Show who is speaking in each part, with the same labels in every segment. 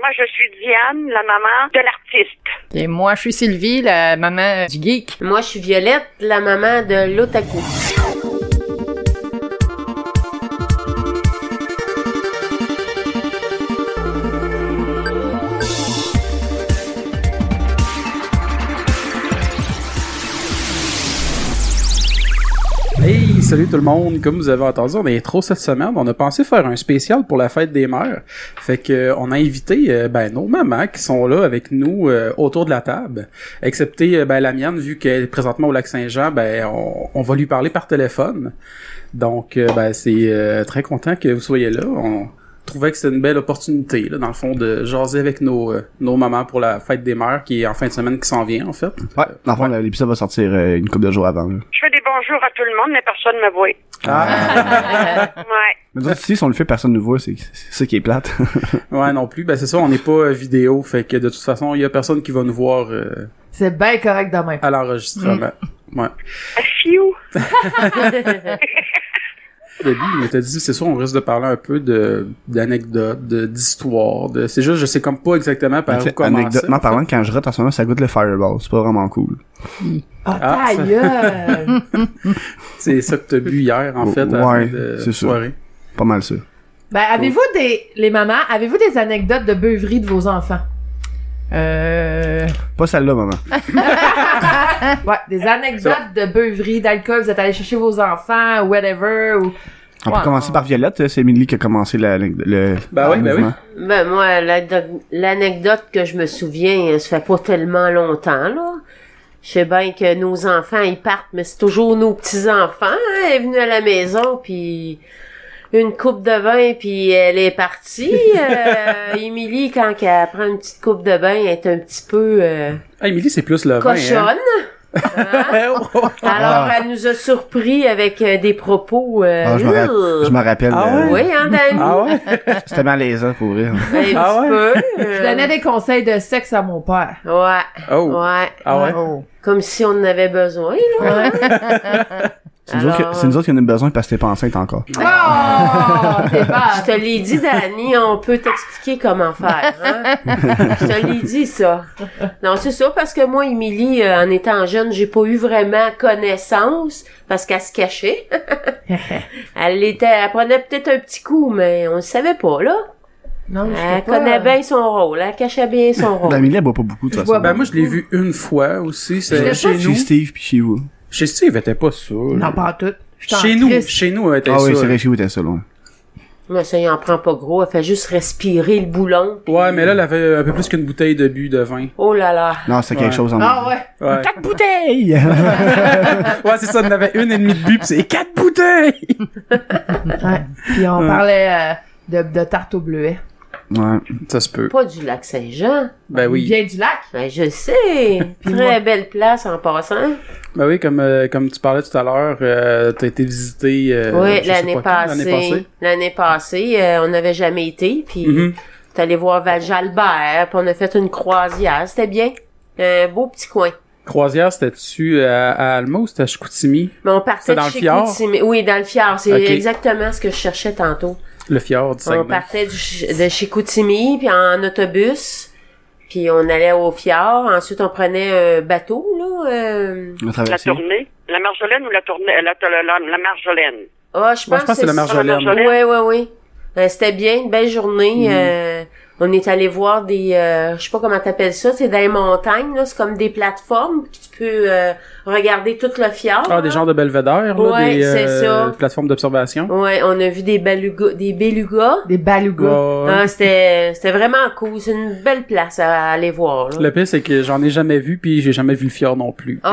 Speaker 1: moi, je suis Diane, la maman de l'artiste.
Speaker 2: Et moi, je suis Sylvie, la maman du geek.
Speaker 3: Moi, je suis Violette, la maman de l'otaku.
Speaker 4: Hey, salut tout le monde! Comme vous avez entendu en intro cette semaine, on a pensé faire un spécial pour la fête des mères. Fait que euh, on a invité euh, ben, nos mamans qui sont là avec nous euh, autour de la table. Excepté euh, ben, la mienne, vu qu'elle est présentement au lac Saint-Jean, ben on, on va lui parler par téléphone. Donc euh, ben, c'est euh, très content que vous soyez là. On trouvait que c'était une belle opportunité, là, dans le fond, de jaser avec nos, euh, nos mamans pour la fête des mères qui est en fin de semaine qui s'en vient en fait.
Speaker 5: Ouais, dans le fond, l'épisode va sortir euh, une couple de jours avant. Là.
Speaker 1: Je fais des bonjours à tout le monde, mais personne me voit. Ouais.
Speaker 5: Mais nous autres, ici, si on le fait, personne ne voit, c'est c'est ça qui est plate.
Speaker 4: Ouais, non plus. Ben, c'est ça, on n'est pas euh, vidéo. Fait que de toute façon, il y a personne qui va nous voir euh,
Speaker 6: C'est bien correct demain.
Speaker 4: à l'enregistrement.
Speaker 6: Mm.
Speaker 4: Ouais.
Speaker 1: Ah, Fiou.
Speaker 4: Debbie, mais t'as dit, c'est sûr, on risque de parler un peu de, d'anecdotes, de, d'histoires. De... C'est juste, je sais comme pas exactement par où
Speaker 5: Anecdotement
Speaker 4: commencer.
Speaker 5: parlant, quand je rate en ce moment, ça goûte le fireball. C'est pas vraiment cool.
Speaker 6: Ah,
Speaker 4: Ah,
Speaker 6: ta gueule!
Speaker 4: C'est ça que t'as bu hier, en
Speaker 5: Ouais,
Speaker 4: fait, à la fin
Speaker 5: ouais,
Speaker 4: de
Speaker 5: c'est ça.
Speaker 4: soirée.
Speaker 5: Pas mal ça.
Speaker 6: ben, avez-vous des, les mamans, avez-vous des anecdotes de beuverie de vos enfants?
Speaker 2: Euh...
Speaker 5: Pas celle-là, maman.
Speaker 6: Ouais, des anecdotes de beuverie, d'alcool, vous êtes allé chercher vos enfants, ou whatever, ou...
Speaker 5: On
Speaker 2: Ouais,
Speaker 5: peut commencer
Speaker 2: on-
Speaker 5: par Violette. euh, C'est Emily qui a commencé la, le, le
Speaker 4: Ben oui, ben
Speaker 5: mouvement.
Speaker 3: Ben moi, l'ado- l'anecdote que je me souviens, euh, ça fait pas tellement longtemps, là. Je sais bien que nos enfants, ils partent, mais c'est toujours nos petits-enfants, hein, elle est venue à la maison, puis une coupe de vin, puis elle est partie. Euh, Émilie, quand elle prend une petite coupe de vin, elle est un petit peu euh,
Speaker 4: Ah, Émilie, c'est plus le vin,
Speaker 3: cochonne. Hein?
Speaker 4: hein?
Speaker 3: Alors,
Speaker 5: Ah.
Speaker 3: elle nous a surpris avec euh, des propos... euh,
Speaker 5: Ah, je me ra-
Speaker 3: Ugh.
Speaker 5: Je me rappelle.
Speaker 4: Ah
Speaker 5: euh,
Speaker 4: ouais?
Speaker 3: Oui, hein, Dani?
Speaker 4: ah ouais?
Speaker 5: C'était malaisant pour hein. rire.
Speaker 3: Un petit
Speaker 4: Ah ouais?
Speaker 3: peu.
Speaker 6: Je
Speaker 3: euh,
Speaker 6: donnais des conseils de sexe à mon père.
Speaker 3: Ouais,
Speaker 4: Oh.
Speaker 3: ouais.
Speaker 4: Ah ouais?
Speaker 3: Comme si on en avait besoin, là. hein.
Speaker 6: Ouais.
Speaker 5: C'est nous, autres
Speaker 3: Alors-
Speaker 5: que- c'est nous autres qui en avons besoin parce que t'es pas enceinte encore.
Speaker 6: Oh! T'es
Speaker 3: Je te l'ai dit, Dani, on peut t'expliquer comment faire. Hein? je te l'ai dit, ça. Non, c'est ça, parce que moi, Émilie, euh, en étant jeune, j'ai pas eu vraiment connaissance, parce qu'elle se cachait. elle l'était, elle prenait peut-être un petit coup, mais on le savait pas, là.
Speaker 6: Non, je
Speaker 3: Elle
Speaker 6: sais pas.
Speaker 3: connaît bien son rôle, elle cachait bien son
Speaker 5: Ben,
Speaker 3: rôle.
Speaker 5: Emily, elle boit pas beaucoup, de toute
Speaker 6: Je bois
Speaker 5: façon.
Speaker 4: Ben, moi, je l'ai vu une fois aussi. C'est
Speaker 6: l'ai
Speaker 4: chez
Speaker 6: pas
Speaker 4: nous.
Speaker 5: Ben, Chez Steve puis chez vous.
Speaker 4: Chez Steve, elle était pas sûre.
Speaker 6: Non, pas en tout. Je suis en
Speaker 4: Chez nous,
Speaker 6: crise.
Speaker 4: chez nous, elle était
Speaker 5: Ah oui,
Speaker 4: sûre.
Speaker 5: c'est vrai, chez vous, t'es seul, ouais.
Speaker 3: Mais ça, il en prend pas gros, elle fait juste respirer le boulon. puis-
Speaker 4: Ouais, mais là, elle avait un peu plus qu'une bouteille de bu de vin.
Speaker 3: Oh là là.
Speaker 5: Non, c'est quelque
Speaker 4: Ouais.
Speaker 5: chose en
Speaker 6: Ah ouais.
Speaker 4: Ouais.
Speaker 5: Quatre bouteilles!
Speaker 4: ouais, c'est ça, on en avait une et demie de bu, pis c'est quatre bouteilles!
Speaker 6: ouais. Puis on
Speaker 4: Ouais.
Speaker 6: parlait euh, de, de tarte au bleuet.
Speaker 5: ouais.
Speaker 4: Ça se peut.
Speaker 3: Pas du lac Saint-Jean.
Speaker 4: Ben
Speaker 6: Il
Speaker 4: oui.
Speaker 6: vient du lac.
Speaker 3: Ben, je sais. Très
Speaker 6: moi-
Speaker 3: belle place en passant.
Speaker 4: Ben oui, comme, euh, comme tu parlais tout à l'heure, euh, t'as été visité... euh, je
Speaker 3: oui,
Speaker 4: sais
Speaker 3: l'année
Speaker 4: pas quand,
Speaker 3: passée. L'année passée, euh, on n'avait jamais été. Puis,
Speaker 4: Mhm.
Speaker 3: t'es allé voir Val-Jalbert, puis on a fait une croisière. C'était bien. Un beau petit coin.
Speaker 4: Croisière, c'était-tu à, à Alma ou c'était à Chicoutimi?
Speaker 3: Mais on partait
Speaker 4: C'est
Speaker 3: de
Speaker 4: dans le
Speaker 3: chez
Speaker 4: fjord?
Speaker 3: Chicoutimi. Oui, dans le fjord. C'est
Speaker 4: Ok.
Speaker 3: exactement ce que je cherchais tantôt.
Speaker 4: Le fjord du
Speaker 3: On
Speaker 4: Saguenay.
Speaker 3: partait du chi- de Chicoutimi, puis en autobus. Puis on allait au fjord. Ensuite, on prenait un bateau, là. euh,
Speaker 5: On a
Speaker 1: La
Speaker 5: traversé.
Speaker 1: tournée. La Marjolaine ou la tournée? euh, La, la, la, la Marjolaine.
Speaker 3: Ah, je pense,
Speaker 4: Moi, je pense que c'est la Marjolaine. Mm.
Speaker 3: Ouais, ouais, ouais. Euh, c'était bien, une belle journée. euh, on est allé voir des, euh, je sais pas comment t'appelles ça, c'est dans les montagnes là, c'est comme des plateformes que tu peux euh, regarder tout le fjord.
Speaker 4: Ah, des
Speaker 3: là.
Speaker 4: genres de belvédère, là,
Speaker 3: Ouais,
Speaker 4: des
Speaker 3: c'est
Speaker 4: euh,
Speaker 3: ça.
Speaker 4: plateformes d'observation.
Speaker 3: Ouais, on a vu des belugas, des belugas.
Speaker 6: Des balougas.
Speaker 4: Ouais.
Speaker 3: Ah, c'était, c'était vraiment cool. C'est une belle place à aller voir. Là.
Speaker 4: Le pire, c'est que j'en ai jamais vu, puis j'ai jamais vu le fjord non plus.
Speaker 3: Oh,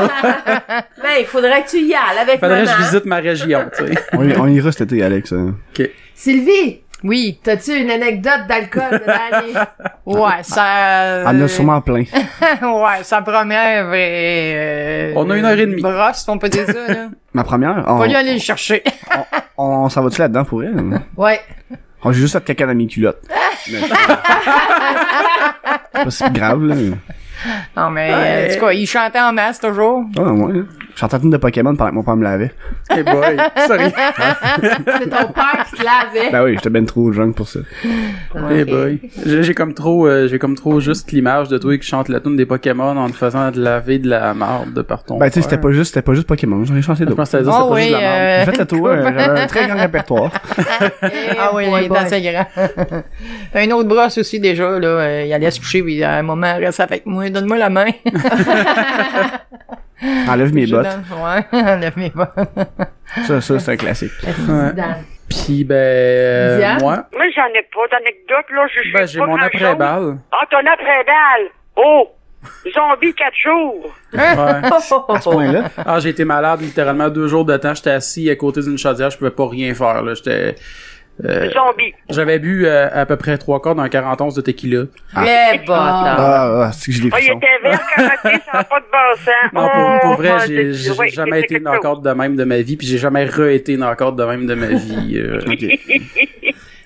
Speaker 3: ben, il faudrait que tu y ailles avec
Speaker 4: Faudrait que
Speaker 3: maman.
Speaker 4: je visite ma région, tu sais.
Speaker 5: on, y- on ira cet été, Alex. hein.
Speaker 6: Sylvie,
Speaker 2: Oui,
Speaker 6: t'as-tu une anecdote d'alcool de l'année?
Speaker 4: Ah,
Speaker 2: ouais, ça... euh,
Speaker 5: Elle en a sûrement plein.
Speaker 2: ouais, sa première est... euh,
Speaker 4: On a une heure et demie.
Speaker 2: Brosse, on peut dire ça, là.
Speaker 5: Ma première, Oh,
Speaker 2: Faut
Speaker 5: on,
Speaker 2: lui aller le chercher.
Speaker 5: on, s'en va-tu là-dedans pour elle?
Speaker 6: Ouais.
Speaker 5: On
Speaker 2: Ah!
Speaker 5: j'ai juste fait caca dans mes culottes. Mais- c'est pas si grave, là.
Speaker 2: Non, mais euh, en tout cas, il chantait en masse toujours.
Speaker 5: Ah, ouais. hein. J'entends une de Pokémon pendant que mon père me lavait.
Speaker 4: Hey boy, sorry.
Speaker 6: C'est ton père qui te lavait.
Speaker 5: Ben oui, j'étais ben trop jeune pour ça.
Speaker 4: Hey boy. J'ai j'ai comme trop, euh, j'ai comme trop juste l'image de toi qui chante la tune des Pokémon en te faisant de laver de la marde de par ton
Speaker 5: Ben tu sais,
Speaker 4: père.
Speaker 5: c'était pas juste, c'était pas juste Pokémon, j'en ai chanté
Speaker 4: Je
Speaker 5: d'autres.
Speaker 4: pense que ça veut dire que c'était
Speaker 2: Oh
Speaker 4: pas juste
Speaker 2: oui,
Speaker 4: de la marde.
Speaker 2: euh,
Speaker 5: Faites le tour, hein, j'avais un très grand répertoire.
Speaker 2: Ah oui, il
Speaker 6: Boy,
Speaker 2: est
Speaker 6: boy.
Speaker 2: assez grand. un autre brosse aussi, déjà, là. euh, il allait se coucher, puis à un moment, reste avec moi, donne-moi la main.
Speaker 5: Enlève mes
Speaker 2: Je
Speaker 5: bottes.
Speaker 2: donne- Ouais, enlève mes bottes.
Speaker 5: Ça, ça, c'est un classique.
Speaker 4: Ouais.
Speaker 6: Dans-
Speaker 4: Puis ben, euh,
Speaker 6: Diane?
Speaker 4: moi,
Speaker 1: Moi, j'en ai pas d'anecdote, là. Je
Speaker 4: ben,
Speaker 1: sais
Speaker 4: j'ai
Speaker 1: pas
Speaker 4: mon
Speaker 1: grand-chose.
Speaker 4: après-balle.
Speaker 1: Ah, ton après-balle. Oh! Zombie quatre jours.
Speaker 4: Ouais.
Speaker 5: À
Speaker 2: Oh,
Speaker 5: ce point-là,
Speaker 4: Ah, j'ai été malade littéralement deux jours de temps. J'étais assis à côté d'une chaudière, je pouvais pas rien faire. Là. J'étais, euh,
Speaker 1: Zombie.
Speaker 4: j'avais bu euh, à peu près trois quarts d'un 41 de tequila.
Speaker 3: Très bon.
Speaker 6: Ah.
Speaker 5: ah, ah, c'est que j'ai des
Speaker 1: Ah, il
Speaker 5: frissons.
Speaker 1: était vert caraté, ça n'a pas de bon sens.
Speaker 4: Non, pour, pour vrai,
Speaker 1: Oh,
Speaker 4: j'ai
Speaker 1: c'est-
Speaker 4: j'ai
Speaker 1: ouais,
Speaker 4: jamais
Speaker 1: c'est
Speaker 4: été
Speaker 1: quelque chose.
Speaker 4: knock-out de même de ma vie, puis j'ai jamais re-été knock-out de même de ma vie. euh.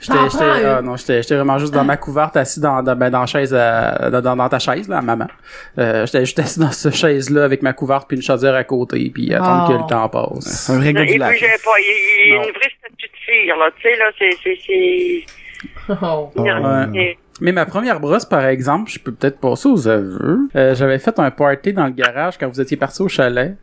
Speaker 4: J'étais, j'étais, ah non, j'étais, j'étais vraiment juste dans ma couverte, assis dans, dans, ben, dans la chaise, à- dans, dans- dans ta chaise, là, à maman. Euh, j'étais juste assis dans cette chaise-là avec ma couverte puis une chaudière à côté, puis attendre
Speaker 6: Oh.
Speaker 4: que le temps passe.
Speaker 5: Un vrai gars
Speaker 1: Et
Speaker 5: du
Speaker 1: puis,
Speaker 5: lac.
Speaker 1: j'ai pas, il, il-
Speaker 4: Non.
Speaker 1: une vraie statue de cire, là. Tu sais, là, c'est, c'est, c'est, Ah
Speaker 6: Oh.
Speaker 1: non,
Speaker 4: Ah Ouais.
Speaker 1: c'est-
Speaker 4: Mais ma première brosse, par exemple, je peux peut-être passer aux aveux. Euh, j'avais fait un party dans le garage quand vous étiez parti au chalet.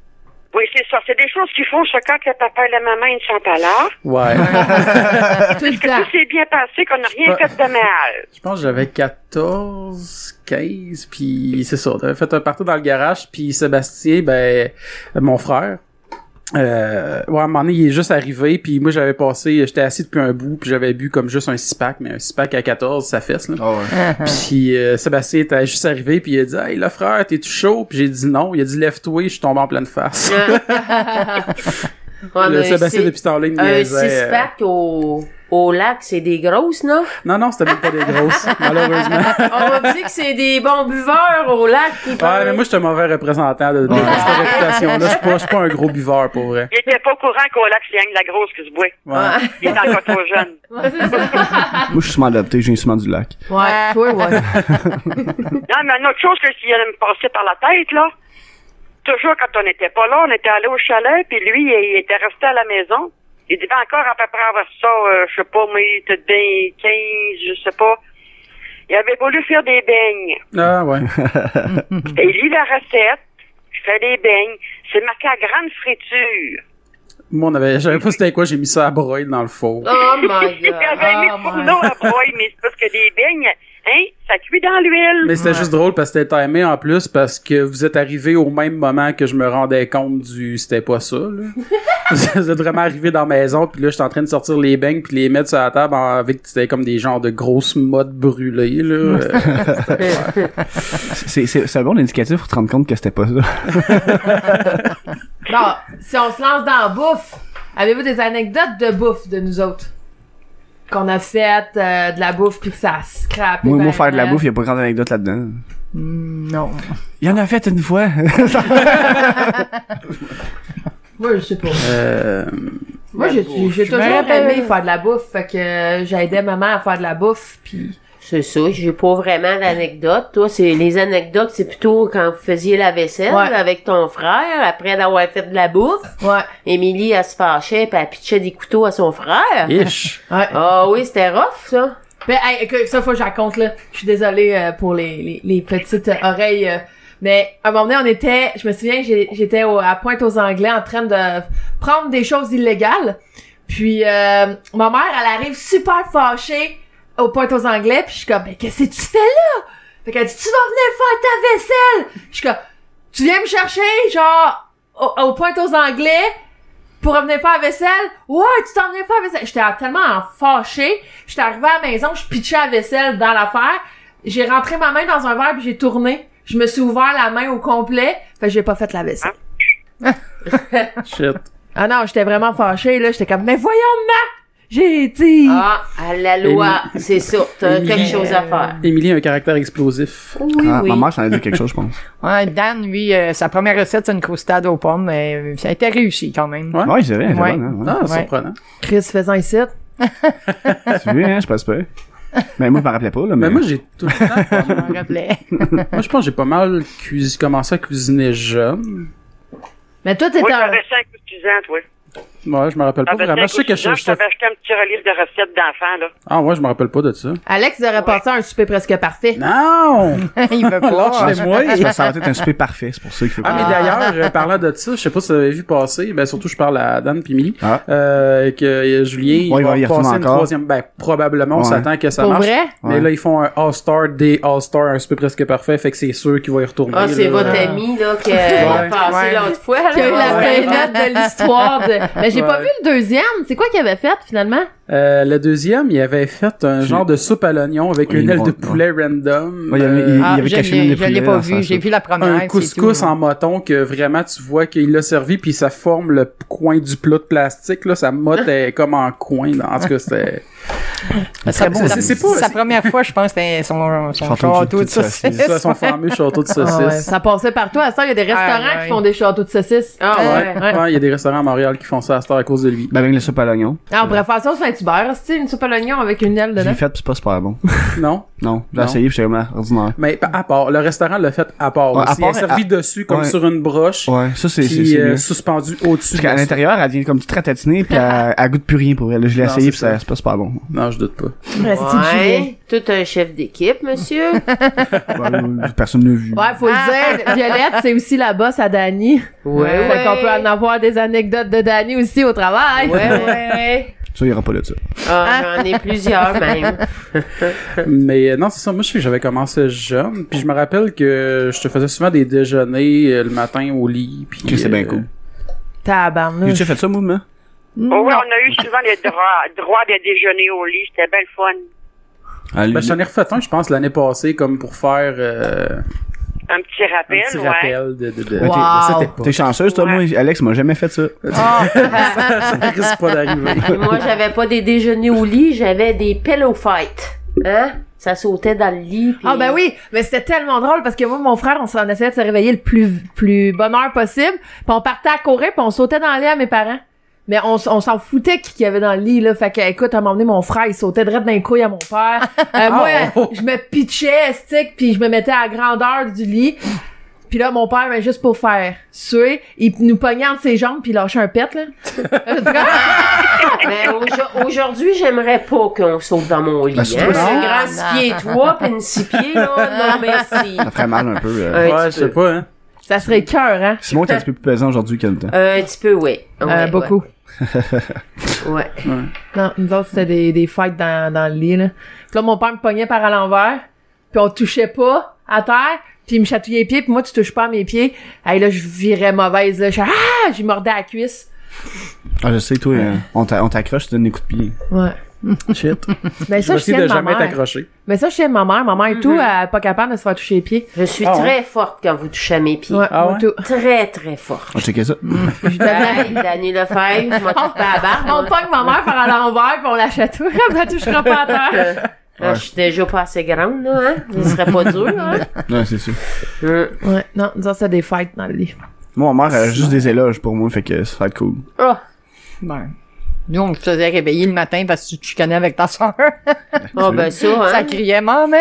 Speaker 1: oui, c'est ça. C'est des choses qu'ils font, ça, quand le papa et la maman, ils sont à l'art.
Speaker 4: Ouais.
Speaker 6: Tout le temps.
Speaker 1: Tout s'est bien passé, qu'on n'a rien
Speaker 4: pas-
Speaker 1: fait de mal.
Speaker 4: Je pense que j'avais 14, 15, puis c'est ça. On avait fait un partout dans le garage, puis Sébastien, ben, mon frère, euh, ouais, à un moment donné, il est juste arrivé, puis moi, j'avais passé, j'étais assis depuis un bout, puis j'avais bu comme juste un six-pack, mais un six-pack à 14, ça fesse, là.
Speaker 5: Ah ouais.
Speaker 4: Puis euh, Sébastien était juste arrivé, puis il a dit « Hey, là, frère, t'es-tu chaud? » Puis j'ai dit non. Il a dit « Lève-toi, je suis tombé en pleine face.
Speaker 3: Ouais,
Speaker 4: Le
Speaker 3: Ah, mais
Speaker 4: Sébastien,
Speaker 3: c'est-
Speaker 4: depuis ce temps-là, il me
Speaker 3: Un
Speaker 4: niaisait, euh,
Speaker 3: six-pack au, au lac, c'est des grosses, non?
Speaker 4: Non, non, c'était même pas des grosses, malheureusement.
Speaker 3: On va dire que c'est des bons buveurs au lac. qui
Speaker 4: Ouais,
Speaker 3: parlent.
Speaker 4: mais moi, je suis un mauvais représentant de, de- de cette réputation-là. Je suis pas, je suis pas un gros buveur, pour vrai.
Speaker 1: Il était pas au courant qu'au lac, c'est Yang la grosse qui se boit.
Speaker 4: Ouais.
Speaker 1: Il est encore trop jeune.
Speaker 3: Ouais, c'est ça.
Speaker 5: Moi, je suis souvent adopté, j'ai un ciment du lac.
Speaker 6: Ouais, toi, ouais.
Speaker 1: Non, mais une autre chose que s'il allait me passer par la tête, là, toujours quand on n'était pas là, on était allé au chalet, puis lui, il, il était resté à la maison. Il devait encore à peu près avoir ça, euh, je sais pas, mais peut-être bien 15, je sais pas. Il avait voulu faire des beignes.
Speaker 4: Ah, ouais. Mhm.
Speaker 1: Et lui, la recette, je fais des beignes, c'est marqué à grande friture.
Speaker 4: Moi, on avait, j'avais pas c'était quoi, j'ai mis ça à broil dans le four.
Speaker 3: Oh my
Speaker 1: Il
Speaker 3: god.
Speaker 1: avait
Speaker 4: Ah,
Speaker 1: mis le fourneau à broyer, mais c'est parce que des beignes, hein, ça cuit dans l'huile.
Speaker 4: Mais c'était juste drôle parce que c'était timé en plus parce que vous êtes arrivé au même moment que je me rendais compte du c'était pas ça, là. vous êtes vraiment arrivé dans la maison puis là, j'étais en train de sortir les beignes puis les mettre sur la table en- avec, c'était comme des genres de grosses mottes brûlées, là. Euh,
Speaker 5: C'est c'est- c'est un bon indicatif pour te rendre compte que c'était pas ça.
Speaker 6: Bon, si on se lance dans la bouffe, avez-vous des anecdotes de bouffe de nous autres? Qu'on a fait euh, de la bouffe puis que ça a scrapé.
Speaker 5: Moi,
Speaker 6: ben
Speaker 5: moi faire de la
Speaker 6: raide.
Speaker 5: bouffe, il y a pas grande anecdote là-dedans.
Speaker 2: Hmm, Non.
Speaker 5: Il y en a fait une fois.
Speaker 6: Moi, je sais pas.
Speaker 4: euh,
Speaker 6: Moi, j'ai j'ai- j'ai
Speaker 2: Je me
Speaker 6: toujours
Speaker 2: rappelle.
Speaker 6: aimé faire de la bouffe. Fait que j'aidais maman à faire de la bouffe puis
Speaker 3: Ah, C'est ça, j'ai pas vraiment d'anecdote. Toi, c'est les anecdotes, c'est plutôt quand vous faisiez la vaisselle
Speaker 6: Ouais.
Speaker 3: avec ton frère, après d'avoir fait de la bouffe.
Speaker 6: ouais,
Speaker 3: Émilie, elle se fâchait pis elle pitchait des couteaux à son frère.
Speaker 4: Euh, ish.
Speaker 6: ouais.
Speaker 3: Ah oui, c'était rough, ça.
Speaker 6: Ben, hey, écoute, ça, faut que je raconte, là. Je suis désolée euh, pour les, les, les petites euh, oreilles. euh, mais à un moment donné, on était... Je me souviens, j'ai- j'étais au- à Pointe-aux-Anglais en train de prendre des choses illégales. Puis euh, ma mère, elle arrive super fâchée au Pointe-aux-Anglais. Puis je suis comme, mais qu'est-ce que tu fais là? Fait qu'elle dit, tu vas venir faire ta vaisselle! Je suis comme, tu viens me chercher, genre, au, au Pointe-aux-Anglais pour venir faire la vaisselle? Ouais, tu t'en venais faire la vaisselle! J'étais tellement fâchée. J'étais arrivée à la maison, je pitchais la vaisselle dans l'affaire. J'ai rentré ma main dans un verre puis j'ai tourné. Je me suis ouvert la main au complet. Fait que j'ai pas fait la vaisselle.
Speaker 4: Shit.
Speaker 6: Ah non, j'étais vraiment fâchée, là. J'étais comme, mais voyons, ma! J'ai dit!
Speaker 3: Ah, à la loi, c'est ça. T'as
Speaker 4: Émilie.
Speaker 3: quelque chose à faire.
Speaker 4: Émilie a un caractère explosif.
Speaker 3: Oui,
Speaker 5: Ah,
Speaker 3: oui.
Speaker 5: Ma mère, ça en a dit quelque chose, je pense.
Speaker 2: Ouais, Dan, lui, euh, sa première recette, c'est une croustade aux pommes, mais euh, ça a été réussi quand même.
Speaker 4: Ouais.
Speaker 5: Ouais, c'est vrai, c'est
Speaker 2: Ouais.
Speaker 5: bon, hein, ouais.
Speaker 4: Ah,
Speaker 2: Ouais.
Speaker 4: surprenant.
Speaker 6: Chris, faisant ici.
Speaker 5: Tu veux, hein, je passe pas. Mais moi, je m'en rappelais pas, là.
Speaker 4: Ah. Mais
Speaker 5: Mais,
Speaker 4: moi, j'ai tout le temps pas
Speaker 2: Je m'en rappelais.
Speaker 4: Moi, je pense que j'ai pas mal cuis- commencé à cuisiner jeune.
Speaker 6: Mais toi, t'étais
Speaker 1: Moi,
Speaker 6: un...
Speaker 1: j'avais 5 ou 6 ans, toi.
Speaker 4: Ouais, je me rappelle pas
Speaker 1: J'avais
Speaker 4: vraiment. Je sais
Speaker 1: cinq
Speaker 4: que
Speaker 1: ou six
Speaker 4: je,
Speaker 1: ans,
Speaker 4: je-
Speaker 1: j'avais acheté un petit relief de recettes d'enfants, là.
Speaker 4: Ah ouais, je me rappelle pas de ça.
Speaker 6: Alex aurait passé un souper presque parfait.
Speaker 4: Non!
Speaker 2: Il veut pas.
Speaker 4: Lâche-moi!
Speaker 5: C'est parce que ça va être un souper parfait, c'est pour ça qu'il faut
Speaker 4: Ah, mais d'ailleurs, euh, parlant de ça, je sais pas si vous avez vu passer, ben surtout je parle à Dan puis Émilie,
Speaker 5: Ah.
Speaker 4: euh, que euh, Julien,
Speaker 5: Ouais, il va y
Speaker 4: il va
Speaker 5: retourner
Speaker 4: passer une
Speaker 5: encore.
Speaker 4: troisième, ben probablement, on
Speaker 5: Ouais.
Speaker 4: s'attend que ça
Speaker 6: Pour
Speaker 4: marche.
Speaker 6: vrai?
Speaker 4: Mais
Speaker 5: Ouais.
Speaker 4: là, ils font un All-Star des All-Stars, un peu presque parfait, fait que c'est sûr qu'il va y retourner.
Speaker 3: Ah, c'est
Speaker 4: là.
Speaker 3: votre
Speaker 4: Ouais.
Speaker 3: ami, là, qui a
Speaker 4: Ouais.
Speaker 3: passé
Speaker 2: Ouais.
Speaker 3: l'autre fois,
Speaker 6: Qui a eu
Speaker 3: là.
Speaker 6: la peine de l'histoire de... Mais j'ai pas
Speaker 4: Ouais.
Speaker 6: vu le deuxième. C'est quoi qu'il avait fait, finalement?
Speaker 4: Euh, le deuxième, il avait fait un
Speaker 5: Tu-
Speaker 4: genre de soupe à l'oignon avec
Speaker 5: Oui,
Speaker 4: une aile
Speaker 5: on-
Speaker 4: de poulet random.
Speaker 5: Ouais, il y avait-
Speaker 4: euh,
Speaker 5: il-
Speaker 2: Ah,
Speaker 5: avait
Speaker 2: je
Speaker 5: caché une
Speaker 2: l'ai
Speaker 5: des
Speaker 2: je l'ai
Speaker 5: poulets
Speaker 2: pas
Speaker 5: dans sa
Speaker 2: vu. J'ai
Speaker 5: soupe.
Speaker 2: vu la première.
Speaker 4: un
Speaker 2: c'est
Speaker 4: couscous
Speaker 2: tout.
Speaker 4: en moton que vraiment tu vois qu'il l'a servi puis ça forme le coin du plat de plastique là sa motte est comme en coin là. en tout cas c'était
Speaker 2: Sa-
Speaker 5: bon,
Speaker 2: sa-
Speaker 5: c'est-
Speaker 4: c'est pas-
Speaker 2: Sa
Speaker 4: c'est-
Speaker 2: première fois, je pense, c'était son, son
Speaker 5: Château de
Speaker 2: château de
Speaker 5: toute saucisse.
Speaker 2: saucisse.
Speaker 4: c'est ça son fameux château de saucisse
Speaker 6: Ah ouais, Ça passait partout. À ça, il y a des restaurants
Speaker 2: Aïe, aïe.
Speaker 6: qui font des châteaux de saucisses.
Speaker 3: Ah,
Speaker 4: Ouais,
Speaker 3: ouais.
Speaker 4: ouais, il y a des restaurants à Montréal qui font ça à cette heure à cause de lui.
Speaker 5: Ben, même le soupe à l'oignon.
Speaker 6: Ah, on pourrait faire ça au Saint-Hubert. C'est une soupe à l'oignon avec une aile
Speaker 5: Je l'ai
Speaker 6: dedans.
Speaker 5: fait, pis c'est pas super bon.
Speaker 4: Non?
Speaker 5: Non, j'ai
Speaker 4: Non.
Speaker 5: essayé, pis j'étais vraiment ordinaire.
Speaker 4: Mais à part, le restaurant l'a fait à part
Speaker 5: Ouais, à
Speaker 4: aussi.
Speaker 5: part,
Speaker 4: Elle est servi
Speaker 5: à-
Speaker 4: dessus comme
Speaker 5: ouais.
Speaker 4: sur une broche,
Speaker 5: Ouais, ça, c'est, c'est,
Speaker 4: puis
Speaker 5: c'est
Speaker 4: euh,
Speaker 5: mieux.
Speaker 4: suspendu au-dessus.
Speaker 5: Parce
Speaker 4: de
Speaker 5: qu'à
Speaker 4: ça.
Speaker 5: l'intérieur, elle devient comme toute ratatinée, pis elle, elle goûte plus rien pour elle. Je l'ai
Speaker 4: Non,
Speaker 5: essayé,
Speaker 4: c'est
Speaker 5: pis
Speaker 4: ça.
Speaker 5: ça- c'est pas super bon.
Speaker 4: Non, je doute pas.
Speaker 6: Ouais.
Speaker 3: Ouais. Tout un chef d'équipe, monsieur.
Speaker 5: Ouais, Personne ne l'a vu.
Speaker 6: Ouais, faut le dire. Violette, c'est aussi la boss à Dani.
Speaker 3: Ah. Ouais,
Speaker 6: Fait qu'on peut en
Speaker 3: ouais.
Speaker 6: avoir des anecdotes de Dani aussi au travail.
Speaker 3: Ouais, ouais, ouais.
Speaker 5: Ça, il y aura pas là, ça.
Speaker 3: Ah, j'en ai plusieurs, même.
Speaker 4: Mais euh, non, c'est ça. Moi, je sais que j'avais commencé jeune. Puis je me rappelle que je te faisais souvent des déjeuners euh, le matin au lit. Puis
Speaker 5: Ok, c'est bien
Speaker 4: euh,
Speaker 5: cool.
Speaker 6: Tabarnouche.
Speaker 5: As-tu fait ça, mouvement?
Speaker 1: Oh, oui, on a eu souvent les droits, droits de déjeuner au lit. C'était belle fun.
Speaker 4: Ben, j'en ai refait un, je pense, l'année passée, comme pour faire euh,
Speaker 1: Un petit
Speaker 4: un
Speaker 1: rappel,
Speaker 4: petit
Speaker 1: ouais.
Speaker 4: rappel de, de, de, de
Speaker 5: Ouais, t'es-
Speaker 4: cette
Speaker 6: Wow.
Speaker 4: époque.
Speaker 5: T'es chanceuse, toi,
Speaker 1: Ouais.
Speaker 5: moi, Alex m'a jamais fait ça.
Speaker 4: Ça risque pas d'arriver.
Speaker 3: Et moi, j'avais pas des déjeuners au lit, j'avais des pillow fights. Hein? Ça sautait dans le lit. puis- euh,
Speaker 6: Ah ben oui, mais c'était tellement drôle parce que moi mon frère on s'en essayait de se réveiller le plus plus bonne heure possible, puis on partait à courir puis on sautait dans le lit à mes parents. Mais on, s- on s'en foutait qui qu'il y avait dans le lit là, fait que écoute à un moment donné mon frère il sautait direct dans les couilles à mon père. Euh, moi
Speaker 4: Oh.
Speaker 6: je me pitchais stick puis je me mettais à la grandeur du lit. Puis là, mon père, ben, juste pour faire suer, il nous pognait entre ses jambes puis il lâchait un pet, là.
Speaker 3: Mais ben, aujo- aujourd'hui, j'aimerais pas qu'on saute dans mon lit.
Speaker 5: Ben,
Speaker 3: hein?
Speaker 5: surtout si-
Speaker 3: Un grand
Speaker 2: Non,
Speaker 3: six pieds et toi, puis une six pieds, là. Non, merci.
Speaker 5: Ça ferait mal un peu. euh.
Speaker 3: Ouais.
Speaker 4: Ouais, je sais pas, hein.
Speaker 6: Ça serait cœur, hein?
Speaker 5: Simon, t'es un petit peu plus pesant aujourd'hui que le temps.
Speaker 3: Euh, un petit peu, oui.
Speaker 6: Euh, beaucoup.
Speaker 3: Ouais.
Speaker 6: Non, nous autres, c'était des, des fights dans, dans le lit, là. Puis là, mon père me pognait par à l'envers, puis on touchait pas à terre, puis il me chatouillait les pieds, puis moi, tu touches pas à mes pieds. Hey, là, je virais mauvaise, là. Je, ah! J'ai mordu à la cuisse.
Speaker 5: Ah, je sais, toi, euh, on t'a- on t'accroche, tu donnes des coups de pied.
Speaker 6: Ouais.
Speaker 4: Shit.
Speaker 6: Mais
Speaker 4: Je vais
Speaker 6: ça, je
Speaker 4: essayer
Speaker 6: tiens
Speaker 4: de
Speaker 6: de ma
Speaker 4: jamais
Speaker 6: mère.
Speaker 4: t'accrocher.
Speaker 6: Mais ça, je tiens de ma mère. Ma mère et tout, elle est pas capable de se faire toucher les pieds.
Speaker 3: Je suis
Speaker 4: Ah, ouais.
Speaker 3: très forte quand vous touchez à mes pieds.
Speaker 6: Ouais,
Speaker 4: Ah
Speaker 6: moi
Speaker 4: ouais?
Speaker 6: tout.
Speaker 3: Très, très forte.
Speaker 5: On checkait ça.
Speaker 3: Hey, Danny Lefebvre, je m'en tape pas à barre.
Speaker 6: On pogne ma mère par à l'envers, puis on la chatouille, puis elle touchera pas à terre.
Speaker 3: Ah, Je suis déjà pas assez grande, là, hein? Ce serait pas dur, hein?
Speaker 5: Ouais, c'est sûr.
Speaker 3: Hum.
Speaker 6: Ouais, non, nous autres, c'était des fights dans le lit.
Speaker 5: Moi, ma mère a juste des éloges pour moi, fait que ça va être cool.
Speaker 6: Oh.
Speaker 3: Ah.
Speaker 2: Ben, Nous, on se faisait réveiller le matin parce que tu te chicanais avec ta soeur.
Speaker 3: Ah, ben ça, hein?
Speaker 2: Ça criait « Maman!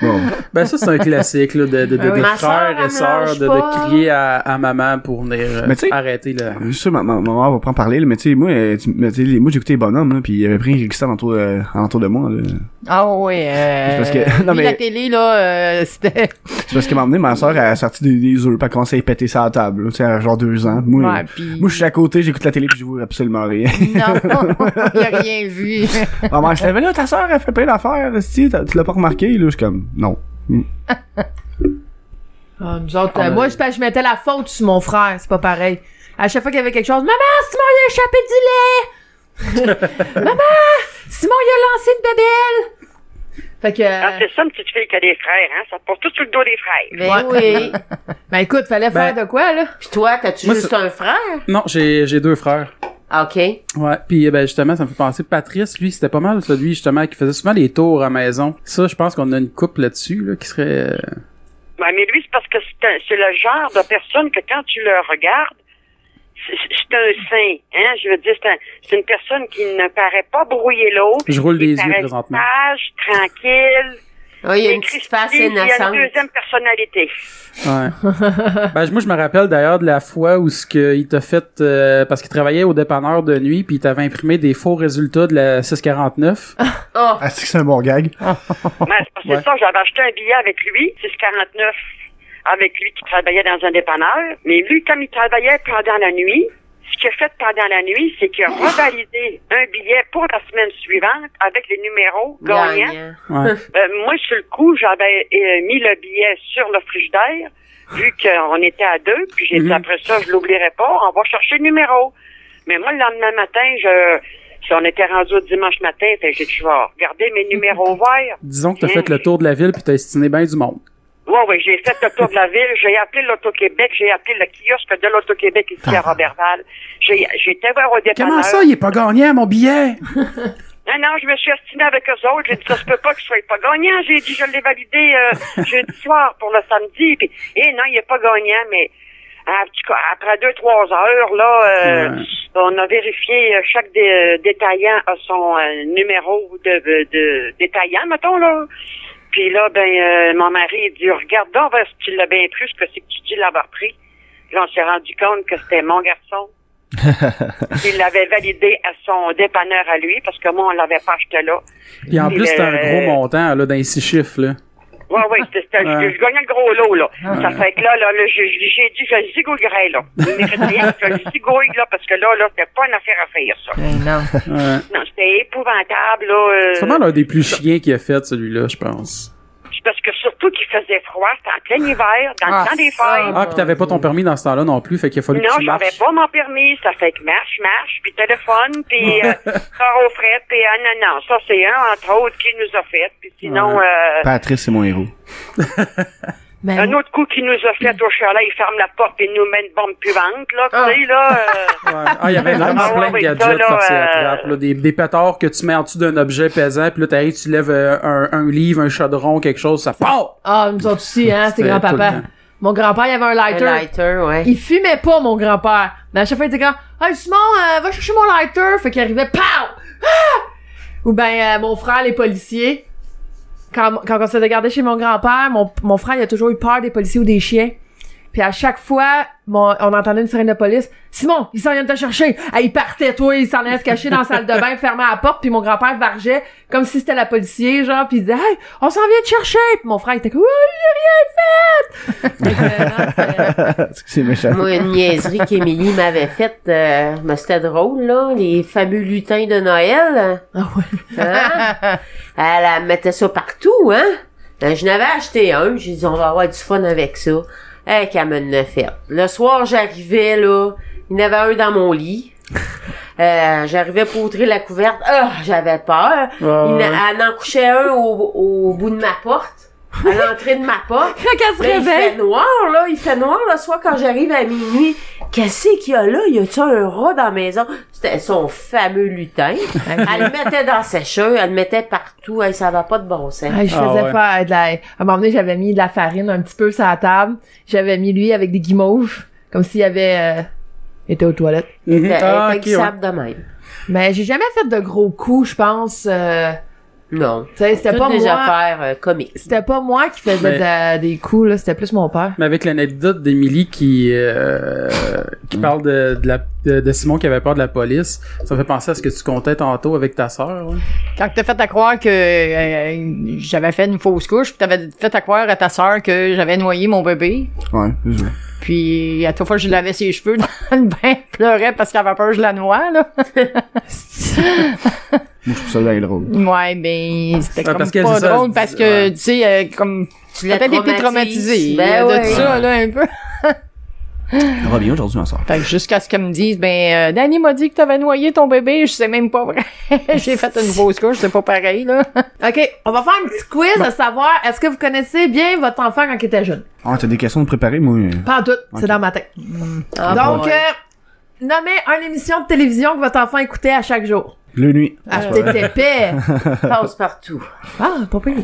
Speaker 5: Bon.
Speaker 4: Ben, ça, c'est un classique, là, de, de, de,
Speaker 6: Ah oui.
Speaker 4: de
Speaker 3: Ma sœur,
Speaker 4: frères
Speaker 3: elle
Speaker 4: et
Speaker 3: me
Speaker 4: sœurs,
Speaker 3: lâche
Speaker 4: de, de
Speaker 3: pas.
Speaker 4: crier à, à maman pour venir euh,
Speaker 5: Mais tu sais-
Speaker 4: arrêter, là.
Speaker 5: Je suis sûr, ma, ma, ma mère va pas en parler, là, mais tu sais, moi, euh, tu- mais tu sais, les- moi, j'écoutais les bonhommes, là, pis il y avait plein de résistants autour, euh, alentour de moi, là. »
Speaker 2: Ah oui, euh,
Speaker 5: C'est parce que- non,
Speaker 2: lui,
Speaker 5: mais-
Speaker 2: la télé, là, euh, c'était...
Speaker 5: C'est parce qu'à un moment donné, ma soeur, elle a sorti des, des œufs, pis elle commençait à les péter ça à la table, là, tu sais, à genre deux ans. Moi,
Speaker 2: Ouais,
Speaker 5: euh,
Speaker 2: puis-
Speaker 5: moi, je suis à côté, j'écoute la télé pis je vois absolument rien.
Speaker 2: Non, il a rien vu.
Speaker 5: ma mère, je savais, là, ta soeur, elle fait plein d'affaires, esti, t'as- tu l'as pas remarqué, là, je suis comme, non.
Speaker 6: Ah, nous autres,
Speaker 4: Ah, mais-
Speaker 6: euh, moi, c'est parce que je mettais la faute sur mon frère, c'est pas pareil. À chaque fois qu'il y avait quelque chose, Maman, Simon, il a échappé du lait! Maman, Simon, il a lancé une bébelle! Fait que,
Speaker 1: Ah,
Speaker 6: euh,
Speaker 1: c'est ça, une petite fille qui a des frères, hein. Ça porte tout sur le dos des frères.
Speaker 3: Ben oui.
Speaker 6: ben écoute, fallait
Speaker 4: Ben-
Speaker 6: faire de quoi, là?
Speaker 3: Puis toi, t'as-tu
Speaker 4: Moi,
Speaker 3: juste
Speaker 4: ça-
Speaker 3: un frère?
Speaker 4: Non, j'ai, j'ai deux frères.
Speaker 3: Ah, OK.
Speaker 4: Ouais, puis eh ben justement, ça me fait penser Patrice, lui, c'était pas mal celui justement qui faisait souvent les tours à maison. Ça, je pense qu'on a une coupe là-dessus là qui serait euh,
Speaker 1: Ouais, mais lui, c'est parce que c'est un- c'est le genre de personne que quand tu le regardes, c'est c'est un saint, hein? Je veux dire, c'est un- c'est une personne qui ne paraît pas brouiller l'autre.
Speaker 4: Je roule
Speaker 1: qui
Speaker 4: des yeux
Speaker 1: paraît
Speaker 4: présentement.
Speaker 1: Sage, tranquille.
Speaker 3: Ah, il y a
Speaker 1: Mais
Speaker 3: une petite
Speaker 1: Christy,
Speaker 3: face
Speaker 1: il y a
Speaker 3: innocente.
Speaker 1: une deuxième personnalité.
Speaker 4: Ouais. ben, je- moi, je me rappelle d'ailleurs de la fois où ce que il t'a fait, euh, parce qu'il travaillait au dépanneur de nuit, puis il t'avait imprimé des faux résultats de la 649.
Speaker 3: Ah,
Speaker 5: Ah, c'est que c'est un bon gag.
Speaker 1: Mais Ben, c'est parce que
Speaker 4: Ouais.
Speaker 1: ça, j'avais acheté un billet avec lui, 649, avec lui qui travaillait dans un dépanneur. Mais lui, comme il travaillait pendant la nuit, ce qu'il a fait pendant la nuit, c'est qu'il a revalidé un billet pour la semaine suivante avec les numéros gagnants.
Speaker 3: gagnant.
Speaker 4: Ouais.
Speaker 1: Euh, moi, sur le coup, j'avais euh, mis le billet sur le frigidaire, vu qu'on était à deux, puis j'ai dit
Speaker 4: Mhm.
Speaker 1: après ça, je l'oublierai pas, on va chercher le numéro. Mais moi, le lendemain matin, je, si on était rendu au dimanche matin, fait, j'ai dit, je vais regarder mes numéros verts.
Speaker 4: Disons que t'as fait le tour de la ville, puis t'as estiné bien du monde.
Speaker 1: Ouais, ouais, j'ai fait le tour de la ville, j'ai appelé l'Auto-Québec, j'ai appelé le kiosque de l'Auto-Québec ici à Robertval. J'ai, j'étais voir au dépanneur.
Speaker 4: Ah. Comment ça, il est pas gagnant, mon billet?
Speaker 1: Non, non, je me suis obstinée avec eux autres. J'ai dit, ça se peut pas que je sois pas gagnant. J'ai dit, je l'ai validé euh, jeudi soir pour le samedi. Puis, eh non, il est pas gagnant, mais en tout cas, après deux, trois heures, là, euh,
Speaker 4: Ouais.
Speaker 1: on a vérifié euh, chaque dé- détaillant a son euh, numéro de, de détaillant, mettons, là. Puis là, ben, euh, mon mari, il dit, regarde donc, ben, si tu l'as bien pris, ce que c'est que tu dis l'avoir pris. Puis là, on s'est rendu compte que c'était mon garçon. il l'avait validé à son dépanneur à lui, parce que moi, on l'avait pas acheté là.
Speaker 4: Puis en
Speaker 1: Il
Speaker 4: plus, t'as un
Speaker 1: est-
Speaker 4: gros montant, là, dans les six chiffres, là.
Speaker 1: Ouais, ouais, c'était, c'était-
Speaker 4: Ouais. Ah.
Speaker 1: je, je gagnais le gros lot, là. Ça fait que là, là, là, j'ai, j'ai- j'ai dit, je le zigouillerais, là. Il mérite rien, je le zigouille, là, parce que là, là, c'était pas une affaire à faire, ça.
Speaker 2: Eh non.
Speaker 4: Ouais.
Speaker 1: Non, c'était épouvantable, là. euh,
Speaker 4: C'est vraiment l'un des plus chiens qu'il a fait, celui-là, je pense.
Speaker 1: c'est parce que surtout qu'il faisait froid, c'était en plein hiver, dans
Speaker 2: Ah,
Speaker 1: le temps des
Speaker 2: ça.
Speaker 1: fêtes.
Speaker 4: Ah, puis t'avais pas ton permis dans ce temps-là non plus, fait qu'il a fallu que
Speaker 1: Euh, Non,
Speaker 4: tu
Speaker 1: j'avais
Speaker 4: marches.
Speaker 1: pas mon permis. Ça fait que marche, marche, puis téléphone, puis euh, corps aux frais, puis ah non, non. Ça, c'est un, entre autres, qui nous a fait. Puis sinon,
Speaker 4: Ouais.
Speaker 1: euh,
Speaker 5: Patrice, c'est mon héros.
Speaker 6: Mais
Speaker 1: un autre coup qui ben, nous a fait au chalet, il ferme la porte et nous met une bombe puante, là,
Speaker 3: Ah.
Speaker 1: tu sais, là. euh,
Speaker 4: Ouais. Ah, il y avait vraiment
Speaker 1: Ah, ouais,
Speaker 4: plein de
Speaker 1: ouais,
Speaker 4: gadgets
Speaker 1: ça, là,
Speaker 4: forcés à la
Speaker 1: euh,
Speaker 4: trappe, là. Des, des pétards que tu mets en dessous d'un objet pesant, puis là, t'arrives, tu lèves euh, un, un livre, un chaudron, quelque chose, ça part!
Speaker 6: ah, nous autres aussi, hein,
Speaker 4: C'était
Speaker 6: c'était
Speaker 4: tout
Speaker 6: grand-papa.
Speaker 4: le temps.
Speaker 6: Mon grand-père, il avait un
Speaker 3: Un
Speaker 6: lighter.
Speaker 3: lighter, ouais.
Speaker 6: Il fumait pas, mon grand-père. Mais à chaque fois, il était comme, hey, Simon, euh, va chercher mon lighter. Fait qu'il arrivait, pow! Ah! Ou ben, euh, mon frère, les policiers. Quand, quand on se faisait garder chez mon grand-père, mon, mon frère, il a toujours eu peur des policiers ou des chiens. Puis à chaque fois, mon- on entendait une sirène de police. Simon, il s'en vient de te chercher. Ah, il partait, toi, il s'en allait se cacher dans la salle de bain, fermait la porte, puis mon grand-père vargeait comme si c'était la policier, genre, puis il disait, hey, on s'en vient te chercher. Puis mon frère, il était comme, oui, j'ai rien fait. Fait que, euh, non, c'était-
Speaker 5: C'est que c'est méchant.
Speaker 3: Moi, une niaiserie qu'Émilie m'avait faite, euh, mais c'était drôle, là, les fameux lutins de Noël.
Speaker 6: Ah ouais.
Speaker 3: Hein? Elle, elle mettait ça partout, hein? Ben, je n'avais acheté un, j'ai dit, on va avoir du fun avec ça. Hey, qu'elle me l'a fait. Le soir, j'arrivais, là, il y en avait un dans mon lit. Euh, j'arrivais pour ouvrir la couverte. Ah, j'avais peur.
Speaker 4: Ouais,
Speaker 3: Il
Speaker 4: ouais.
Speaker 3: en- elle en couchait un au, au bout de ma porte, à l'entrée de ma porte.
Speaker 6: Quand elle se
Speaker 3: Là, Ben, il fait
Speaker 6: réveille.
Speaker 3: noir, là. Il fait noir le soir quand j'arrive à minuit. Qu'est-ce qu'il y a là? Y a-tu un rat dans la maison? C'était son fameux lutin. elle le mettait dans ses cheveux, elle le mettait partout. Hey, ça va pas de bon sens.
Speaker 6: Ah, je
Speaker 4: Ah
Speaker 6: faisais
Speaker 4: ouais.
Speaker 6: faire de la... À un moment donné, j'avais mis de la farine un petit peu sur la table. J'avais mis lui avec des guimauves, comme s'il avait euh, été aux toilettes.
Speaker 4: Mhm.
Speaker 3: Elle
Speaker 4: Ah,
Speaker 3: était
Speaker 4: ok, ouais.
Speaker 3: glissable de même.
Speaker 6: Mais j'ai jamais fait de gros coups, je pense. euh,
Speaker 3: Non.
Speaker 6: tu sais, c'était
Speaker 3: Toutes
Speaker 6: pas
Speaker 3: des
Speaker 6: moi...
Speaker 3: affaires euh, comiques.
Speaker 6: C'était pas moi qui faisais de- des coups, là. C'était plus mon père.
Speaker 4: Mais avec l'anecdote d'Émilie qui euh, qui
Speaker 3: Mm.
Speaker 4: parle de, de, la, de, de Simon qui avait peur de la police, ça me fait penser à ce que tu comptais tantôt avec ta sœur. là.
Speaker 2: Quand t'as fait à croire que euh, j'avais fait une fausse couche, puis t'avais fait à croire à ta sœur que j'avais noyé mon bébé,
Speaker 5: Ouais, c'est ça.
Speaker 2: puis à toute fois je lavais ses cheveux dans le bain, elle pleurait parce qu'elle avait peur que je la noie, là.
Speaker 5: Moi, je trouve ça bien drôle.
Speaker 2: Ouais, ben c'était
Speaker 4: Ouais,
Speaker 2: comme
Speaker 4: parce que
Speaker 2: pas
Speaker 4: c'est ça,
Speaker 2: drôle
Speaker 4: c'est-
Speaker 2: parce que
Speaker 4: ouais.
Speaker 2: tu sais euh, comme
Speaker 3: Tu
Speaker 2: t'as
Speaker 3: l'as
Speaker 2: peut-être été traumatisé
Speaker 3: traumatisé. Ben
Speaker 2: de
Speaker 3: ouais.
Speaker 2: ça là un peu.
Speaker 5: Ça va bien aujourd'hui, ma soeur.
Speaker 2: Fait que jusqu'à ce qu'elle me dise ben euh, Danny m'a dit que t'avais noyé ton bébé, je sais même pas vrai. J'ai fait une fausse couche, c'est pas pareil là.
Speaker 6: OK, on va faire un petit quiz à savoir est-ce que vous connaissez bien votre enfant quand il était jeune?
Speaker 5: Ah, t'as des questions de préparer, moi. euh,
Speaker 6: Pas en tout, c'est
Speaker 5: Ok.
Speaker 6: dans ma tête.
Speaker 3: Ah,
Speaker 6: Donc,
Speaker 3: bon.
Speaker 6: euh, nommez une émission de télévision que votre enfant écoutait à chaque jour.
Speaker 5: Le nuit.
Speaker 6: Ah, c'était épais.
Speaker 3: passe euh, partout.
Speaker 6: Ah, pas pire.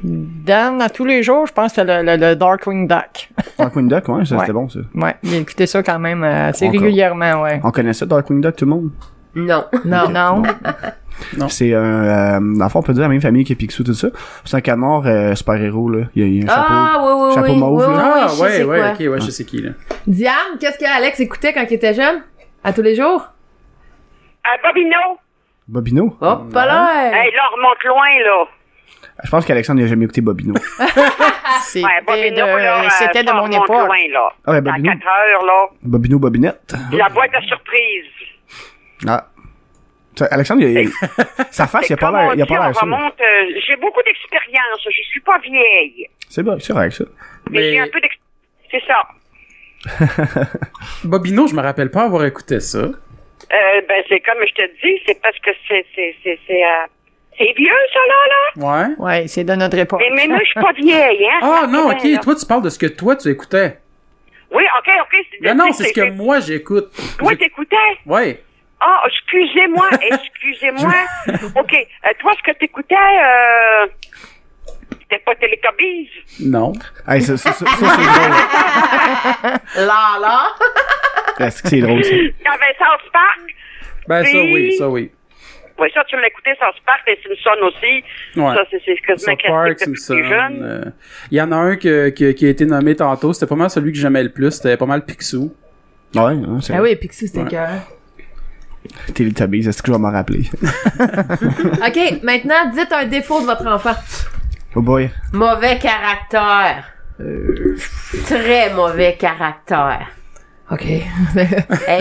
Speaker 2: Dan, à tous les jours, je pense que c'était le, le- le Darkwing Duck.
Speaker 5: Darkwing Duck, ouais, ça,
Speaker 2: Ouais.
Speaker 5: c'était bon, ça.
Speaker 2: Ouais, j'ai écouté ça quand même euh, assez
Speaker 5: Encore.
Speaker 2: régulièrement, ouais.
Speaker 5: On connaissait Darkwing Duck, tout le monde?
Speaker 3: Non.
Speaker 2: Non, non.
Speaker 4: Non.
Speaker 5: C'est un... Euh, dans le fond, on peut dire la même famille que Picsou, tout ça. C'est un canard euh, super-héros, là. Il y a, il y a un chapeau.
Speaker 3: Ah, oui, oui,
Speaker 5: Chapeau
Speaker 3: oui.
Speaker 5: mauve,
Speaker 3: oui,
Speaker 5: là.
Speaker 3: oui,
Speaker 4: Ah,
Speaker 3: je sais
Speaker 4: ouais,
Speaker 3: c'est
Speaker 4: ouais,
Speaker 3: quoi. Ah.
Speaker 4: ok, ouais, je sais qui, là.
Speaker 6: Diane, qu'est-ce que Alex écoutait quand il était jeune? À tous les jours?
Speaker 1: À Bobino,
Speaker 5: Bobino?
Speaker 3: Hop, pas là.
Speaker 1: hey, là, on remonte loin, là.
Speaker 5: Je pense qu'Alexandre n'a jamais écouté Bobino.
Speaker 2: C'était
Speaker 1: Ouais, Bobino, là,
Speaker 2: Eh, ben, de,
Speaker 1: euh,
Speaker 2: c'était de
Speaker 1: ça, on
Speaker 2: mon
Speaker 1: remonte
Speaker 2: époque.
Speaker 1: loin, là.
Speaker 5: Ah ouais,
Speaker 1: Dans
Speaker 5: Bobino.
Speaker 1: 4 heures, là.
Speaker 5: Bobino Bobinette.
Speaker 1: La boîte à surprise.
Speaker 5: Ah. Tu sais, Alexandre, il y a- sa face, il a pas
Speaker 1: Comme
Speaker 5: l'air,
Speaker 1: on
Speaker 5: il a
Speaker 1: dit,
Speaker 5: pas
Speaker 1: on
Speaker 5: l'air ça.
Speaker 1: remonte, euh, j'ai beaucoup d'expérience. Je suis pas vieille.
Speaker 5: C'est vrai, c'est vrai que ça.
Speaker 1: Mais,
Speaker 4: Mais-
Speaker 1: j'ai un peu d'expérience. C'est ça.
Speaker 4: Bobino, je me rappelle pas avoir écouté ça.
Speaker 1: Euh, ben, c'est comme je te dis, c'est parce que c'est, c'est, c'est, c'est, euh, c'est vieux, ça, là, là.
Speaker 4: Ouais.
Speaker 2: Ouais, c'est de notre époque.
Speaker 1: Mais, mais moi, je suis pas vieille, hein.
Speaker 4: Ah non,
Speaker 1: Ouais, là.
Speaker 4: ok, toi tu parles de ce que toi tu écoutais. Ah,
Speaker 1: Oui, ok, ok.
Speaker 4: Non, non, c'est ce que moi j'écoute.
Speaker 1: Toi, t'écoutais.
Speaker 4: Ouais.
Speaker 1: Ah, excusez-moi, excusez-moi. OK, euh, toi, ce que t'écoutais, euh, c'était pas Teletubbies?
Speaker 4: Non.
Speaker 5: Hey, ça, ça, ça, ça, c'est drôle.
Speaker 6: Là, là.
Speaker 5: Est-ce que Ah, c'est drôle, ça?
Speaker 1: T'avais South Park?
Speaker 4: Ben ça oui, ça oui.
Speaker 1: Oui, ça, tu l'écoutais, South Park, les Simpsons aussi.
Speaker 4: Ouais.
Speaker 1: Ça, c'est c'est quasiment
Speaker 4: South Park,
Speaker 1: classique depuis
Speaker 4: Simpson.
Speaker 1: plus jeune.
Speaker 4: euh, Il y en a un que- que- qui a été nommé tantôt. C'était pas mal celui que j'aimais le plus. C'était pas mal Picsou.
Speaker 5: Ouais, ouais, c'est
Speaker 6: Ah oui, Picsou, c'était
Speaker 4: Ouais.
Speaker 6: cœur.
Speaker 5: Teletubbies, est-ce que je vais m'en rappeler?
Speaker 6: OK, maintenant, dites un défaut de votre enfant.
Speaker 5: Oh boy.
Speaker 3: Mauvais caractère. Euh, Très mauvais caractère.
Speaker 6: OK.
Speaker 3: Elle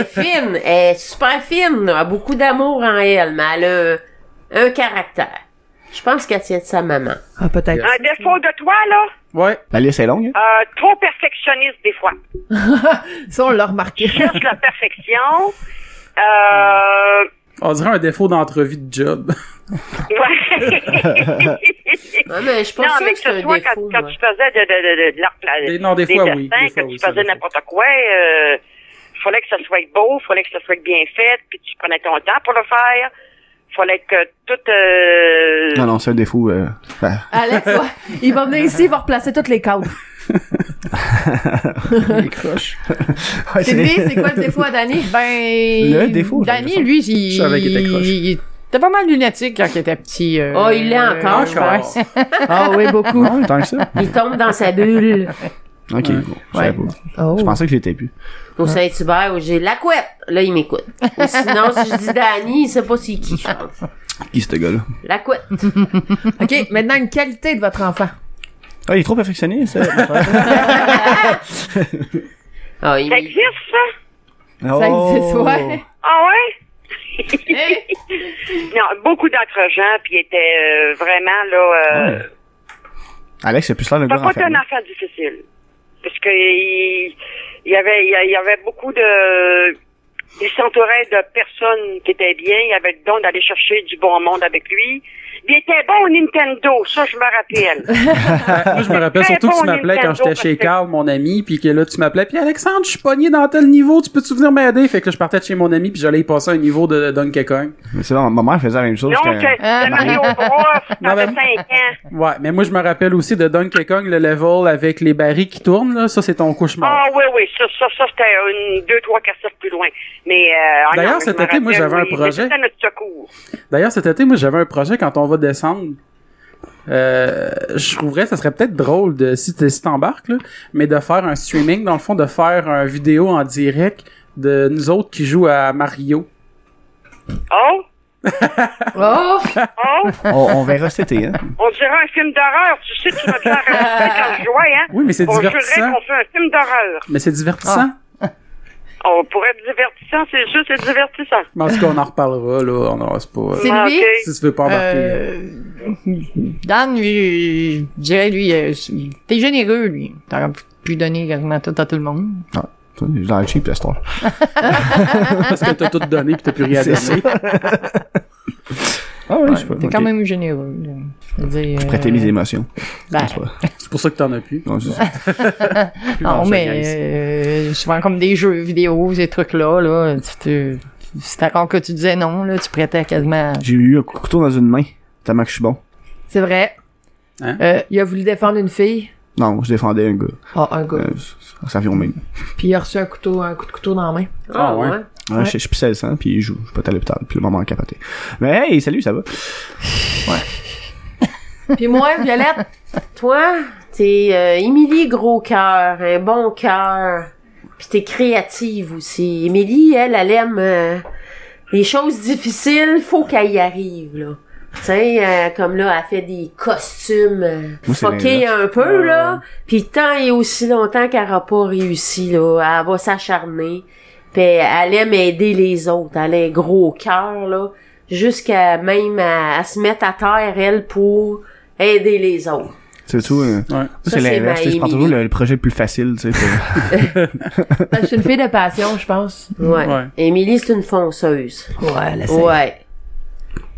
Speaker 3: est fine, elle est super fine, elle a beaucoup d'amour en elle, mais elle a un caractère. Je pense qu'elle tient de sa maman.
Speaker 6: ah, peut-être.
Speaker 1: Un défaut de toi, là,
Speaker 4: Ouais.
Speaker 5: La liste est longue, hein?
Speaker 1: euh, trop perfectionniste des fois.
Speaker 6: Ça, on l'a remarqué.
Speaker 1: Cherche la perfection. Euh,
Speaker 4: On dirait un défaut d'entrevue de job.
Speaker 1: ouais.
Speaker 3: Ouais, mais je pense
Speaker 1: Non, mais que
Speaker 3: que
Speaker 1: ce
Speaker 3: c'est un
Speaker 1: soit quand,
Speaker 3: défaut.
Speaker 1: quand
Speaker 3: moi.
Speaker 1: tu faisais de, de, de, de, de l'art pla-
Speaker 4: Des- non, des fois, oui,
Speaker 1: dessins,
Speaker 4: des fois,
Speaker 1: que
Speaker 4: oui,
Speaker 1: tu
Speaker 4: ça,
Speaker 1: faisais
Speaker 4: des fois.
Speaker 1: n'importe quoi, euh, fallait que ça soit beau, fallait que ça soit bien fait, puis tu prenais ton temps pour le faire. Fallait que tout... Euh...
Speaker 5: Non, non, c'est un défaut, euh, ben,
Speaker 6: Alex, ouais, il va venir ici, il va replacer toutes les cadres.
Speaker 5: ouais,
Speaker 6: C'est lui, c'est quoi le défaut à Danny?
Speaker 2: Ben.
Speaker 5: Le défaut, j'ai
Speaker 2: Danny,
Speaker 5: l'impression.
Speaker 2: lui, il.
Speaker 4: Je savais qu'il était croche.
Speaker 2: il était pas mal lunatique quand il était petit. euh,
Speaker 3: Oh, il l'est
Speaker 2: euh,
Speaker 3: encore,
Speaker 2: je
Speaker 4: Encore.
Speaker 2: pense.
Speaker 6: Ah oui, beaucoup.
Speaker 5: Ouais, tant que ça.
Speaker 3: Il tombe dans sa bulle.
Speaker 5: Ok,
Speaker 4: Ouais.
Speaker 5: bon, je savais pas.
Speaker 6: Oh.
Speaker 5: Je pensais que je l'étais plus.
Speaker 3: Au Saint-Hubert, où j'ai la couette. Là, il m'écoute. Ou sinon, si je dis Danny, il sait pas c'est qui, je pense.
Speaker 5: Qui, ce gars-là?
Speaker 3: La couette.
Speaker 6: OK, maintenant, une qualité de votre enfant.
Speaker 5: Ah, il est trop perfectionniste, ça.
Speaker 3: Ah, il-
Speaker 1: Ça existe, ça?
Speaker 5: Oh.
Speaker 6: Ça existe, ouais.
Speaker 1: Ah ouais?
Speaker 6: Eh? Hein?
Speaker 1: non, beaucoup d'autres gens, puis étaient euh, vraiment, là... Euh,
Speaker 5: Ouais. Alex, c'est plus là le
Speaker 1: T'as
Speaker 5: gars
Speaker 1: pas été un
Speaker 5: enfermé.
Speaker 1: enfant difficile. Parce que il il y avait il y a- il y avait beaucoup de il s'entourait de personnes qui étaient bien, il avait le don d'aller chercher du bon monde avec lui. Il était bon au Nintendo, ça je me rappelle.
Speaker 4: Moi, je me rappelle
Speaker 1: Très
Speaker 4: surtout que
Speaker 1: bon
Speaker 4: tu m'appelais quand
Speaker 1: Nintendo,
Speaker 4: j'étais chez
Speaker 1: parce que-
Speaker 4: Carl, mon ami, puis que là, tu m'appelais, puis Alexandre, je suis pogné dans tel niveau, tu peux-tu venir m'aider? Fait que là, je partais de chez mon ami, puis j'allais y passer un niveau de Donkey Kong.
Speaker 5: Mais C'est vrai, ma mère faisait la même chose.
Speaker 1: Donc euh,
Speaker 5: j'étais-
Speaker 1: c'était Mario Bros,
Speaker 4: Non, mais-
Speaker 1: t'avais 5 ans.
Speaker 4: Ouais, mais moi, je me rappelle aussi de Donkey Kong, le level avec les barils qui tournent, là. Ça, c'est ton cauchemar.
Speaker 1: Ah oui oui, ça ça ça c'était une deux trois cassettes plus loin. Mais euh, ah non,
Speaker 4: D'ailleurs,
Speaker 1: je
Speaker 4: cet
Speaker 1: me
Speaker 4: été, moi,
Speaker 1: rappelle,
Speaker 4: j'avais un
Speaker 1: oui,
Speaker 4: projet.
Speaker 1: C'était notre secours.
Speaker 4: D'ailleurs, cet été, moi, j'avais un projet quand on va descendre. Euh, je trouverais ça serait peut-être drôle de si t'es- si t'embarques là, mais de faire un streaming dans le fond de faire un vidéo en direct de nous autres qui jouent à Mario.
Speaker 1: Oh
Speaker 6: Oh!
Speaker 1: oh,
Speaker 5: on, on verra cet été, hein.
Speaker 1: on dirait un film d'horreur, tu sais tu vas te faire arracher quand je vois, hein.
Speaker 4: Oui, mais c'est
Speaker 1: On jurerait
Speaker 4: divertissant.
Speaker 1: qu'on fait un film d'horreur.
Speaker 4: Mais c'est divertissant.
Speaker 1: On pourrait être divertissant, c'est juste c'est divertissant.
Speaker 4: Mais en tout cas, on en reparlera là, on en c'est pas.
Speaker 6: C'est- Sylvie?
Speaker 1: Ah, ok.
Speaker 4: Si tu veux pas embarquer.
Speaker 2: Euh, Dan, lui, je dirais, lui, euh, t'es généreux, lui. T'aurais pu donner quasiment tout à tout le monde.
Speaker 5: Je suis dans le cheap, la star.
Speaker 4: Parce que t'as tout donné puis t'as plus rien donné.
Speaker 5: C'est Ah oui,
Speaker 2: Ouais,
Speaker 5: je sais pas.
Speaker 2: t'es
Speaker 5: ok.
Speaker 2: quand même généreux. là. Je veux dire, euh,
Speaker 5: Prêter mes émotions.
Speaker 2: ben,
Speaker 5: C'est pas-
Speaker 4: C'est pour ça que t'en as plus.
Speaker 5: non, c'est ça.
Speaker 2: non,
Speaker 4: je
Speaker 2: ah, mais
Speaker 4: niaise.
Speaker 2: euh, souvent comme des jeux vidéo, ces trucs-là, là, tu te... C'est encore que tu disais non, là, tu prêtais quasiment...
Speaker 5: J'ai eu un couteau dans une main. Tellement que je suis bon.
Speaker 6: C'est vrai. Euh, il a voulu défendre une fille.
Speaker 5: Non, je défendais un gars.
Speaker 6: Ah, un gars.
Speaker 5: Euh, ça fait au même.
Speaker 6: Puis il a reçu un couteau, un coup de couteau dans la main.
Speaker 4: Ah, ouais.
Speaker 5: Ouais, Je, je pissais le sang, puis je, je suis pas à l'hôpital, puis le moment a capoté. Mais hey, salut, ça va?
Speaker 6: Puis moi, Violette,
Speaker 3: Toi, t'es euh, Émilie gros cœur, un bon cœur. Puis t'es créative aussi. Émilie, elle, elle aime euh, les choses difficiles, faut qu'elle y arrive, là. Tu sais, euh, comme là, elle fait des costumes euh,
Speaker 5: Moi, c'est
Speaker 3: fuckés
Speaker 5: l'inverse.
Speaker 3: un peu, là. Puis tant et aussi longtemps qu'elle aura pas réussi, là, elle va s'acharner. Puis elle aime aider les autres. Elle a un gros cœur, là. Jusqu'à même à, à se mettre à terre, elle, pour aider les autres.
Speaker 5: C'est tout. euh,
Speaker 4: Ouais.
Speaker 5: moi, c'est
Speaker 3: c'est
Speaker 5: l'inverse.
Speaker 3: ma
Speaker 5: tu sais, Je pense
Speaker 3: Émilie.
Speaker 5: toujours le, le projet le plus facile, tu sais. pour-
Speaker 6: je suis une fille de passion, je pense.
Speaker 3: Ouais.
Speaker 4: Ouais.
Speaker 3: Émilie, c'est une fonceuse.
Speaker 6: Ouais, la
Speaker 3: Ouais.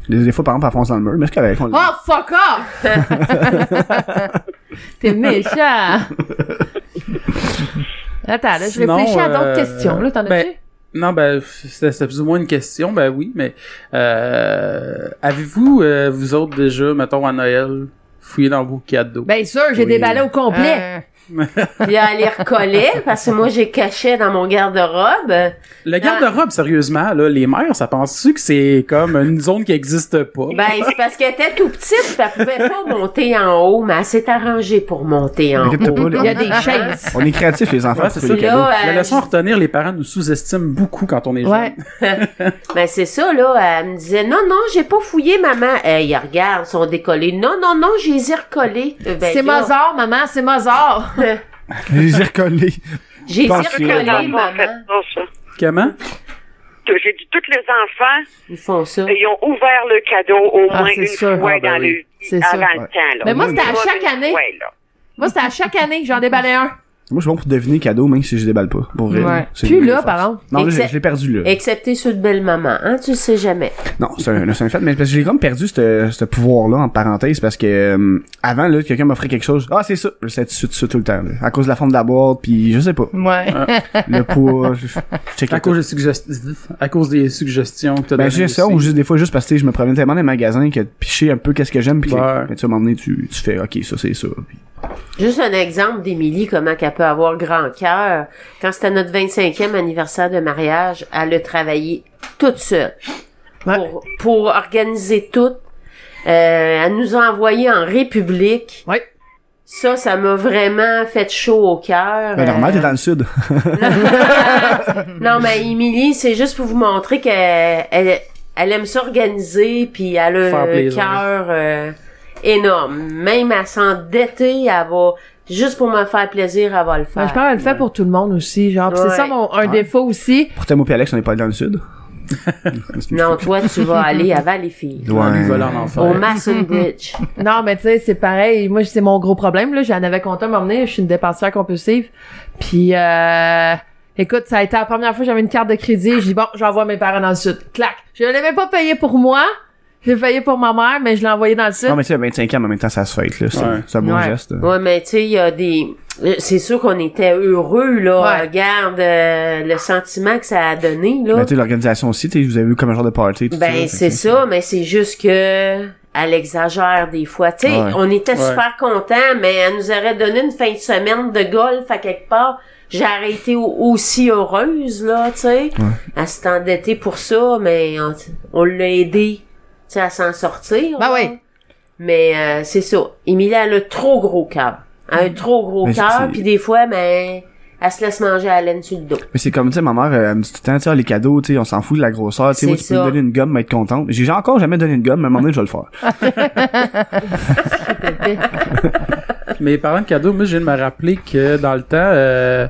Speaker 5: des, des fois, par exemple, elle fonce dans le mur, mais c'est correct. on-
Speaker 6: Oh, fuck off! T'es méchant! Attends, là, je
Speaker 4: Sinon,
Speaker 6: réfléchis à d'autres
Speaker 4: euh,
Speaker 6: questions. Là, t'en as-tu?
Speaker 4: ben, Non, ben, c'était c'était plus ou moins une question, ben oui, mais euh, avez-vous, euh, vous autres, déjà, mettons, à Noël, fouillé dans vos cadeaux?
Speaker 6: Bien sûr, j'ai
Speaker 5: oui.
Speaker 6: déballé au complet.
Speaker 2: Euh,
Speaker 3: Puis là, elle les recollait parce que moi, j'ai caché dans mon garde-robe.
Speaker 4: le garde-robe, sérieusement, là, les mères, ça pense-tu que c'est comme une zone qui existe pas?
Speaker 3: Ben, c'est parce qu'elle était tout petite, puis elle pouvait pas monter en haut, mais elle s'est arrangée pour monter en haut.
Speaker 5: Inquiète-toi pas, là,
Speaker 6: Il y a des chaises.
Speaker 5: on est créatifs, les enfants.
Speaker 4: Ouais,
Speaker 5: pour
Speaker 4: c'est
Speaker 5: les
Speaker 4: ça.
Speaker 5: cadeaux.
Speaker 3: Là,
Speaker 4: La
Speaker 3: euh,
Speaker 4: leçon à retenir, les parents nous sous-estiment beaucoup quand on est jeune.
Speaker 6: Ouais.
Speaker 3: Ben, c'est ça, là. Elle me disait, non, non, j'ai pas fouillé, maman. Hey, regarde, ils sont décollés. Non, non, non, je les ai recollés. Euh, Ben,
Speaker 6: c'est
Speaker 3: là,
Speaker 6: Mozart, maman, c'est Mozart.
Speaker 5: Je les ai recollés.
Speaker 3: J'ai les ai
Speaker 5: Pense que
Speaker 1: Tous les
Speaker 3: recollés,
Speaker 1: enfants ont fait
Speaker 3: maman.
Speaker 1: ça, ça.
Speaker 4: Comment?
Speaker 1: T- J'ai dit, tous les enfants,
Speaker 3: Ils font ça.
Speaker 1: ils ont ouvert le cadeau au
Speaker 6: Ah,
Speaker 1: moins
Speaker 6: c'est
Speaker 1: une
Speaker 6: sûr.
Speaker 1: fois
Speaker 4: Ah, ben
Speaker 1: dans
Speaker 4: oui.
Speaker 1: le
Speaker 6: C'est
Speaker 1: avant
Speaker 6: sûr.
Speaker 1: le
Speaker 5: Ouais.
Speaker 1: temps. Là.
Speaker 6: Mais moi, c'était à
Speaker 1: Une fois,
Speaker 6: chaque
Speaker 1: une
Speaker 6: année.
Speaker 1: fois, là.
Speaker 6: Moi, c'était à chaque année que j'en déballais un.
Speaker 5: Moi, je suis bon pour deviner cadeau, même si je déballe pas. Pour vrai.
Speaker 2: Ouais.
Speaker 5: C'est
Speaker 6: Puis
Speaker 5: une
Speaker 6: là,
Speaker 5: force.
Speaker 6: par exemple.
Speaker 5: Non, là, je
Speaker 3: Except-
Speaker 5: je l'ai perdu, là.
Speaker 3: Excepté ceux de belle maman, hein, tu le sais jamais.
Speaker 5: Non, c'est un, c'est un fait, mais parce que j'ai comme perdu ce ce pouvoir-là, en parenthèse, parce que euh, avant, là, quelqu'un m'offrait quelque chose. Ah, c'est ça! Je le sais tout de suite, tout le temps, là. À cause de la forme de la boîte, puis je sais pas.
Speaker 2: Euh, Ouais.
Speaker 5: Le poids, je, je check
Speaker 4: À cause, des suggest- à cause des suggestions que t'as
Speaker 5: Ben,
Speaker 4: données
Speaker 5: c'est ça,
Speaker 4: aussi.
Speaker 5: ou juste des fois, juste parce que tu sais, je me promène tellement dans les magasins que de picher un peu qu'est-ce que j'aime, puis
Speaker 4: Ouais.
Speaker 5: ben, tu vas m'emmener, tu, tu fais, ok, ça, c'est ça. Ben, Puis,
Speaker 3: Juste un exemple d'Émilie, comment qu'elle peut avoir grand cœur. Quand c'était notre 25e anniversaire de mariage, elle a travaillé toute seule
Speaker 6: Ouais.
Speaker 3: pour, pour organiser tout. Euh, elle nous a envoyé en République.
Speaker 6: Ouais.
Speaker 3: Ça, ça m'a vraiment fait chaud au cœur.
Speaker 5: ben, normal,
Speaker 3: Euh,
Speaker 5: t'es dans le sud.
Speaker 3: non, mais Émilie, c'est juste pour vous montrer qu'elle elle, elle aime s'organiser, puis elle a
Speaker 4: Faire
Speaker 3: un
Speaker 4: plaisir.
Speaker 3: cœur euh, énorme. Même à s'endetter, elle va... Juste pour me faire plaisir, elle va le
Speaker 6: Ben,
Speaker 3: faire.
Speaker 6: je pense qu'elle le fait pour tout le monde aussi. Genre, Puis c'est
Speaker 3: Ouais.
Speaker 6: ça mon, un
Speaker 5: Ouais.
Speaker 6: défaut aussi.
Speaker 5: Pour Thémo et Alex, on n'est pas allé dans le sud.
Speaker 3: Non, toi, tu vas aller à Valleyfield.
Speaker 4: On lui
Speaker 5: Ouais.
Speaker 4: vole en enfer.
Speaker 3: Au Masson Bridge.
Speaker 6: Non, mais tu sais, c'est pareil. Moi, c'est mon gros problème. Là, j'en avais compté à m'emmener. Je suis une dépensière compulsive. Puis, euh, écoute, ça a été la première fois que j'avais une carte de crédit. J'ai dit, bon, j'envoie mes parents dans le sud. Clac. Je l'ai même pas payé pour moi. J'ai payé pour ma mère, mais je l'ai envoyé dans le sud.
Speaker 5: Non, mais tu sais, à 25 ans, mais en même temps, ça se fête, là. C'est
Speaker 4: Ouais.
Speaker 5: c'est un bon
Speaker 6: Ouais.
Speaker 5: geste.
Speaker 3: Ouais, mais tu sais, il y a des... C'est sûr qu'on était heureux, là.
Speaker 6: Ouais.
Speaker 3: Regarde euh, le sentiment que ça a donné,
Speaker 5: Ben,
Speaker 3: là.
Speaker 5: tu sais, l'organisation aussi, tu sais, vous avez vu comme un genre de party, tout ça.
Speaker 3: Ben,
Speaker 5: fait
Speaker 3: c'est
Speaker 5: que-
Speaker 3: ça, mais c'est juste que... Elle exagère des fois. Tu sais,
Speaker 5: Ouais.
Speaker 3: on était
Speaker 4: Ouais.
Speaker 3: super contents, mais elle nous aurait donné une fin de semaine de golf à quelque part. J'aurais été au- aussi heureuse, là, tu sais. Elle s'est endettée pour ça, mais on, on l'a aidée, tu sais, à s'en sortir.
Speaker 6: Ben
Speaker 3: là.
Speaker 6: oui.
Speaker 3: Mais euh, c'est ça. Émilie, elle a le trop gros cœur. Elle a un trop gros
Speaker 5: Mais
Speaker 3: cœur,
Speaker 5: c'est-
Speaker 3: puis des fois, ben, elle se laisse manger à la laine sur le dos.
Speaker 5: Mais c'est comme, tu sais, ma mère, elle me dit tout le temps, tu sais, ah, les cadeaux, tu sais, on s'en fout de la grosseur, tu sais, moi,
Speaker 3: C'est
Speaker 5: tu peux me
Speaker 3: ça.
Speaker 5: donner une gomme, mais être contente. J'ai j'ai encore jamais donné une gomme, mais à un moment donné, je vais le faire.
Speaker 4: Mais parlant de cadeaux, moi, je viens de me rappeler que dans le temps, euh,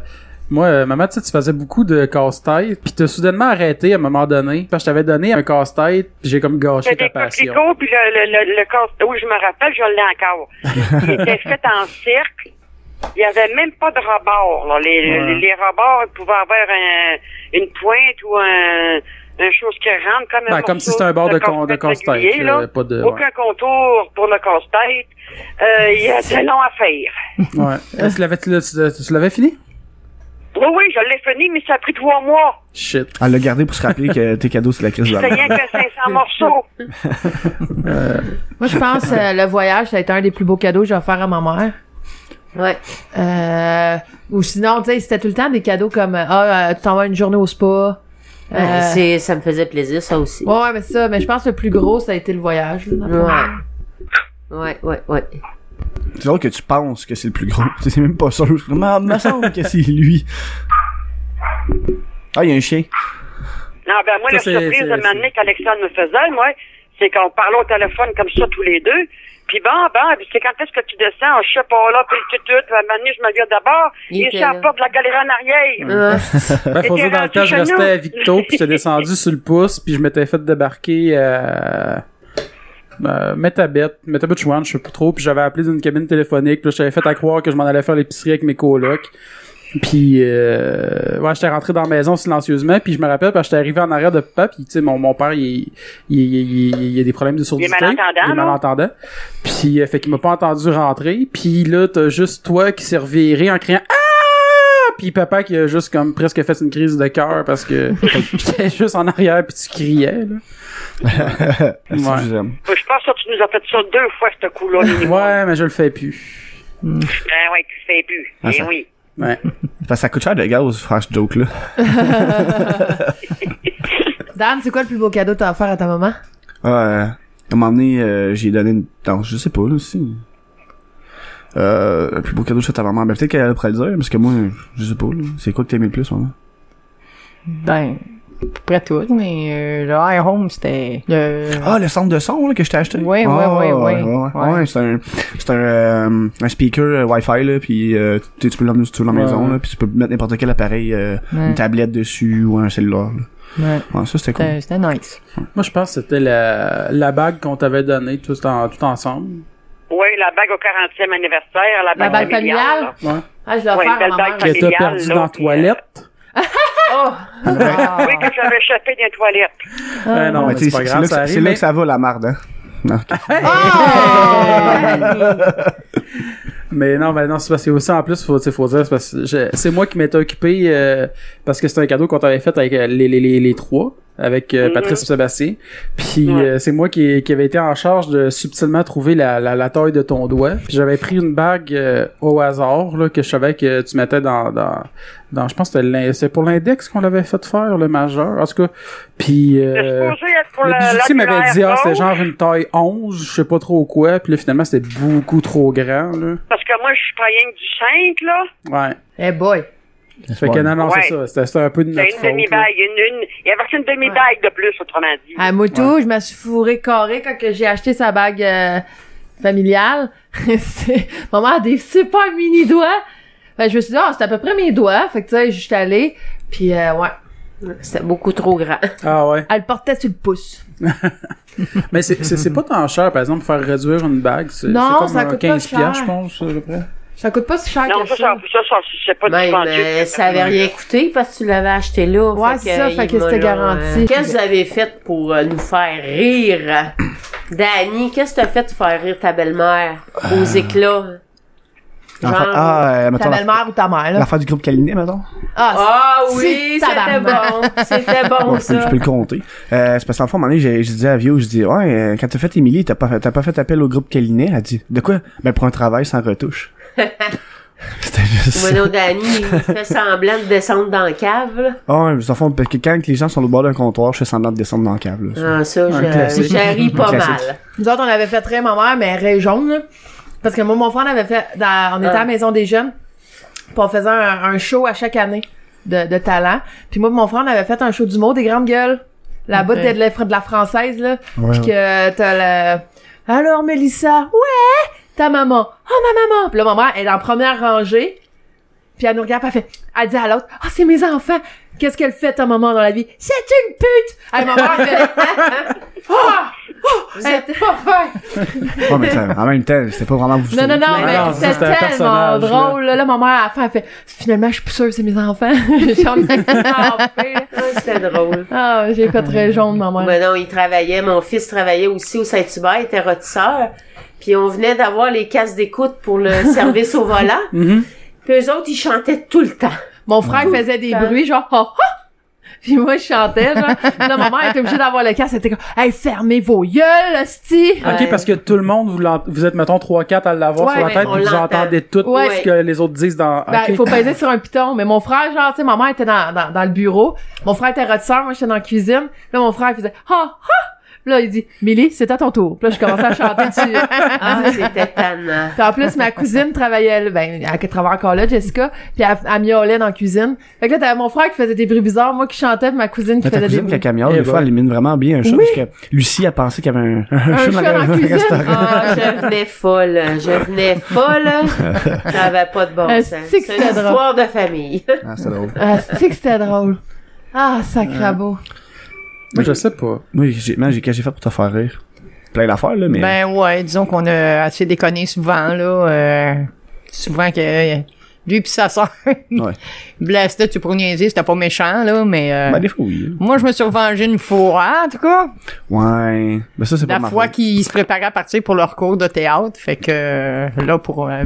Speaker 4: moi, euh, maman, tu sais, tu faisais beaucoup de casse-tête, puis t'as soudainement arrêté à un moment donné, parce que je t'avais donné un casse-tête, puis j'ai comme gâché
Speaker 1: C'était
Speaker 4: ta
Speaker 1: des
Speaker 4: passion.
Speaker 1: coquelicots, puis le, le, le, le corps- oui, je me rappelle, je l'ai encore. Il était fait en cercle. Il n'y avait même pas de rebord. Là. Les,
Speaker 4: Ouais.
Speaker 1: les, les rebords ils pouvaient avoir un, une pointe ou un, une chose qui rentre comme,
Speaker 4: Ben,
Speaker 1: un
Speaker 4: comme si
Speaker 1: morceau
Speaker 4: c'était un bord de, con- de
Speaker 1: corps
Speaker 4: casse-tête,
Speaker 1: régulier,
Speaker 4: là,
Speaker 1: là.
Speaker 4: pas euh, de...
Speaker 1: Aucun contour pour le casse-tête. Euh, il y a de long à faire.
Speaker 4: Ouais. Ouais. Est-ce que l'avais- Euh, tu l'as- tu l'as- tu l'avais fini?
Speaker 1: Oui, oui, je l'ai fini, mais ça a pris trois mois.
Speaker 4: Shit.
Speaker 5: Elle l'a gardé pour se rappeler que tes cadeaux, c'est la crise de la
Speaker 1: C'était
Speaker 5: mère.
Speaker 1: rien que 500 en morceaux.
Speaker 6: Moi, je pense euh, le voyage, ça a été un des plus beaux cadeaux que j'ai offert à ma mère.
Speaker 3: Ouais.
Speaker 6: Euh, ou sinon, tu sais, c'était tout le temps des cadeaux comme euh, ah, euh, tu t'envoies une journée au spa. Euh,
Speaker 3: Ouais, c'est- ça me faisait plaisir, ça aussi.
Speaker 6: ouais, ouais, mais c'est ça, mais je pense que le plus gros, ça a été le voyage. là.
Speaker 3: Ouais. Ouais, ouais, ouais.
Speaker 5: C'est drôle que tu penses que c'est le plus gros. C'est même pas sûr. Mais me semble que c'est lui. Ah, il y a un chien.
Speaker 1: Non, ben moi,
Speaker 4: Ça,
Speaker 1: la
Speaker 4: c'est-
Speaker 1: surprise de
Speaker 4: c'est-
Speaker 1: m'amener qu'Alexandre me faisait, moi, c'est qu'on parlait au téléphone comme ça tous les deux. Puis bon, bon, puis c'est quand est-ce que tu descends? Je sais pas, là, puis tout, tout, tout. À un moment donné, je me viens d'abord.
Speaker 3: Il
Speaker 1: Il
Speaker 3: était
Speaker 1: est sur
Speaker 3: là.
Speaker 1: la porte de la galerie en arrière.
Speaker 6: Mm.
Speaker 3: Ah,
Speaker 4: Ben,
Speaker 1: T'étais
Speaker 4: faut dire, dans le
Speaker 1: rendu
Speaker 4: temps, je
Speaker 1: chez nous.
Speaker 4: restais à Victo, puis j'étais descendu sur le pouce, puis je m'étais fait débarquer à... Euh, Metabet, Metabet Chouan, je sais plus trop, puis j'avais appelé d'une cabine téléphonique, puis là, j'avais fait à croire que je m'en allais faire l'épicerie avec mes colocs. Puis, euh, ouais, j'étais rentré dans la maison silencieusement, puis je me rappelle, parce que j'étais arrivé en arrière de papa, puis tu sais, mon, mon père, il, il, il, il- il a des problèmes de sourdité.
Speaker 1: malentendant,
Speaker 4: Il
Speaker 1: là.
Speaker 4: est malentendant. Puis, euh, fait qu'il m'a pas entendu rentrer, puis là, t'as juste toi qui s'est reviré en criant « Ah! » Puis papa qui a juste comme presque fait une crise de cœur parce que j'étais juste en arrière, puis tu criais, là.
Speaker 5: C'est ce que j'aime.
Speaker 1: Puis Je pense que tu nous as fait ça deux fois, ce coup-là. minimum.
Speaker 4: Ouais, mais je le fais plus.
Speaker 1: Ben ouais, tu sais plus.
Speaker 5: Ah,
Speaker 1: Eh
Speaker 5: ça-
Speaker 1: oui.
Speaker 4: Ouais.
Speaker 5: Parce que ça coûte cher de gaz, faire ce joke-là.
Speaker 6: Dan, c'est quoi le plus beau cadeau que t'as offert à ta maman?
Speaker 5: Euh, à un moment donné, euh, j'ai donné une... Non, je sais pas, là, si... Euh, le plus beau cadeau que j'ai fait à ma mère. Ben, peut-être qu'elle pourrait le dire, parce que moi, je sais pas, là. C'est quoi que t'aimais le plus, maman?
Speaker 2: Ben, à peu près tout, mais euh, le High Home, c'était le...
Speaker 5: Ah, le centre de son, là, que je t'ai acheté?
Speaker 2: Ouais, ouais,
Speaker 5: Ah,
Speaker 2: ouais, ouais,
Speaker 5: ouais.
Speaker 2: ouais.
Speaker 5: Ouais, c'est un... C'est un, euh, un speaker euh, Wi-Fi, là, puis euh, tu sais, tu peux l'emmener sur toute la
Speaker 4: Ouais,
Speaker 5: maison,
Speaker 4: ouais.
Speaker 5: là, puis tu peux mettre n'importe quel appareil, euh,
Speaker 2: Ouais.
Speaker 5: une tablette dessus ou un cellulaire, là.
Speaker 2: Ouais,
Speaker 5: Ouais, ça, c'était cool.
Speaker 2: c'était c'était nice.
Speaker 4: Moi, je pense que c'était la, la bague qu'on t'avait donnée tout, en, tout ensemble.
Speaker 1: Oui, la bague au 40e anniversaire, la bague,
Speaker 6: La bague familiale?
Speaker 1: là.
Speaker 4: Ouais.
Speaker 6: Ah, je l'ai
Speaker 1: Ouais,
Speaker 6: offert
Speaker 1: une belle
Speaker 6: à ma
Speaker 1: bague
Speaker 6: mère.
Speaker 1: familiale.
Speaker 4: Que t'as perdu
Speaker 1: là,
Speaker 4: dans la
Speaker 1: puis, euh,
Speaker 4: toilette.
Speaker 6: Oh,
Speaker 2: Ah,
Speaker 1: Oui, que j'avais échappé dans les toilettes.
Speaker 4: Ouais, Ah, non,
Speaker 5: Ouais,
Speaker 4: mais
Speaker 5: tu
Speaker 4: c'est pas
Speaker 5: sais, c'est
Speaker 4: grave,
Speaker 5: là que
Speaker 4: ça
Speaker 5: ça- c'est
Speaker 4: arrive.
Speaker 5: là
Speaker 4: mais-
Speaker 5: que ça va, la marde, hein. Non, ok.
Speaker 4: Mais non, mais non, c'est parce que aussi en plus, faut, tu sais, faut dire, c'est parce que je- c'est moi qui m'étais occupé euh, parce que c'était un cadeau qu'on t'avait fait avec euh, les, les, les, les trois, avec euh,
Speaker 1: Mhm.
Speaker 4: Patrice et Sébastien. Puis
Speaker 1: Ouais.
Speaker 4: euh, c'est moi qui, qui avait été en charge de subtilement trouver la, la, la taille de ton doigt. Puis j'avais pris une bague euh, au hasard là, que je savais que tu mettais dans dans, dans je pense que c'était l'in- c'est pour l'index qu'on l'avait fait faire le majeur. En tout cas, puis
Speaker 1: C'est
Speaker 4: euh,
Speaker 1: supposé être pour
Speaker 4: le
Speaker 1: la-
Speaker 4: bijoutier m'avait
Speaker 1: l'annulaire
Speaker 4: dit ah c'est
Speaker 1: gauche,
Speaker 4: genre une taille 11, je sais pas trop quoi. Puis là finalement c'était beaucoup trop grand là.
Speaker 1: Parce que moi, je suis pas rien que du 5, là.
Speaker 4: Ouais.
Speaker 6: hey boy.
Speaker 4: Fait que non, non, c'est
Speaker 1: Ouais.
Speaker 4: ça. C'était- C'était un peu de
Speaker 1: C'est
Speaker 4: notre
Speaker 1: une
Speaker 4: faute. là.
Speaker 1: demi-bague. Une, une... Il y avait une demi-bague de plus, autrement dit.
Speaker 6: À Moutou, je me suis fourré carré quand que j'ai acheté sa bague euh, familiale. C'est- Maman a des super mini doigts. Fait que je me suis dit, ah, c'est à peu près mes doigts. Fait que tu sais, je suis allée. Puis euh, ouais,
Speaker 3: C'était beaucoup trop grand.
Speaker 4: Ah ouais.
Speaker 6: elle le portait sur le pouce.
Speaker 4: Mais c'est- c'est c'est pas tant cher, par exemple, faire réduire une bague. C'est
Speaker 6: Non,
Speaker 4: c'est comme
Speaker 6: ça
Speaker 4: un
Speaker 6: coûte pas
Speaker 4: 15
Speaker 6: cher.
Speaker 4: piastres, je pense, à peu près.
Speaker 6: Ça coûte pas si cher
Speaker 1: non,
Speaker 6: que
Speaker 1: ça,
Speaker 6: ça.
Speaker 1: ça, ça, ça, c'est pas
Speaker 3: Même,
Speaker 1: dispendieux.
Speaker 3: euh, ça avait rien coûté parce que tu l'avais acheté là.
Speaker 6: Ouais, c'est ça,
Speaker 3: il
Speaker 6: fait que
Speaker 3: m'a
Speaker 6: c'était
Speaker 3: là,
Speaker 6: garanti.
Speaker 3: euh, Qu'est-ce que vous avez fait pour euh, nous faire rire? Dani, qu'est-ce que t'as fait pour faire rire ta belle-mère aux
Speaker 5: Ah.
Speaker 3: éclats? Genre,
Speaker 5: Enfin, ah, euh,
Speaker 6: Ta
Speaker 5: mettons, la-
Speaker 6: belle-mère ou ta mère, là.
Speaker 5: l'affaire du groupe Caliné, mettons.
Speaker 6: Ah,
Speaker 3: Ah
Speaker 6: Si,
Speaker 3: oui, c'était
Speaker 6: tabarnak.
Speaker 3: bon. C'était
Speaker 2: Ah,
Speaker 3: bon,
Speaker 5: Ouais, je, peux, je
Speaker 3: ça.
Speaker 5: peux le compter. Euh, c'est parce qu'en fond, à un moment donné, j'ai, j'ai dit à Vio, je dis, ouais, euh, quand t'as fait Émilie, t'as pas, fait- t'as pas fait appel au groupe Calinet. Elle dit, de quoi? Ben, pour un travail sans retouche. C'était juste ça.
Speaker 3: Mono Dani, il fait semblant de descendre dans la cave. là.
Speaker 5: Ah, ouais, mais en fond, parce que quand les gens sont au bord d'un comptoir, je fais semblant de descendre dans le cave, là.
Speaker 3: Ah, ça,
Speaker 4: Un
Speaker 3: je-
Speaker 4: classique.
Speaker 3: j'ai ri pas
Speaker 5: Un
Speaker 3: mal.
Speaker 5: classique.
Speaker 6: nous autres, on avait fait très ma mère, mais elle est jaune, là. Parce que moi, mon frère, on avait fait, dans- on était à
Speaker 3: Ah.
Speaker 6: la Maison des Jeunes. Puis on faisait un, un show à chaque année de, de talent. Puis moi, mon frère, on avait fait un show du mot des grandes gueules. Là-bas,
Speaker 2: Ok.
Speaker 6: de, la- de la française, là.
Speaker 5: Ouais,
Speaker 6: Puis que t'as le... Alors, Mélissa, ouais, ta maman. Oh, ma maman. Puis là, maman, elle est en première rangée. Puis elle nous regarde, puis elle fait... Elle dit à l'autre, « Ah, c'est mes enfants. Qu'est-ce qu'elle fait, ta maman, dans la vie? C'est une pute! » Hey, maman, elle fait... Ah! Oh!
Speaker 3: Vous
Speaker 6: Elle
Speaker 3: êtes-
Speaker 6: était pas fin!
Speaker 5: Ouais, mais ça, en même temps, c'était pas vraiment vous.
Speaker 6: Non, non, non,
Speaker 3: Mais
Speaker 6: mais
Speaker 3: non,
Speaker 4: ça,
Speaker 6: c'était
Speaker 4: c'était un
Speaker 6: tellement
Speaker 4: personnage,
Speaker 6: drôle. Là. là, ma mère, à la fin, elle fait « Finalement, je suis plus sûre que c'est mes enfants. » Genre, on est trempé, là.
Speaker 3: Ah, C'était drôle.
Speaker 6: Ah, j'ai fait très jaune, ma mère.
Speaker 3: Ben non, il travaillait. Mon fils travaillait aussi au Saint-Hubert, il était rôtisseur. Puis on venait d'avoir les casques d'écoute pour le service au volant.
Speaker 4: Mhm.
Speaker 3: Puis eux autres, ils chantaient tout le temps.
Speaker 6: Mon frère faisait des
Speaker 3: Putain.
Speaker 6: bruits genre Ah, ah! Puis moi, je chantais, genre. Là, ma mère était obligée d'avoir le casque. Elle était comme, hey, fermez vos yeux, hostie!
Speaker 3: Ouais.
Speaker 4: OK, parce que tout le monde, vous, l'ent- vous êtes, mettons, 3-4 à l'avoir
Speaker 6: Ouais,
Speaker 4: sur la
Speaker 6: mais
Speaker 4: tête,
Speaker 3: on
Speaker 4: puis vous
Speaker 3: l'entend.
Speaker 4: entendez tout
Speaker 6: Ouais.
Speaker 4: ce que les autres disent dans...
Speaker 6: Ben,
Speaker 4: OK.
Speaker 6: il faut peser sur un piton. Mais mon frère, genre, tu sais, ma mère était dans, dans, dans le bureau. Mon frère était rôtisseur, moi, j'étais dans la cuisine. Là, mon frère, il faisait, ah, ah! Puis là, il dit, Millie, c'est à ton tour. Puis là, je commençais à chanter dessus.
Speaker 3: Ah, c'était tannant.
Speaker 6: Puis en plus, ma cousine travaillait, là, ben, elle travaillait encore là, Jessica, puis elle, elle miaulait dans la cuisine. Fait que là, t'avais mon frère qui faisait des bruits bizarres, moi qui chantais, puis ma cousine qui
Speaker 5: Mais ta
Speaker 6: faisait des
Speaker 5: cousine qui a
Speaker 6: bruits.
Speaker 5: camion,
Speaker 4: Eh
Speaker 5: des
Speaker 4: ben.
Speaker 5: fois, elle élimine vraiment bien un chat,
Speaker 6: Oui.
Speaker 5: parce que Lucie a pensé qu'il y avait un,
Speaker 6: Un chat dans la cuisine.
Speaker 3: Ah, je venais folle. Je venais folle. Ça n'avait pas de bon
Speaker 6: Ah,
Speaker 3: sens.
Speaker 6: c'est
Speaker 3: C'est
Speaker 6: que
Speaker 3: une
Speaker 6: c'était drôle.
Speaker 3: histoire de famille.
Speaker 5: Ah, c'est drôle.
Speaker 6: Ah, c'est que c'était drôle. Ah, sacrabo.
Speaker 4: Moi, je sais pas.
Speaker 5: Moi, j'ai, man, j'ai, qu'est-ce que j'ai fait pour te faire rire? Plein d'affaires, là, mais.
Speaker 2: Ben ouais, disons qu'on a assez déconné souvent, là. euh, souvent que euh, lui pis sa soeur,
Speaker 5: Ouais.
Speaker 2: blastait, tu pour niaiser, c'était pas méchant, là, mais... euh,
Speaker 5: Ben, des fois, oui.
Speaker 2: moi, je me suis revengé une fois, en tout cas.
Speaker 5: Ouais. Ben, ça, c'est pas
Speaker 2: La
Speaker 5: de ma
Speaker 2: fois
Speaker 5: faute.
Speaker 2: qu'ils se préparaient à partir pour leur cours de théâtre. Fait que euh, là, pour, euh,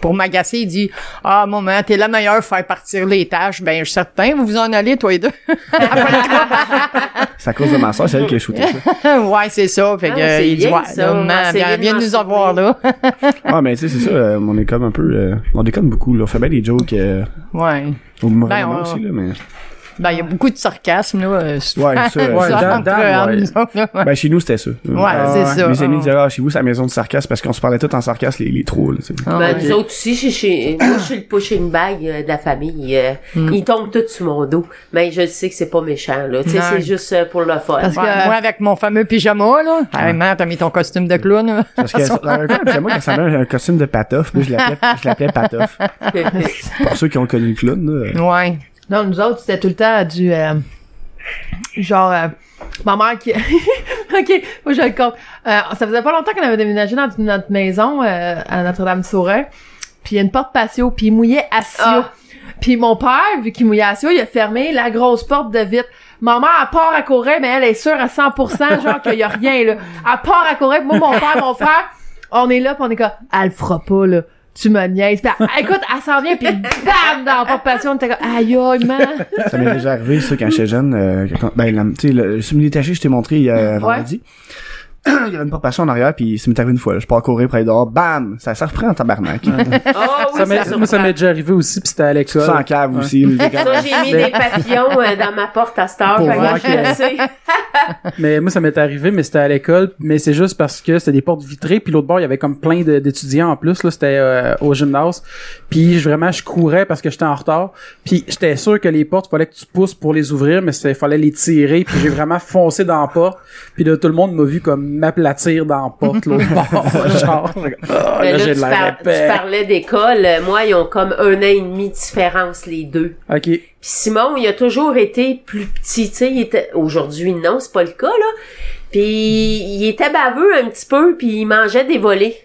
Speaker 2: pour m'agacer, il dit Ah, maman, t'es la meilleure pour faire partir les tâches. Ben, je suis certain, vous vous en allez, toi et deux.
Speaker 5: C'est à cause de ma soeur, c'est elle qui a shooté ça.
Speaker 2: ouais, c'est ça. Fait que,
Speaker 3: Ah,
Speaker 2: euh,
Speaker 3: c'est
Speaker 2: il dit
Speaker 3: bien,
Speaker 2: Ouais,
Speaker 3: ça,
Speaker 2: là,
Speaker 3: on va
Speaker 2: maman,
Speaker 3: essayer
Speaker 2: viens,
Speaker 3: de
Speaker 2: viens
Speaker 3: m'en
Speaker 2: nous avoir là.
Speaker 5: Ouais, mais tu sais, c'est ça, euh, on est comme un peu, euh, on déconne beaucoup, là. On fait bien des jokes, euh,
Speaker 2: ouais.
Speaker 5: au mauvais
Speaker 2: Ben,
Speaker 5: moment
Speaker 2: on-
Speaker 5: aussi, là, mais.
Speaker 2: Ben, il y a beaucoup de sarcasme, là. euh, souvent,
Speaker 5: Ouais, ça, euh,
Speaker 4: Ouais,
Speaker 5: ça-
Speaker 4: Dan-
Speaker 2: entre-
Speaker 4: Dan,
Speaker 2: entre
Speaker 4: ouais.
Speaker 2: nous autres, là.
Speaker 5: Ben, chez nous, c'était ça.
Speaker 2: Ouais,
Speaker 5: Euh,
Speaker 2: c'est ça.
Speaker 5: Mes
Speaker 2: Ah.
Speaker 5: amis disaient, ah, chez vous, c'est la maison de sarcasme, parce qu'on se parlait tout en sarcasme, les, les trolls, tu sais.
Speaker 2: Ah,
Speaker 3: Ben,
Speaker 2: ouais.
Speaker 3: nous autres aussi, je, suis- moi, je suis le pushing bag euh, de la famille. euh, Ils tombent tous sur mon dos. Mais je sais que c'est pas méchant, là. Tu sais,
Speaker 2: Non.
Speaker 3: c'est juste euh, pour le fun.
Speaker 6: Parce que-
Speaker 2: Ouais, moi, avec mon fameux pyjama, là. Hey, man, t'as mis ton costume de clown, là.
Speaker 5: Parce que, dans un cas, c'est moi qui ressemblait à un costume de patoff, puis je l'appelais, je l'appelais patoff.
Speaker 3: Ah
Speaker 5: Pour ceux qui ont connu le clown, là.
Speaker 2: Ouais.
Speaker 6: Non, nous autres, c'était tout le temps du... euh, genre, euh, ma mère qui... OK, moi, je le compte. Euh, ça faisait pas longtemps qu'on avait déménagé dans notre maison euh, à Notre-Dame-Saurin. Puis il y a une porte patio, puis il mouillait à Sio.
Speaker 3: Ah.
Speaker 6: Puis mon père, vu qu'il mouillait à Sio, il a fermé la grosse porte de vitre. Maman, à part à courir, mais elle est sûre à 100%, genre qu'il y a rien, là. À part à courir, moi, mon père, mon frère, on est là, pis on est comme, elle le fera pas, là. Tu me niaises. Pis elle- écoute, elle s'en vient, puis bam, dans la porte patio, on était comme, aïe, aïe, man.
Speaker 5: Ça m'est déjà arrivé, ça, quand j'étais jeune. Euh, quand- ben, la- tu sais, le, le semi détaché, je t'ai montré il y a vendredi. il y avait une porte passée en arrière, puis ça m'est arrivé une fois. là. Je pars courir près dehors, bam! Ça se reprend en tabarnak.
Speaker 3: Ah oui,
Speaker 4: Ça m'est-
Speaker 3: ça
Speaker 4: moi, ça m'est déjà arrivé aussi, puis c'était à
Speaker 5: Tu te
Speaker 4: l'école.
Speaker 5: sens en cave aussi. là, t'es comme-
Speaker 3: Ça, j'ai mis des papillons euh, dans ma porte à cette heure.
Speaker 5: Pour
Speaker 3: fait que
Speaker 5: voir
Speaker 3: je le
Speaker 5: que-
Speaker 3: sais.
Speaker 4: Mais moi, ça m'est arrivé, mais c'était à l'école. Mais c'est juste parce que c'était des portes vitrées, puis l'autre bord, il y avait comme plein de- d'étudiants en plus. Là, c'était euh, au gymnase. Puis je, vraiment, je courais parce que j'étais en retard. Puis j'étais sûr que les portes, fallait que tu pousses pour les ouvrir, mais il fallait les tirer. Puis j'ai vraiment foncé dans la porte. Puis là, tout le monde m'a vu comme m'aplatir dans la porte, l'autre bord. Genre, Ah,
Speaker 3: Mais
Speaker 4: là,
Speaker 3: là,
Speaker 4: j'ai de
Speaker 3: tu,
Speaker 4: la
Speaker 3: par- tu
Speaker 4: répète.
Speaker 3: parlais d'école. Euh, Moi, ils ont comme un an et demi de différence, les deux.
Speaker 4: OK.
Speaker 3: Puis Simon, il a toujours été plus petit, tu sais, il était aujourd'hui non, c'est pas le cas là. Puis il était baveux un petit peu, puis il mangeait des volets.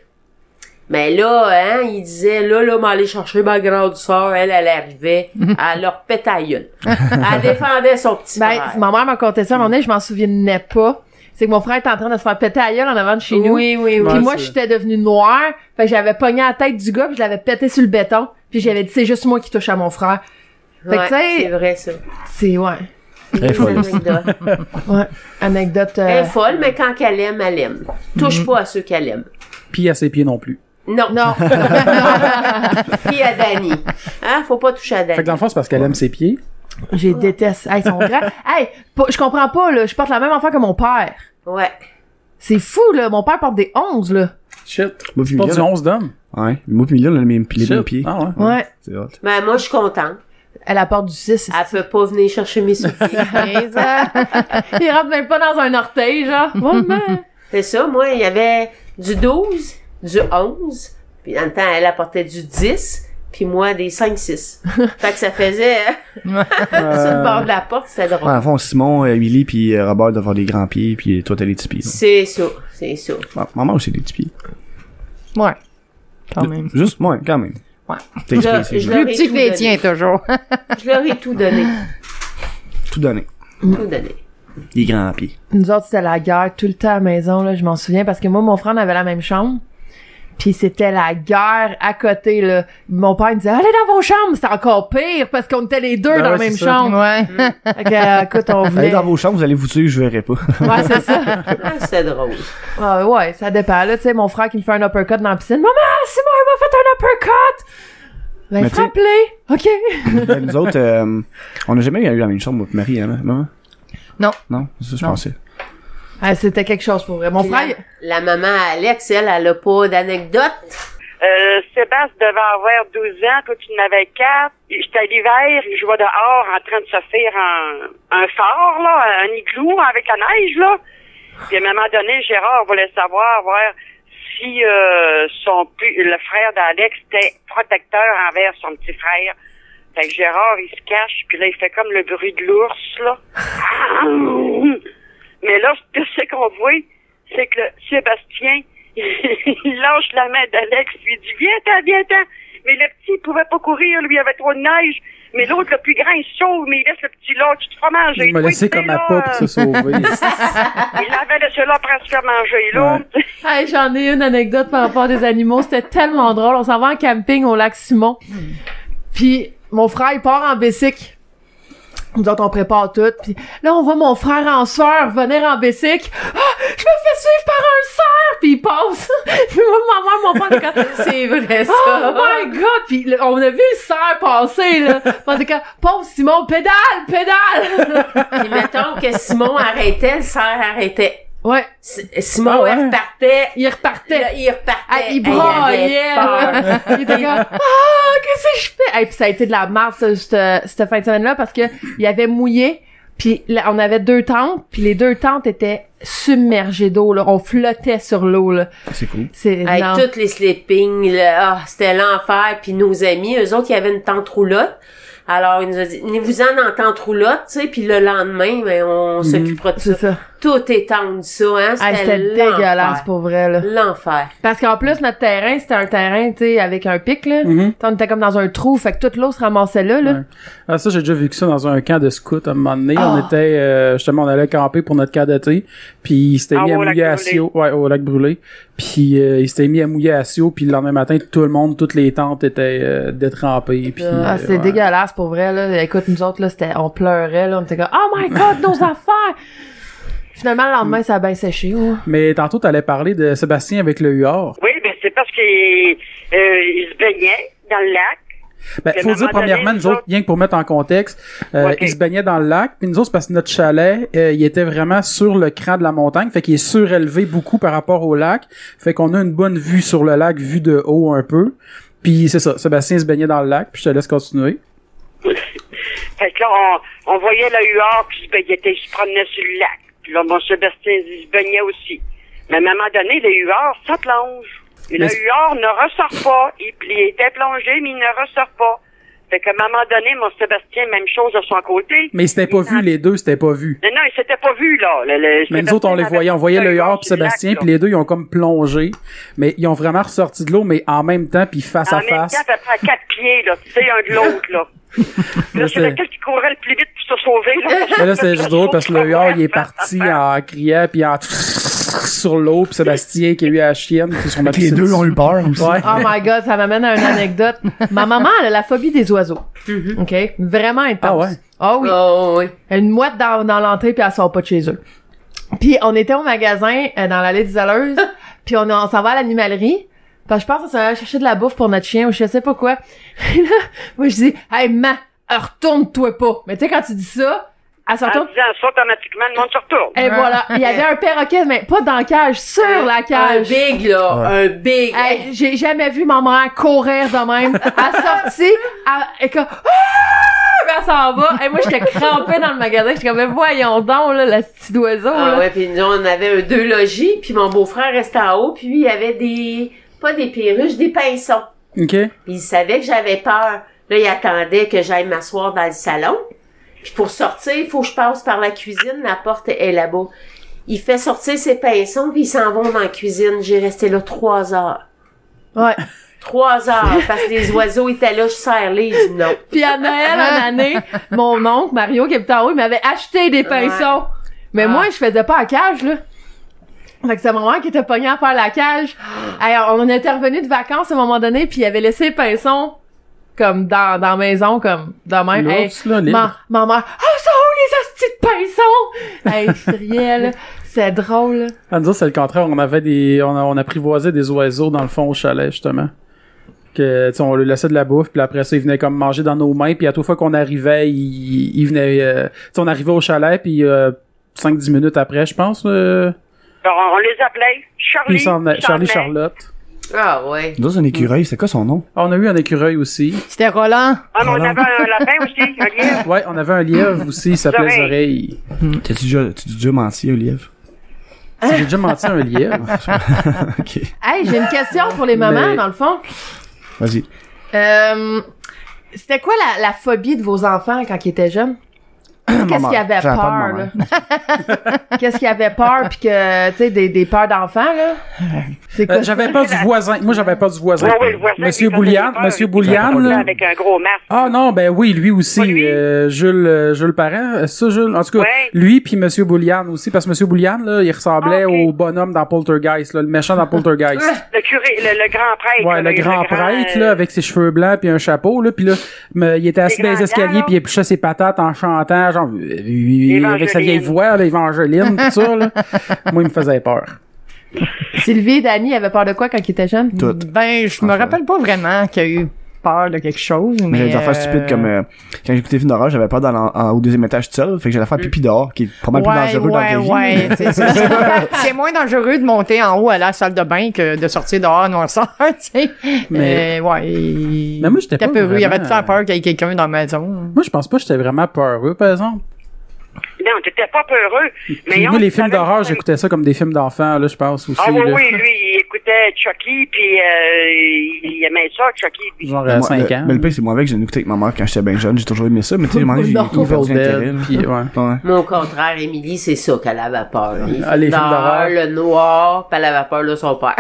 Speaker 3: Mais là, hein, il disait là là, m'aller chercher ma grande sœur, elle elle arrivait, elle leur pétait la gueule. Elle défendait son petit
Speaker 6: Ben,
Speaker 3: frère.
Speaker 6: ma mère m'a conté ça à un moment donné, je m'en souvenais pas. C'est que mon frère était en train de se faire péter à gueule en avant de chez nous.
Speaker 3: Oui, oui, oui.
Speaker 6: Puis
Speaker 4: Ouais,
Speaker 6: moi,
Speaker 4: c'est-
Speaker 6: j'étais devenue noire. Fait que j'avais pogné la tête du gars, puis je l'avais pété sur le béton. Puis j'avais dit, c'est juste moi qui touche à mon frère. Fait que,
Speaker 3: Ouais,
Speaker 6: tu sais-
Speaker 3: c'est vrai ça.
Speaker 6: C'est, ouais.
Speaker 5: Très folle.
Speaker 3: Anecdote.
Speaker 6: Ouais. Anecdote. euh,
Speaker 3: Elle est folle, mais quand elle aime, elle aime. Touche pas à ceux qu'elle aime.
Speaker 4: Puis à ses pieds non plus.
Speaker 3: Non.
Speaker 6: Non.
Speaker 3: Puis à Dani. Hein, faut pas toucher à Dani.
Speaker 4: Fait que dans le fond, c'est parce qu'elle aime ses pieds.
Speaker 6: J'ai déteste. Hey, ils sont grands. Hey, pas- je comprends pas, là. Je porte la même enfant que mon père.
Speaker 3: Ouais.
Speaker 6: C'est fou, là. Mon père porte des 11, là.
Speaker 4: Shit.
Speaker 5: Moi, puis
Speaker 4: Pas du
Speaker 5: Mylène,
Speaker 4: 11 d'hommes.
Speaker 5: ouais. Moi, puis Mylène, on a les mêmes les mêmes
Speaker 4: Shit.
Speaker 5: pieds.
Speaker 4: Ah ouais.
Speaker 6: Ouais.
Speaker 5: C'est hot.
Speaker 3: Ben, moi, je suis contente.
Speaker 6: Elle apporte du 6.
Speaker 3: Elle peut pas venir chercher mes souliers.
Speaker 6: Il rentre même pas dans un orteil, genre. Maman.
Speaker 3: C'est ça, moi, il y avait du 12, du 11, puis dans le temps, elle apportait du 10, puis moi, des 5-6. fait que ça faisait, hein, sur le bord de la porte, c'était drôle.
Speaker 5: Ouais, en fond, Simon, Emily, puis euh, Robert doivent avoir des grands pieds, puis toi, t'as les petits pieds.
Speaker 3: C'est ça, c'est ça.
Speaker 5: Ma- Maman aussi, des petits pieds.
Speaker 2: Ouais. Quand même.
Speaker 5: Juste, moi, quand même.
Speaker 2: Ouais.
Speaker 5: T'es
Speaker 3: Je-
Speaker 5: expressif,
Speaker 3: je-
Speaker 5: là.
Speaker 2: Plus petit que les tiens, toujours.
Speaker 3: Je leur ai tout donné,
Speaker 5: Tout donné.
Speaker 3: tout donné.
Speaker 5: Les grands pieds.
Speaker 6: Nous autres, c'était la guerre tout le temps à la maison, là, je m'en souviens, parce que moi, mon frère on avait la même chambre. Puis c'était la guerre à côté, là. Mon père me disait, allez dans vos chambres, c'est encore pire, parce qu'on était les deux
Speaker 4: Ben
Speaker 6: dans
Speaker 4: ouais,
Speaker 6: la même
Speaker 4: c'est ça.
Speaker 6: chambre.
Speaker 2: Ouais.
Speaker 6: Fait que, euh, écoute, on venait.
Speaker 5: Allez dans vos chambres, vous allez vous tuer, je verrai pas.
Speaker 6: Ouais, c'est ça.
Speaker 3: Ah, c'est drôle.
Speaker 6: Ah, ouais, ça dépend. Là, tu sais, mon frère qui me fait un uppercut dans la piscine. Maman, c'est moi, il m'a fait un uppercut! Ben,
Speaker 5: Mais tu sais-
Speaker 6: frappe-les! OK.
Speaker 5: Ben, nous autres, euh, on n'a jamais eu la même chambre, moi et Marie, hein, maman?
Speaker 2: Non.
Speaker 5: Non, c'est ça, que je
Speaker 6: Non.
Speaker 5: pensais.
Speaker 6: Ah, c'était quelque chose pour vrai. Mon
Speaker 3: Puis la,
Speaker 6: frère,
Speaker 3: la maman Alex, elle, elle a pas d'anecdote.
Speaker 1: Euh, Sébastien devait avoir 12 ans, toi tu en avais 4. J'étais à l'hiver, il jouait dehors en train de se faire un, un phare, là, un igloo avec la neige, là. Puis à un moment donné, Gérard voulait savoir voir si euh, son pu- le frère d'Alex était protecteur envers son petit frère. Fait que Gérard, il se cache, puis là, il fait comme le bruit de l'ours, là. Mais là, ce que c'est qu'on voit, c'est que le Sébastien, il lâche la main d'Alex, lui dit Viens-t'en, viens-t'en. Mais le petit, il pouvait pas courir, lui, il avait trop de neige. Mais l'autre, le plus grand, il se sauve, mais il laisse le petit là, tu te feras manger.
Speaker 4: Il m'a
Speaker 1: Toi,
Speaker 4: laissé
Speaker 1: t'es
Speaker 4: comme à
Speaker 1: là,
Speaker 4: pas pour se sauver.
Speaker 1: euh, Il avait laissé là presque à manger l'autre.
Speaker 6: Hey, j'en ai une anecdote par rapport à des animaux. C'était tellement drôle. On s'en va en camping au lac Simon. Puis mon frère, il part en bicycle. Nous autres, on prépare tout. Puis là, on voit mon frère en sueur venir en bicycle. Ah, je me fais suivre par un cerf! Puis il passe. Puis moi, ma mère, mon père, quand...
Speaker 3: C'est vrai, ça.
Speaker 6: Oh my god! Puis le- on a vu le cerf passer, là. En tout cas, pauvre Simon, pédale, pédale!
Speaker 3: Puis mettons que Simon arrêtait, le cerf arrêtait.
Speaker 6: ouais,
Speaker 3: S- Simon,
Speaker 4: Ah ouais.
Speaker 3: elle repartait.
Speaker 6: il repartait.
Speaker 3: Là, il repartait.
Speaker 6: Ah, il
Speaker 3: Hey,
Speaker 6: braillait.
Speaker 3: avait peur.
Speaker 6: il était comme, ah, qu'est-ce que je fais? Et puis ça a été de la merde, ça, cette, cette fin de semaine-là, parce que il avait mouillé, puis là, on avait deux tentes, puis les deux tentes étaient submergées d'eau, là. On flottait sur l'eau, là.
Speaker 5: C'est cool.
Speaker 6: C'est,
Speaker 3: Hey,
Speaker 6: non.
Speaker 3: toutes les sleepings, là, ah, c'était l'enfer. Puis nos amis, eux autres, ils avaient une tente roulotte. Alors, ils nous ont dit, « Vous-en en tente roulotte, tu sais. » Puis le lendemain, ben, on s'occupera de ça.
Speaker 6: Mm. C'est ça.
Speaker 3: Tout est tendu, ça, hein.
Speaker 6: Hey,
Speaker 3: C'était
Speaker 6: c'était
Speaker 3: l'enfer.
Speaker 6: dégueulasse pour vrai, là.
Speaker 3: L'enfer.
Speaker 6: Parce qu'en plus, notre terrain, c'était un terrain, tu sais, avec un pic, là.
Speaker 4: Mhm.
Speaker 6: On était comme dans un trou, fait que toute l'eau se ramassait là, là.
Speaker 4: Ouais. Ah, ça, j'ai déjà vécu ça dans un camp de scouts à un moment donné.
Speaker 6: Ah.
Speaker 4: On était, euh, justement, on allait camper pour notre camp d'été. Puis il s'était
Speaker 1: Ah,
Speaker 4: mis à
Speaker 1: au lac
Speaker 4: mouiller à
Speaker 1: Brûlé.
Speaker 4: Sio. Ouais, au lac brûlé. Puis euh, il s'était mis à mouiller à Sio. Puis le lendemain matin, tout le monde, toutes les tentes étaient euh, détrempées. Puis,
Speaker 6: Ah,
Speaker 4: euh,
Speaker 6: c'est
Speaker 4: ouais.
Speaker 6: dégueulasse pour vrai là. Écoute, nous autres là, c'était on pleurait là, on était comme "Oh my god, nos affaires." Finalement, le lendemain, ça a bien séché. ouais.
Speaker 4: Mais tantôt, t'allais parler de Sébastien avec le UR.
Speaker 1: Oui, ben c'est parce qu'il euh, il se baignait dans le lac.
Speaker 4: Ben,
Speaker 1: Mais
Speaker 4: faut
Speaker 1: à un
Speaker 4: dire,
Speaker 1: moment donné,
Speaker 4: premièrement, nous
Speaker 1: nous
Speaker 4: autres,
Speaker 1: autres-
Speaker 4: rien que pour mettre en contexte, euh,
Speaker 1: Ouais.
Speaker 4: ils se baignaient dans le lac, puis nous autres, c'est parce que notre chalet, euh, il était vraiment sur le cran de la montagne, fait qu'il est surélevé beaucoup par rapport au lac, fait qu'on a une bonne vue sur le lac, vue de haut un peu. Puis c'est ça, Sébastien se baignait dans le lac, puis je te laisse continuer.
Speaker 1: Fait que là, on, on voyait le huard qui se baignait, il se promenait sur le lac. Puis là, mon Sébastien, il se baignait aussi. Mais à un moment donné, le huard, ça plonge. Et le
Speaker 4: Mais-
Speaker 1: huard ne ressort pas. Il, il était plongé, mais il ne ressort pas. Fait qu'à un moment donné, mon Sébastien, même chose de son côté.
Speaker 4: Mais c'était pas vu, les deux, c'était pas vu.
Speaker 1: Non, non, il s'était pas vu, là. Le- le-
Speaker 4: Mais nous
Speaker 1: Sébastien
Speaker 4: autres, on les
Speaker 1: avait
Speaker 4: voyait, on
Speaker 1: poussé
Speaker 4: voyait
Speaker 1: un
Speaker 4: le
Speaker 1: huard
Speaker 4: UR puis
Speaker 1: sur le lac,
Speaker 4: Sébastien,
Speaker 1: là.
Speaker 4: puis les deux, ils ont comme plongé, mais ils ont vraiment ressorti de l'eau, mais en même temps, puis face
Speaker 1: En
Speaker 4: à
Speaker 1: même temps,
Speaker 4: face.
Speaker 1: à peu près à quatre pieds, là, tu sais, un de l'autre, là. là, c'est
Speaker 4: c'est-
Speaker 1: lequel qui courait le plus vite pour se sauver, là.
Speaker 4: Mais là, c'est juste drôle parce que le huard, il est parti en criant puis en sur l'eau, puis Sébastien qui a eu la chienne puis sur ma
Speaker 5: les
Speaker 4: piscine.
Speaker 5: deux ont eu peur aussi.
Speaker 4: Ouais.
Speaker 6: Oh my god, ça m'amène à une anecdote. Ma maman, elle a la phobie des oiseaux. OK, vraiment intense.
Speaker 4: Mhm. Ah ouais?
Speaker 6: Ah oui.
Speaker 3: Oh, oui.
Speaker 6: une mouette dans, dans l'entrée puis elle sort pas de chez eux. Puis on était au magasin euh, dans l'allée des Alleuses, puis on, on s'en va à l'animalerie. Parce que je pense qu'on s'en allait chercher de la bouffe pour notre chien ou je sais pas quoi. Et là, moi je dis "Hey ma, retourne-toi pas." Mais tu sais quand tu dis ça, elle se
Speaker 1: En
Speaker 6: retourne.
Speaker 1: disant ça, automatiquement, le monde se retourne.
Speaker 6: Et voilà, il y avait un perroquet mais pas dans la cage, sur la
Speaker 3: Un
Speaker 6: cage.
Speaker 3: big, là. Un big.
Speaker 6: Hey, j'ai jamais vu ma mère courir de même. Elle sortit, elle, elle, comme, Ah! Puis elle s'en va. Et moi, j'étais crampée dans le magasin. J'étais comme, mais voyons donc, là, la petite oiseau,
Speaker 3: Ah
Speaker 6: là.
Speaker 3: ouais, puis nous, on avait un deux logis, puis mon beau-frère restait en haut, puis lui, il avait des... pas des perruches, des pinsons.
Speaker 4: OK.
Speaker 3: Puis il savait que j'avais peur. Là, il attendait que j'aille m'asseoir dans le salon. Puis pour sortir, il faut que je passe par la cuisine, la porte est là-bas. Il fait sortir ses pinsons, puis ils s'en vont dans la cuisine. J'ai resté là trois heures.
Speaker 6: Ouais.
Speaker 3: Trois heures, parce que les oiseaux étaient là, je serre-les, je dis non.
Speaker 6: Puis à Noël, une année, mon oncle, Mario, qui est en haut, il m'avait acheté des pinsons. Mais
Speaker 3: Ah.
Speaker 6: moi, je faisais pas à cage, là. Fait que c'est mon maman qui était pognée à faire la cage. Hey, on en était revenu de vacances à un moment donné, puis il avait laissé le pinson comme dans, dans la maison, comme de même. Hey,
Speaker 4: L'ours, là, libre.
Speaker 6: ma, ma mère, ah, ça où les hosties de pinson? hey, je riais, là. C'est drôle. là.
Speaker 4: À nous autres, c'est le contraire. On avait des, on, a- on apprivoisait des oiseaux dans le fond au chalet, justement. Que, tu sais, on lui laissait de la bouffe, puis après ça, ils venaient comme manger dans nos mains, puis à toute fois qu'on arrivait, ils, ils venaient, euh, tu sais, on arrivait au chalet, puis euh, 5-10 minutes après, je pense, euh,
Speaker 1: Alors, on, on les appelait Charlie,
Speaker 4: ils s'en venaient- Charlie
Speaker 1: Charlotte.
Speaker 4: Charlotte.
Speaker 3: Ah ouais.
Speaker 5: Dans un écureuil, c'est quoi son nom?
Speaker 4: Ah, on a eu un écureuil aussi.
Speaker 2: C'était Roland.
Speaker 1: Ah, mais on
Speaker 5: Roland.
Speaker 1: avait un lapin aussi, un lièvre.
Speaker 4: Ouais, on avait un lièvre aussi, il s'appelait
Speaker 1: Oreilles.
Speaker 4: Oreille.
Speaker 5: T'as-tu déjà, t'as-tu déjà menti, Olive?
Speaker 4: J'ai déjà menti à un lièvre.
Speaker 5: ok.
Speaker 6: Hey, j'ai une question pour les mamans,
Speaker 4: Mais-
Speaker 6: dans le fond.
Speaker 5: Vas-y.
Speaker 6: Euh, c'était quoi la, la phobie de vos enfants quand ils étaient jeunes? Qu'est-ce
Speaker 5: mère.
Speaker 6: qu'ils avaient
Speaker 5: J'avais
Speaker 6: peur,
Speaker 5: pas de ma
Speaker 6: là? Qu'est-ce qu'ils avaient peur, puis que, tu sais, des, des peurs d'enfants, là? C'est quoi?
Speaker 4: Euh, j'avais pas du voisin. Moi, j'avais pas du voisin.
Speaker 1: Ouais, ouais, le voisin,
Speaker 4: Monsieur
Speaker 1: il faisait
Speaker 4: Bouliane,
Speaker 1: peur,
Speaker 4: Monsieur
Speaker 1: il
Speaker 4: Bouliane,
Speaker 1: faisait peur
Speaker 4: là.
Speaker 1: Avec un gros masque.
Speaker 4: Ah non, ben oui, lui aussi,
Speaker 1: Pas lui.
Speaker 4: euh, Jules, euh, Jules Parent, euh, ça Jules, en tout cas,
Speaker 1: Ouais.
Speaker 4: lui puis Monsieur Bouliane aussi, parce que Monsieur Bouliane, là, il ressemblait
Speaker 1: Ah, ok. Ah,
Speaker 4: au bonhomme dans Poltergeist, là, le méchant dans Poltergeist.
Speaker 1: Le curé, le, le grand prêtre.
Speaker 4: Ouais,
Speaker 1: là,
Speaker 4: le grand prêtre, là,
Speaker 1: euh,
Speaker 4: avec ses cheveux blancs puis un chapeau, là, puis là, me- il était assis dans
Speaker 1: grands
Speaker 4: les escaliers
Speaker 1: gars,
Speaker 4: puis il épluchait ses patates en chantant, genre, euh, euh, avec sa vieille
Speaker 1: Évangeline.
Speaker 4: voix, là, Évangeline, tout ça, là. Moi, il me faisait peur.
Speaker 6: Sylvie et Dani avaient peur de quoi quand ils étaient jeunes?
Speaker 5: Tout.
Speaker 2: Ben, je me rappelle pas vraiment qu'il y a eu peur de quelque chose. Mais
Speaker 5: Mais j'avais des affaires
Speaker 2: euh,
Speaker 5: stupides comme euh, quand j'écoutais des films d'horreur, j'avais peur dans l'en- en- au deuxième étage tout seul, fait que j'allais faire pipi dehors, qui est probablement
Speaker 2: ouais,
Speaker 5: plus dangereux dans la
Speaker 2: ouais,
Speaker 5: vraie vie.
Speaker 2: ouais. C'est- c'est- C'est moins dangereux de monter en haut à la salle de bain que de sortir dehors noirceur, tu sais. Mais
Speaker 4: Mais-
Speaker 2: ouais. il-
Speaker 4: Mais moi, j'étais
Speaker 2: t'as
Speaker 4: pas
Speaker 2: peureux. Il y avait tout
Speaker 4: vraiment-
Speaker 2: le
Speaker 5: euh,
Speaker 2: temps peur qu'il y ait quelqu'un dans la maison.
Speaker 4: Moi, je pense pas que j'étais vraiment peureux, par exemple.
Speaker 1: Non, t'étais pas peureux. Mais
Speaker 4: Puis
Speaker 1: on
Speaker 4: moi, les films
Speaker 1: savait-
Speaker 4: d'horreur, j'écoutais ça comme des films d'enfants, là, je pense, aussi.
Speaker 1: Ah oui,
Speaker 4: là.
Speaker 1: oui, lui, il écoutait Chucky, puis euh, il aimait ça, Chucky. puis-
Speaker 4: Genre
Speaker 5: Mais
Speaker 4: à
Speaker 5: moi,
Speaker 4: 5
Speaker 5: le-
Speaker 4: ans.
Speaker 5: Mais le pire, c'est moi avec, j'ai écouté avec ma mère quand j'étais bien jeune, j'ai toujours aimé ça, mais tu sais, à un moment donné,
Speaker 6: Non.
Speaker 5: j'ai ouvert du
Speaker 4: Evil Dead,
Speaker 5: intérêt, là.
Speaker 4: puis, ouais.
Speaker 5: Ouais.
Speaker 3: Moi, au contraire, Émilie, c'est ça qu'elle avait peur. Les
Speaker 4: Ah, les films d'horreur.
Speaker 3: le noir, puis elle avait peur de son père.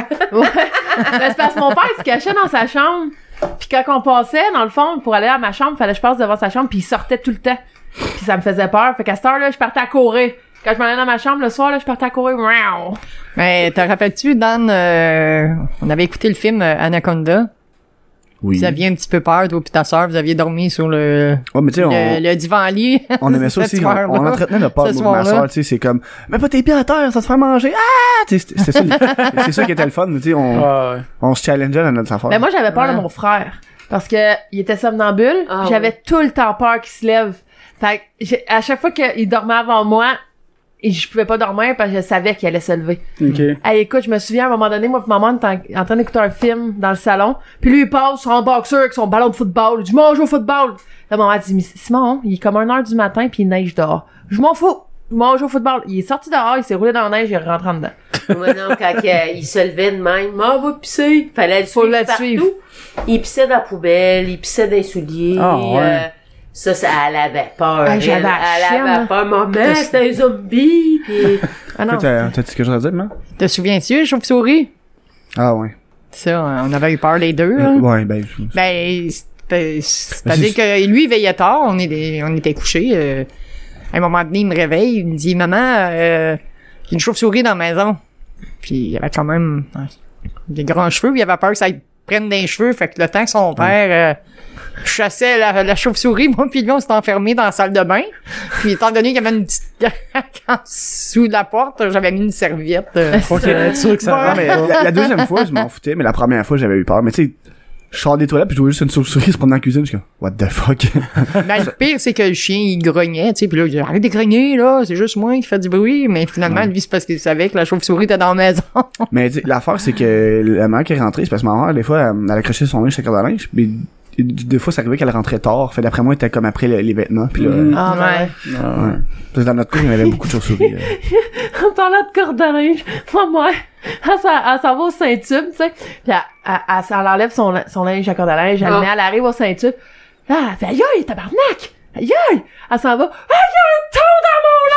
Speaker 6: Ben, c'est parce que mon père il se cachait dans sa chambre. Puis quand on passait, dans le fond, pour aller à ma chambre, fallait que je passe devant sa chambre, puis il sortait tout le temps. Puis ça me faisait peur. Fait qu'à cette heure-là, je partais à courir. Quand je m'en allais dans ma chambre le soir, là, je partais à courir. Miaou.
Speaker 2: Mais te rappelles-tu, Dan, euh, on avait écouté le film euh, Anaconda.
Speaker 5: Oui.
Speaker 2: Vous aviez un petit peu peur, toi puis ta sœur, vous aviez dormi sur le,
Speaker 5: Ouais, mais tu sais, on,
Speaker 2: le, le divan-lit.
Speaker 5: Oh. on aimait ça
Speaker 2: Cette
Speaker 5: aussi, on,
Speaker 2: soirée-là.
Speaker 5: on entretenait notre peur,
Speaker 2: Ce
Speaker 5: moi, pis ma
Speaker 2: soir-là.
Speaker 5: soeur, tu sais, c'est comme, mais pas tes pieds à terre, ça se fait manger, ah! Tu sais, C'était c'était ça, c'est ça qui était le fun, tu sais, on,
Speaker 4: Ah, Ouais.
Speaker 5: on se challengeait dans notre affaire.
Speaker 6: Mais Ben moi, j'avais peur de
Speaker 2: Ouais.
Speaker 6: mon frère. Parce que il était somnambule.
Speaker 3: Ah,
Speaker 6: puis j'avais
Speaker 3: oui.
Speaker 6: tout le temps peur qu'il se lève. Fait que j'ai- à chaque fois qu'il dormait avant moi, et je pouvais pas dormir parce que je savais qu'il allait se lever.
Speaker 4: OK.
Speaker 6: Hey, écoute, je me souviens, à un moment donné, moi pis maman, on était en, en train d'écouter un film dans le salon. Puis lui, il passe en boxeur avec son ballon de football. Je mange au football. Là, maman a dit, mais Simon, il est comme 1 heure du matin puis il neige dehors. Je m'en fous. Je mange au football. Il est sorti dehors, il s'est roulé dans la neige, il est rentré en dedans.
Speaker 3: Moi, non, quand que- euh, il se levait de même, ah, va pisser. Fallait le
Speaker 6: Faut
Speaker 3: suivre
Speaker 6: le
Speaker 3: partout.
Speaker 6: suivre.
Speaker 3: Il pissait dans la poubelle, il pissait dans les souliers.
Speaker 4: Ah, ouais.
Speaker 3: euh, ça, ça, elle avait peur.
Speaker 6: Ah,
Speaker 3: elle,
Speaker 6: j'avais la
Speaker 3: elle
Speaker 6: chienne, hein.
Speaker 3: avait peur. Maman, c'était un zombie. Puis...
Speaker 6: Ah non.
Speaker 5: Toi, t'as- T'as-tu ce que j'aurais à dire, man?
Speaker 2: Te souviens-tu, chauve-souris?
Speaker 5: Ah, ouais.
Speaker 2: Ça, on avait eu peur les deux. là.
Speaker 5: Ouais, ben, je-
Speaker 2: Ben, c'était- c'est-à-dire
Speaker 5: Ben,
Speaker 2: que lui, il veillait tard, on, est, on était couchés. euh, à un moment donné, il me réveille, il me dit « Maman, euh, il y a une chauve-souris dans la maison. » Puis il avait quand même euh, des grands cheveux, puis il avait peur que ça lui prenne des cheveux. Fait que le temps que son père euh, chassait la, la chauve-souris, moi puis lui, on s'est enfermés dans la salle de bain. Puis étant donné qu'il y avait une petite craque en dessous de la porte, j'avais mis une serviette. euh,
Speaker 4: Faut qu'il y ait être sûr que ça
Speaker 2: Ouais.
Speaker 5: Non,
Speaker 4: rentre.
Speaker 5: mais la, la deuxième fois, je m'en foutais, mais la première fois, j'avais eu peur. Mais tu sais, je sors des toilettes, puis je vois juste une souris se prendre dans la cuisine, je suis comme, what the fuck?
Speaker 2: Ben, le pire, c'est que le chien, il grognait, tu sais, puis là, il dit, arrête de grogner, là, c'est juste moi qui fais du bruit, mais finalement, lui, c'est parce qu'il savait que la chauve-souris était dans la maison.
Speaker 5: mais tu sais, l'affaire, c'est que la mère qui est rentrée, c'est parce que ma mère, des fois, elle, elle accrochait son linge sur la corde à linge, puis des fois, ça arrivait qu'elle rentrait tard. Fait d'après moi, elle était comme après le- les vêtements, puis là,
Speaker 4: Mm.
Speaker 2: Ah, ouais.
Speaker 5: ouais. Parce que dans notre cour, il y avait beaucoup de chauves-souris. euh. là.
Speaker 6: en parlant de corde à linge, ma mère, elle, s'en- elle s'en va au Saint-Tube, tu sais. Puis elle, elle, elle s'en enlève son, lin- son linge à corde à linge, elle le
Speaker 3: Ah.
Speaker 6: met, elle arrive au Saint-Tube. Là, elle fait aïe aïe, tabarnak! Aïe aïe! Elle s'en va. Ah,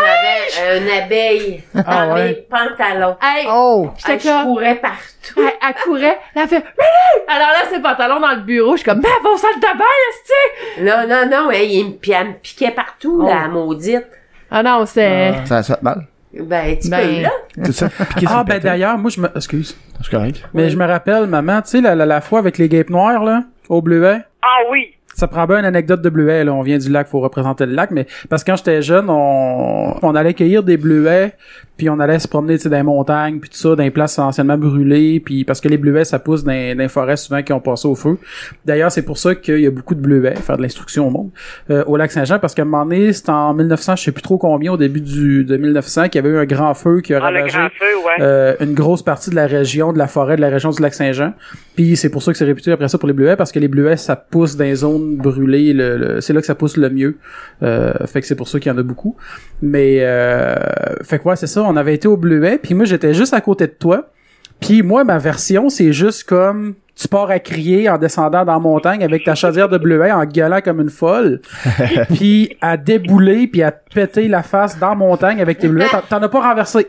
Speaker 6: il
Speaker 3: J'avais une abeille dans
Speaker 4: Ah, ouais.
Speaker 3: mes pantalons.
Speaker 6: y a un ton! Hey!
Speaker 2: Oh!
Speaker 3: Ah,
Speaker 6: J'étais
Speaker 3: je
Speaker 6: comme.
Speaker 3: courais partout.
Speaker 6: Elle, elle courait, là, elle fait Marie! Elle enlève ses pantalons dans le bureau, je suis comme, mais va au salle de bain, esti!
Speaker 3: Non,
Speaker 6: Oh.
Speaker 3: non, non, hein, il me, puis elle me piquait partout, la maudite.
Speaker 6: Ah non, c'est.
Speaker 5: Ça a fait mal.
Speaker 3: Ben, tu
Speaker 2: Ben,
Speaker 3: peux, là.
Speaker 5: C'est ça. Piquer sur
Speaker 4: Ah,
Speaker 5: le
Speaker 4: ben
Speaker 5: pétard.
Speaker 4: d'ailleurs, moi, je me. Excuse.
Speaker 5: C'est correct.
Speaker 4: Mais je me rappelle, maman, tu sais, la, la, la fois avec les guêpes noires, là, au bleuet.
Speaker 1: Ah oui.
Speaker 4: Ça prend bien une anecdote de bleuet, là. On vient du lac, faut représenter le lac, mais parce que quand j'étais jeune, on, on allait cueillir des bleuets, puis on allait se promener, tu sais, dans les montagnes, puis tout ça, dans les places anciennement brûlées, puis parce que les bleuets, ça pousse dans, dans les forêts souvent qui ont passé au feu. D'ailleurs, c'est pour ça qu'il y a beaucoup de bleuets, faire de l'instruction au monde, euh, au lac Saint-Jean, parce qu'à un moment donné, c'était en 1900, je sais plus trop combien, au début du, de 1900, qu'il y avait eu un grand feu qui a
Speaker 1: Ah, le
Speaker 4: ravagé
Speaker 1: grand feu, ouais.
Speaker 4: euh, une grosse partie de la région, de la forêt, de la région du lac Saint-Jean. Puis c'est pour ça que c'est réputé après ça pour les bleuets, parce que les bleuets, ça pousse dans les zones brûlées. Le, le- c'est là que ça pousse le mieux. Euh, fait que c'est pour ça qu'il y en a beaucoup. Mais euh, fait que ouais, c'est ça. On avait été au bleuet, puis moi j'étais juste à côté de toi. Puis moi, ma version, c'est juste comme tu pars à crier en descendant dans la montagne avec ta chaudière de bleuet en gueulant comme une folle, puis à débouler, puis à te péter la face dans la montagne avec tes bleuets. T'en- T'en as pas renversé.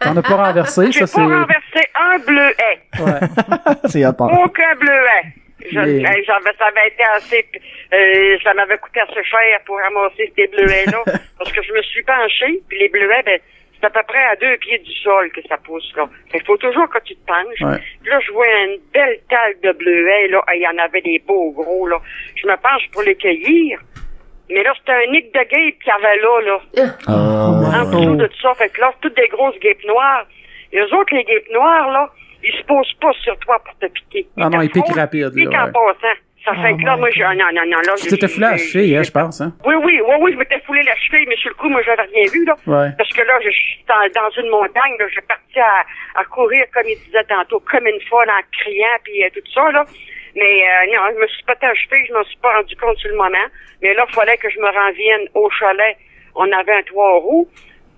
Speaker 4: T'en as pas renversé,
Speaker 1: J'ai
Speaker 4: ça c'est...
Speaker 1: pas renversé un bleuet.
Speaker 4: Ouais.
Speaker 5: C'est hot, par-
Speaker 1: Aucun bleuet. Je-
Speaker 4: Ah. Mais-
Speaker 1: hey, j'avais- ça m'avait été assez, p- euh, ça m'avait coûté assez cher pour ramasser ces bleuets-là. parce que je me suis penchée, puis les bleuets, ben, c'est à peu près à deux pieds du sol que ça pousse, là. Fait qu'il faut toujours que tu te penches.
Speaker 4: Ouais.
Speaker 1: Puis Là, je vois une belle taille de bleuets, là. Et il y en avait des beaux gros, là. Je me penche pour les cueillir. Mais là, c'était un nick de guêpe qu'il y avait là, là.
Speaker 5: Ah,
Speaker 1: En dessous de tout ça, fait que là, c'est toutes des grosses guêpes noires. Les autres, les guêpes noires, là, ils se posent pas sur toi pour te piquer.
Speaker 4: Ah non,
Speaker 1: te
Speaker 4: ils piquent
Speaker 1: frôlent,
Speaker 4: rapide,
Speaker 1: Ils piquent
Speaker 4: là,
Speaker 1: en
Speaker 4: ouais.
Speaker 1: passant. Ça fait que là, moi, je, non, non, non, là,
Speaker 4: Tu t'étais
Speaker 1: j'ai-
Speaker 4: foulé à la
Speaker 1: j'ai-
Speaker 4: cheville, hein, je pense, hein?
Speaker 1: Oui, oui, oui, oui, je m'étais foulé la cheville, mais sur le coup, moi, j'avais rien vu, là.
Speaker 4: Ouais.
Speaker 1: Parce que là, je suis dans, dans une montagne, là, j'ai parti à, à courir, comme il disait tantôt, comme une folle en criant, puis euh, tout ça, là. Mais euh, non, je me suis pas cheville, je m'en suis pas rendu compte sur le moment. Mais là, il fallait que je me renvienne au chalet. On avait un toit roux,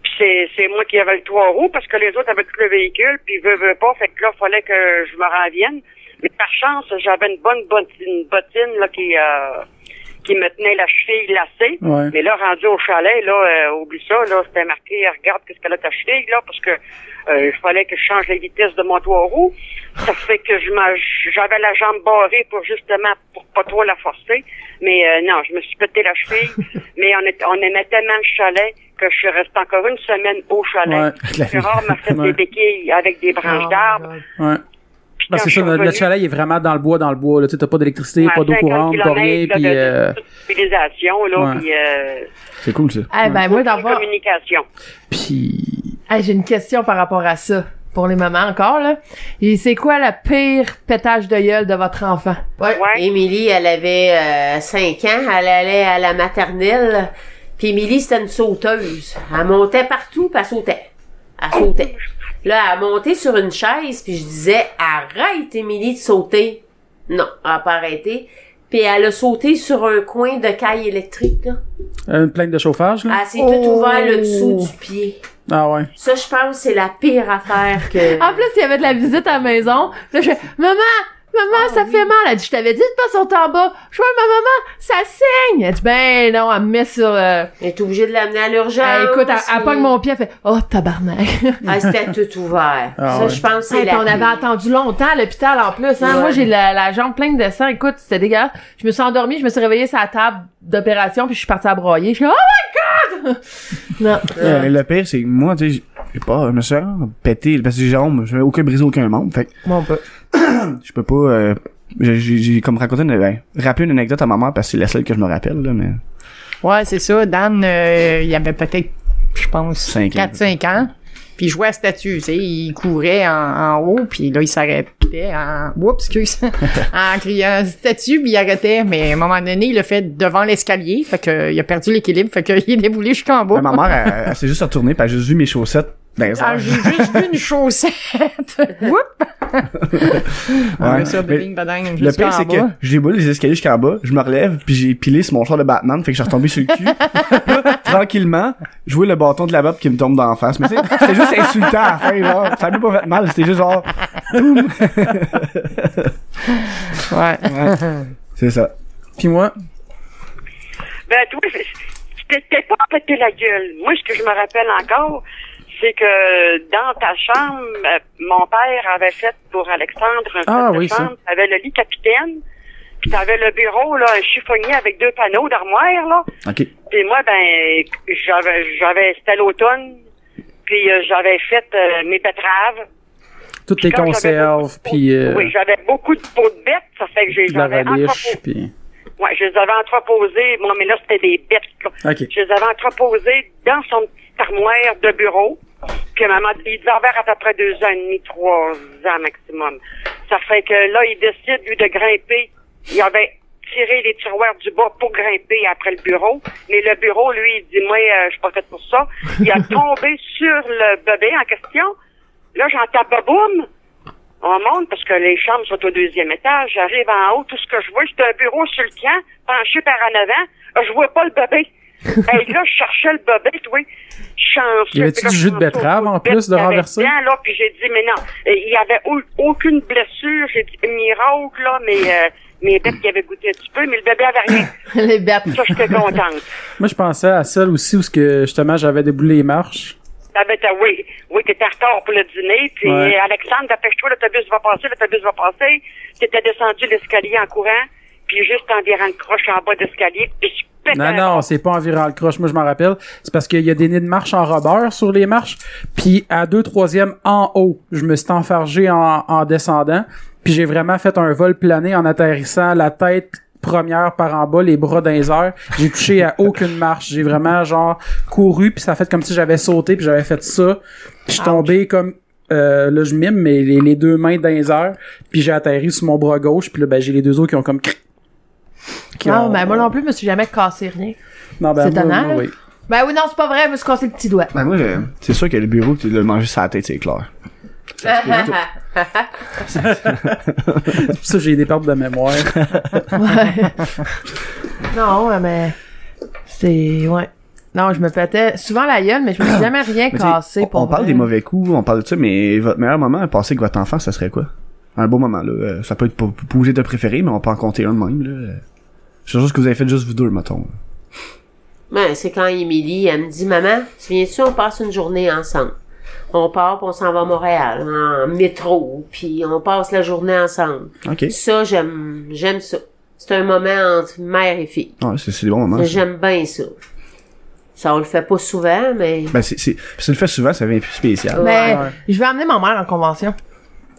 Speaker 1: puis c'est, c'est moi qui avais le toit roux, parce que les autres avaient tout le véhicule, puis veux, veux pas, fait que là, il fallait que je me renvienne. Mais par chance, j'avais une bonne bottine, une bottine là, qui... euh, qui me tenait la cheville lacée.
Speaker 4: Ouais.
Speaker 1: Mais là, rendu au chalet, là, euh, oublie ça, là, c'était marqué, regarde qu'est-ce qu'elle a ta cheville, là, parce que euh, il fallait que je change les vitesses de mon toit roux. Ça fait que je m'en- j'avais la jambe barrée pour justement, pour pas trop la forcer. Mais euh, non, je me suis pété la cheville. mais on, est, on aimait tellement le chalet que je suis restée encore une semaine au
Speaker 4: Ouais.
Speaker 1: chalet. Gérard m'a fait
Speaker 4: Ouais.
Speaker 1: des béquilles avec des branches d'arbres.
Speaker 4: Ouais.
Speaker 1: Puis
Speaker 4: Parce
Speaker 1: quand
Speaker 4: que
Speaker 1: je suis
Speaker 4: Ah, ça, notre
Speaker 1: revenue,
Speaker 4: chalet il est vraiment dans le bois, dans le bois. Là, tu sais, t'as pas d'électricité,
Speaker 1: à
Speaker 4: pas d'eau
Speaker 1: 50
Speaker 4: courante, pas rien,
Speaker 1: kilomètres,
Speaker 4: puis
Speaker 1: là, de-
Speaker 4: euh,
Speaker 1: de toute civilisation, là,
Speaker 4: Ouais.
Speaker 1: puis, euh,
Speaker 5: C'est cool, ça.
Speaker 6: Eh ben, moi,
Speaker 1: aucune
Speaker 6: d'avoir,
Speaker 1: communication.
Speaker 4: puis
Speaker 6: Hey, j'ai une question par rapport à ça. Pour les mamans encore, là. Et c'est quoi la pire pétage de gueule de votre enfant?
Speaker 3: Ouais.
Speaker 1: Ouais.
Speaker 3: Émilie, elle avait 5 ans, elle allait à la maternelle. Puis Émilie, c'était une sauteuse. Elle montait partout, puis elle sautait. Elle
Speaker 6: Oh.
Speaker 3: sautait. Là, elle montait sur une chaise, puis je disais Arrête, Émilie, de sauter. Non, elle n'a pas arrêté. Puis elle a sauté sur un coin de caille électrique. Là.
Speaker 4: euh, une plainte de chauffage, là.
Speaker 1: Ah.
Speaker 3: Elle s'est tout
Speaker 6: Oh.
Speaker 3: ouvert le dessous du pied.
Speaker 4: Ah ouais.
Speaker 3: Ça, je pense, c'est la pire affaire que.
Speaker 6: En plus, il y avait de la visite à la maison. Là, je fais, maman, maman, ça fait mal. Elle dit, je t'avais dit de pas sauter en bas. Je vois ma maman, ça saigne. Elle dit, ben non, elle me met sur, euh,
Speaker 3: Elle est obligée de l'amener à l'urgence.
Speaker 6: elle, Eh, écoute, elle, elle
Speaker 3: puis-
Speaker 6: pogne mon pied, elle fait, oh, tabarnak.
Speaker 3: Ah, c'était tout ouvert.
Speaker 4: Ah
Speaker 3: ça,
Speaker 4: ouais.
Speaker 3: je pense, que c'est
Speaker 6: Hey, puis
Speaker 3: la
Speaker 6: on avait
Speaker 3: pire.
Speaker 6: attendu longtemps à l'hôpital en plus. Hein?
Speaker 3: Ouais.
Speaker 6: Moi, j'ai la, la jambe pleine de sang. Écoute, c'était dégueulasse. Je me suis endormie, je me suis réveillée sur la table d'opération, puis je suis partie à broyer. Je suis oh my god! non.
Speaker 5: Euh, le pire, c'est que moi, tu sais, j'ai- j'ai pas, je me suis vraiment pété, parce que j'ai honte, j'avais aucun brisé, aucun membre, fait que
Speaker 6: Mon peu.
Speaker 5: je peux pas, euh, j'ai- j'ai j'ai comme raconté, une, ben, rappelé une anecdote à ma mère, parce que c'est la seule que je me rappelle, là, mais...
Speaker 2: Ouais, c'est ça. Dan, euh, il avait peut-être, je pense,
Speaker 5: Cinq ans.
Speaker 2: 4-5 ans. Puis il jouait à statue, tu sais, il courait en, en haut, puis là, il s'arrêtait en... Oups, excuse! en criant statue, puis il arrêtait. Mais à un moment donné, il l'a fait devant l'escalier, fait qu'il a perdu l'équilibre, fait qu'il est déboulé jusqu'en bas.
Speaker 5: Ben, ma mère, elle, elle s'est juste retournée, puis elle a juste vu mes chaussettes dans les
Speaker 2: Ah,
Speaker 5: airs.
Speaker 2: j'ai juste vu une chaussette! Oups!
Speaker 5: Ouais.
Speaker 2: Ah, ça,
Speaker 5: Mais
Speaker 2: bing, badang,
Speaker 5: Le pire,
Speaker 2: jusqu'en
Speaker 5: c'est que
Speaker 2: bas.
Speaker 5: je déboule les escaliers jusqu'en bas, je me relève, puis j'ai pilé sur mon char de Batman, fait que je suis retombé sur le cul. Puis là, tranquillement, je vois le bâton de la botte qui me tombe dans la face. Mais tu sais, c'était juste insultant à la fin, genre. Ça m'a pas fait mal, c'était juste genre,
Speaker 2: Ouais.
Speaker 5: c'est ça.
Speaker 4: Puis moi,
Speaker 1: Ben, toi, c'est- tu t'étais pas pété la gueule. Moi, ce que je me rappelle encore, c'est que dans ta chambre, euh, mon père avait fait pour Alexandre un
Speaker 4: Ah,
Speaker 1: set de
Speaker 4: oui, ça.
Speaker 1: chambre. T'avais le lit capitaine, puis t'avais le bureau, là, un chiffonnier avec deux panneaux d'armoire, là.
Speaker 5: OK.
Speaker 1: Puis moi, ben, j'avais, j'avais, c'était l'automne. puis puis euh, j'avais fait euh, mes betteraves.
Speaker 4: Toutes les
Speaker 1: Quand j'avais
Speaker 4: conserves,
Speaker 1: beaucoup de peaux-
Speaker 4: puis euh,
Speaker 1: Oui, j'avais beaucoup de peaux de bêtes, ça fait que j'ai-
Speaker 4: de la
Speaker 1: j'avais
Speaker 4: relish,
Speaker 1: entreposé.
Speaker 4: puis...
Speaker 1: Ouais, je les avais entreposées. Moi, mais là, c'était des bêtes. là.
Speaker 4: OK.
Speaker 1: Je les avais entreposées dans son petit armoire de bureau. Puis maman, il devait avoir à peu près deux ans et demi, trois ans maximum. Ça fait que là, il décide, lui, de grimper. Il avait tiré les tiroirs du bas pour grimper après le bureau. Mais le bureau, lui, il dit, moi, euh, je suis pas faite pour ça. Il a tombé sur le bébé en question. Là, j'entends baboum. On monte parce que les chambres sont au deuxième étage. J'arrive en haut. Tout ce que je vois, c'est un bureau sur le camp, penché par en avant. Ah, Je vois pas le bébé. Et là, je cherchais le bébé, tu vois. Chanceux.
Speaker 4: Y avait-tu
Speaker 1: Puis là,
Speaker 4: du
Speaker 1: je
Speaker 4: jus de
Speaker 1: pensais aux
Speaker 4: betterave en
Speaker 1: boules
Speaker 4: plus
Speaker 1: qu'il
Speaker 4: de
Speaker 1: y avait
Speaker 4: renverser?
Speaker 1: dedans, là, puis j'ai dit, mais non. Et Il y avait au- aucune blessure. J'ai dit, miracle, là, mais euh, mes bêtes qui avaient goûté un petit peu, mais le bébé avait rien.
Speaker 6: les bêtes.
Speaker 1: Ça, j'étais contente.
Speaker 4: Moi, je pensais à celle aussi où, ce que, justement, j'avais déboulé les marches.
Speaker 1: La bête, ah oui, oui, t'étais en retard pour le dîner, puis
Speaker 4: Ouais.
Speaker 1: euh, Alexandre, dépêche-toi, l'autobus va passer, l'autobus va passer. T'étais descendu l'escalier en courant, puis juste en virant le croche en bas d'escalier, puis je pète
Speaker 4: Non,
Speaker 1: un-
Speaker 4: non, c'est pas environ le croche. Moi, je m'en rappelle. C'est parce qu'il y a des nids de marche en robeur sur les marches. Puis à deux troisième en haut, je me suis enfargé en, en descendant. Puis j'ai vraiment fait un vol plané en atterrissant la tête première par en bas, les bras dans les airs. J'ai touché à aucune marche. J'ai vraiment, genre, couru. Puis ça a fait comme si j'avais sauté. Puis j'avais fait ça. Puis je suis tombé comme... euh, là, je mime, mais les, les deux mains dans les airs. Puis j'ai atterri sur mon bras gauche. Puis là, ben, j'ai les deux os qui ont comme... cric, qui
Speaker 6: Non,
Speaker 4: ont-
Speaker 6: ben moi non plus, je me suis jamais cassé rien.
Speaker 4: Non, ben,
Speaker 6: c'est
Speaker 4: moi,
Speaker 6: étonnant,
Speaker 4: moi,
Speaker 6: là.
Speaker 4: oui.
Speaker 6: Ben oui, non, c'est pas vrai, je me suis cassé le petit doigt.
Speaker 5: Ben moi, je- c'est sûr que le bureau, tu l'as mangé sur la tête, c'est clair.
Speaker 4: Pour ça, j'ai des pertes de mémoire.
Speaker 6: Ouais. non, ouais, mais c'est ouais. Non, je me pétais souvent la gueule, mais je me suis jamais rien
Speaker 5: Mais tu sais,
Speaker 6: cassé
Speaker 5: on-
Speaker 6: pour
Speaker 5: on parle
Speaker 6: vrai.
Speaker 5: des mauvais coups, on parle de ça, mais votre meilleur moment à passer avec votre enfant, ça serait quoi? Un beau moment, là. Euh, Ça peut être pas, pas obligé de préféré, mais on peut en compter un de même, là. C'est juste que vous avez fait juste vous deux, mettons.
Speaker 3: Ben, c'est quand Émilie, elle me dit, maman, tu viens-tu, on passe une journée ensemble. On part, puis on s'en va à Montréal, en métro, puis on passe la journée ensemble.
Speaker 5: OK.
Speaker 3: Ça, j'aime, j'aime ça. C'est un moment entre mère et fille.
Speaker 5: Ouais, c'est c'est des bons moments. ça.
Speaker 3: J'aime bien ça. Ça, on le fait pas souvent, mais...
Speaker 5: Ben, c'est, c'est, si tu le fais souvent, ça devient plus spécial.
Speaker 6: Mais
Speaker 4: Ouais.
Speaker 6: Eh, je vais amener ma mère en convention.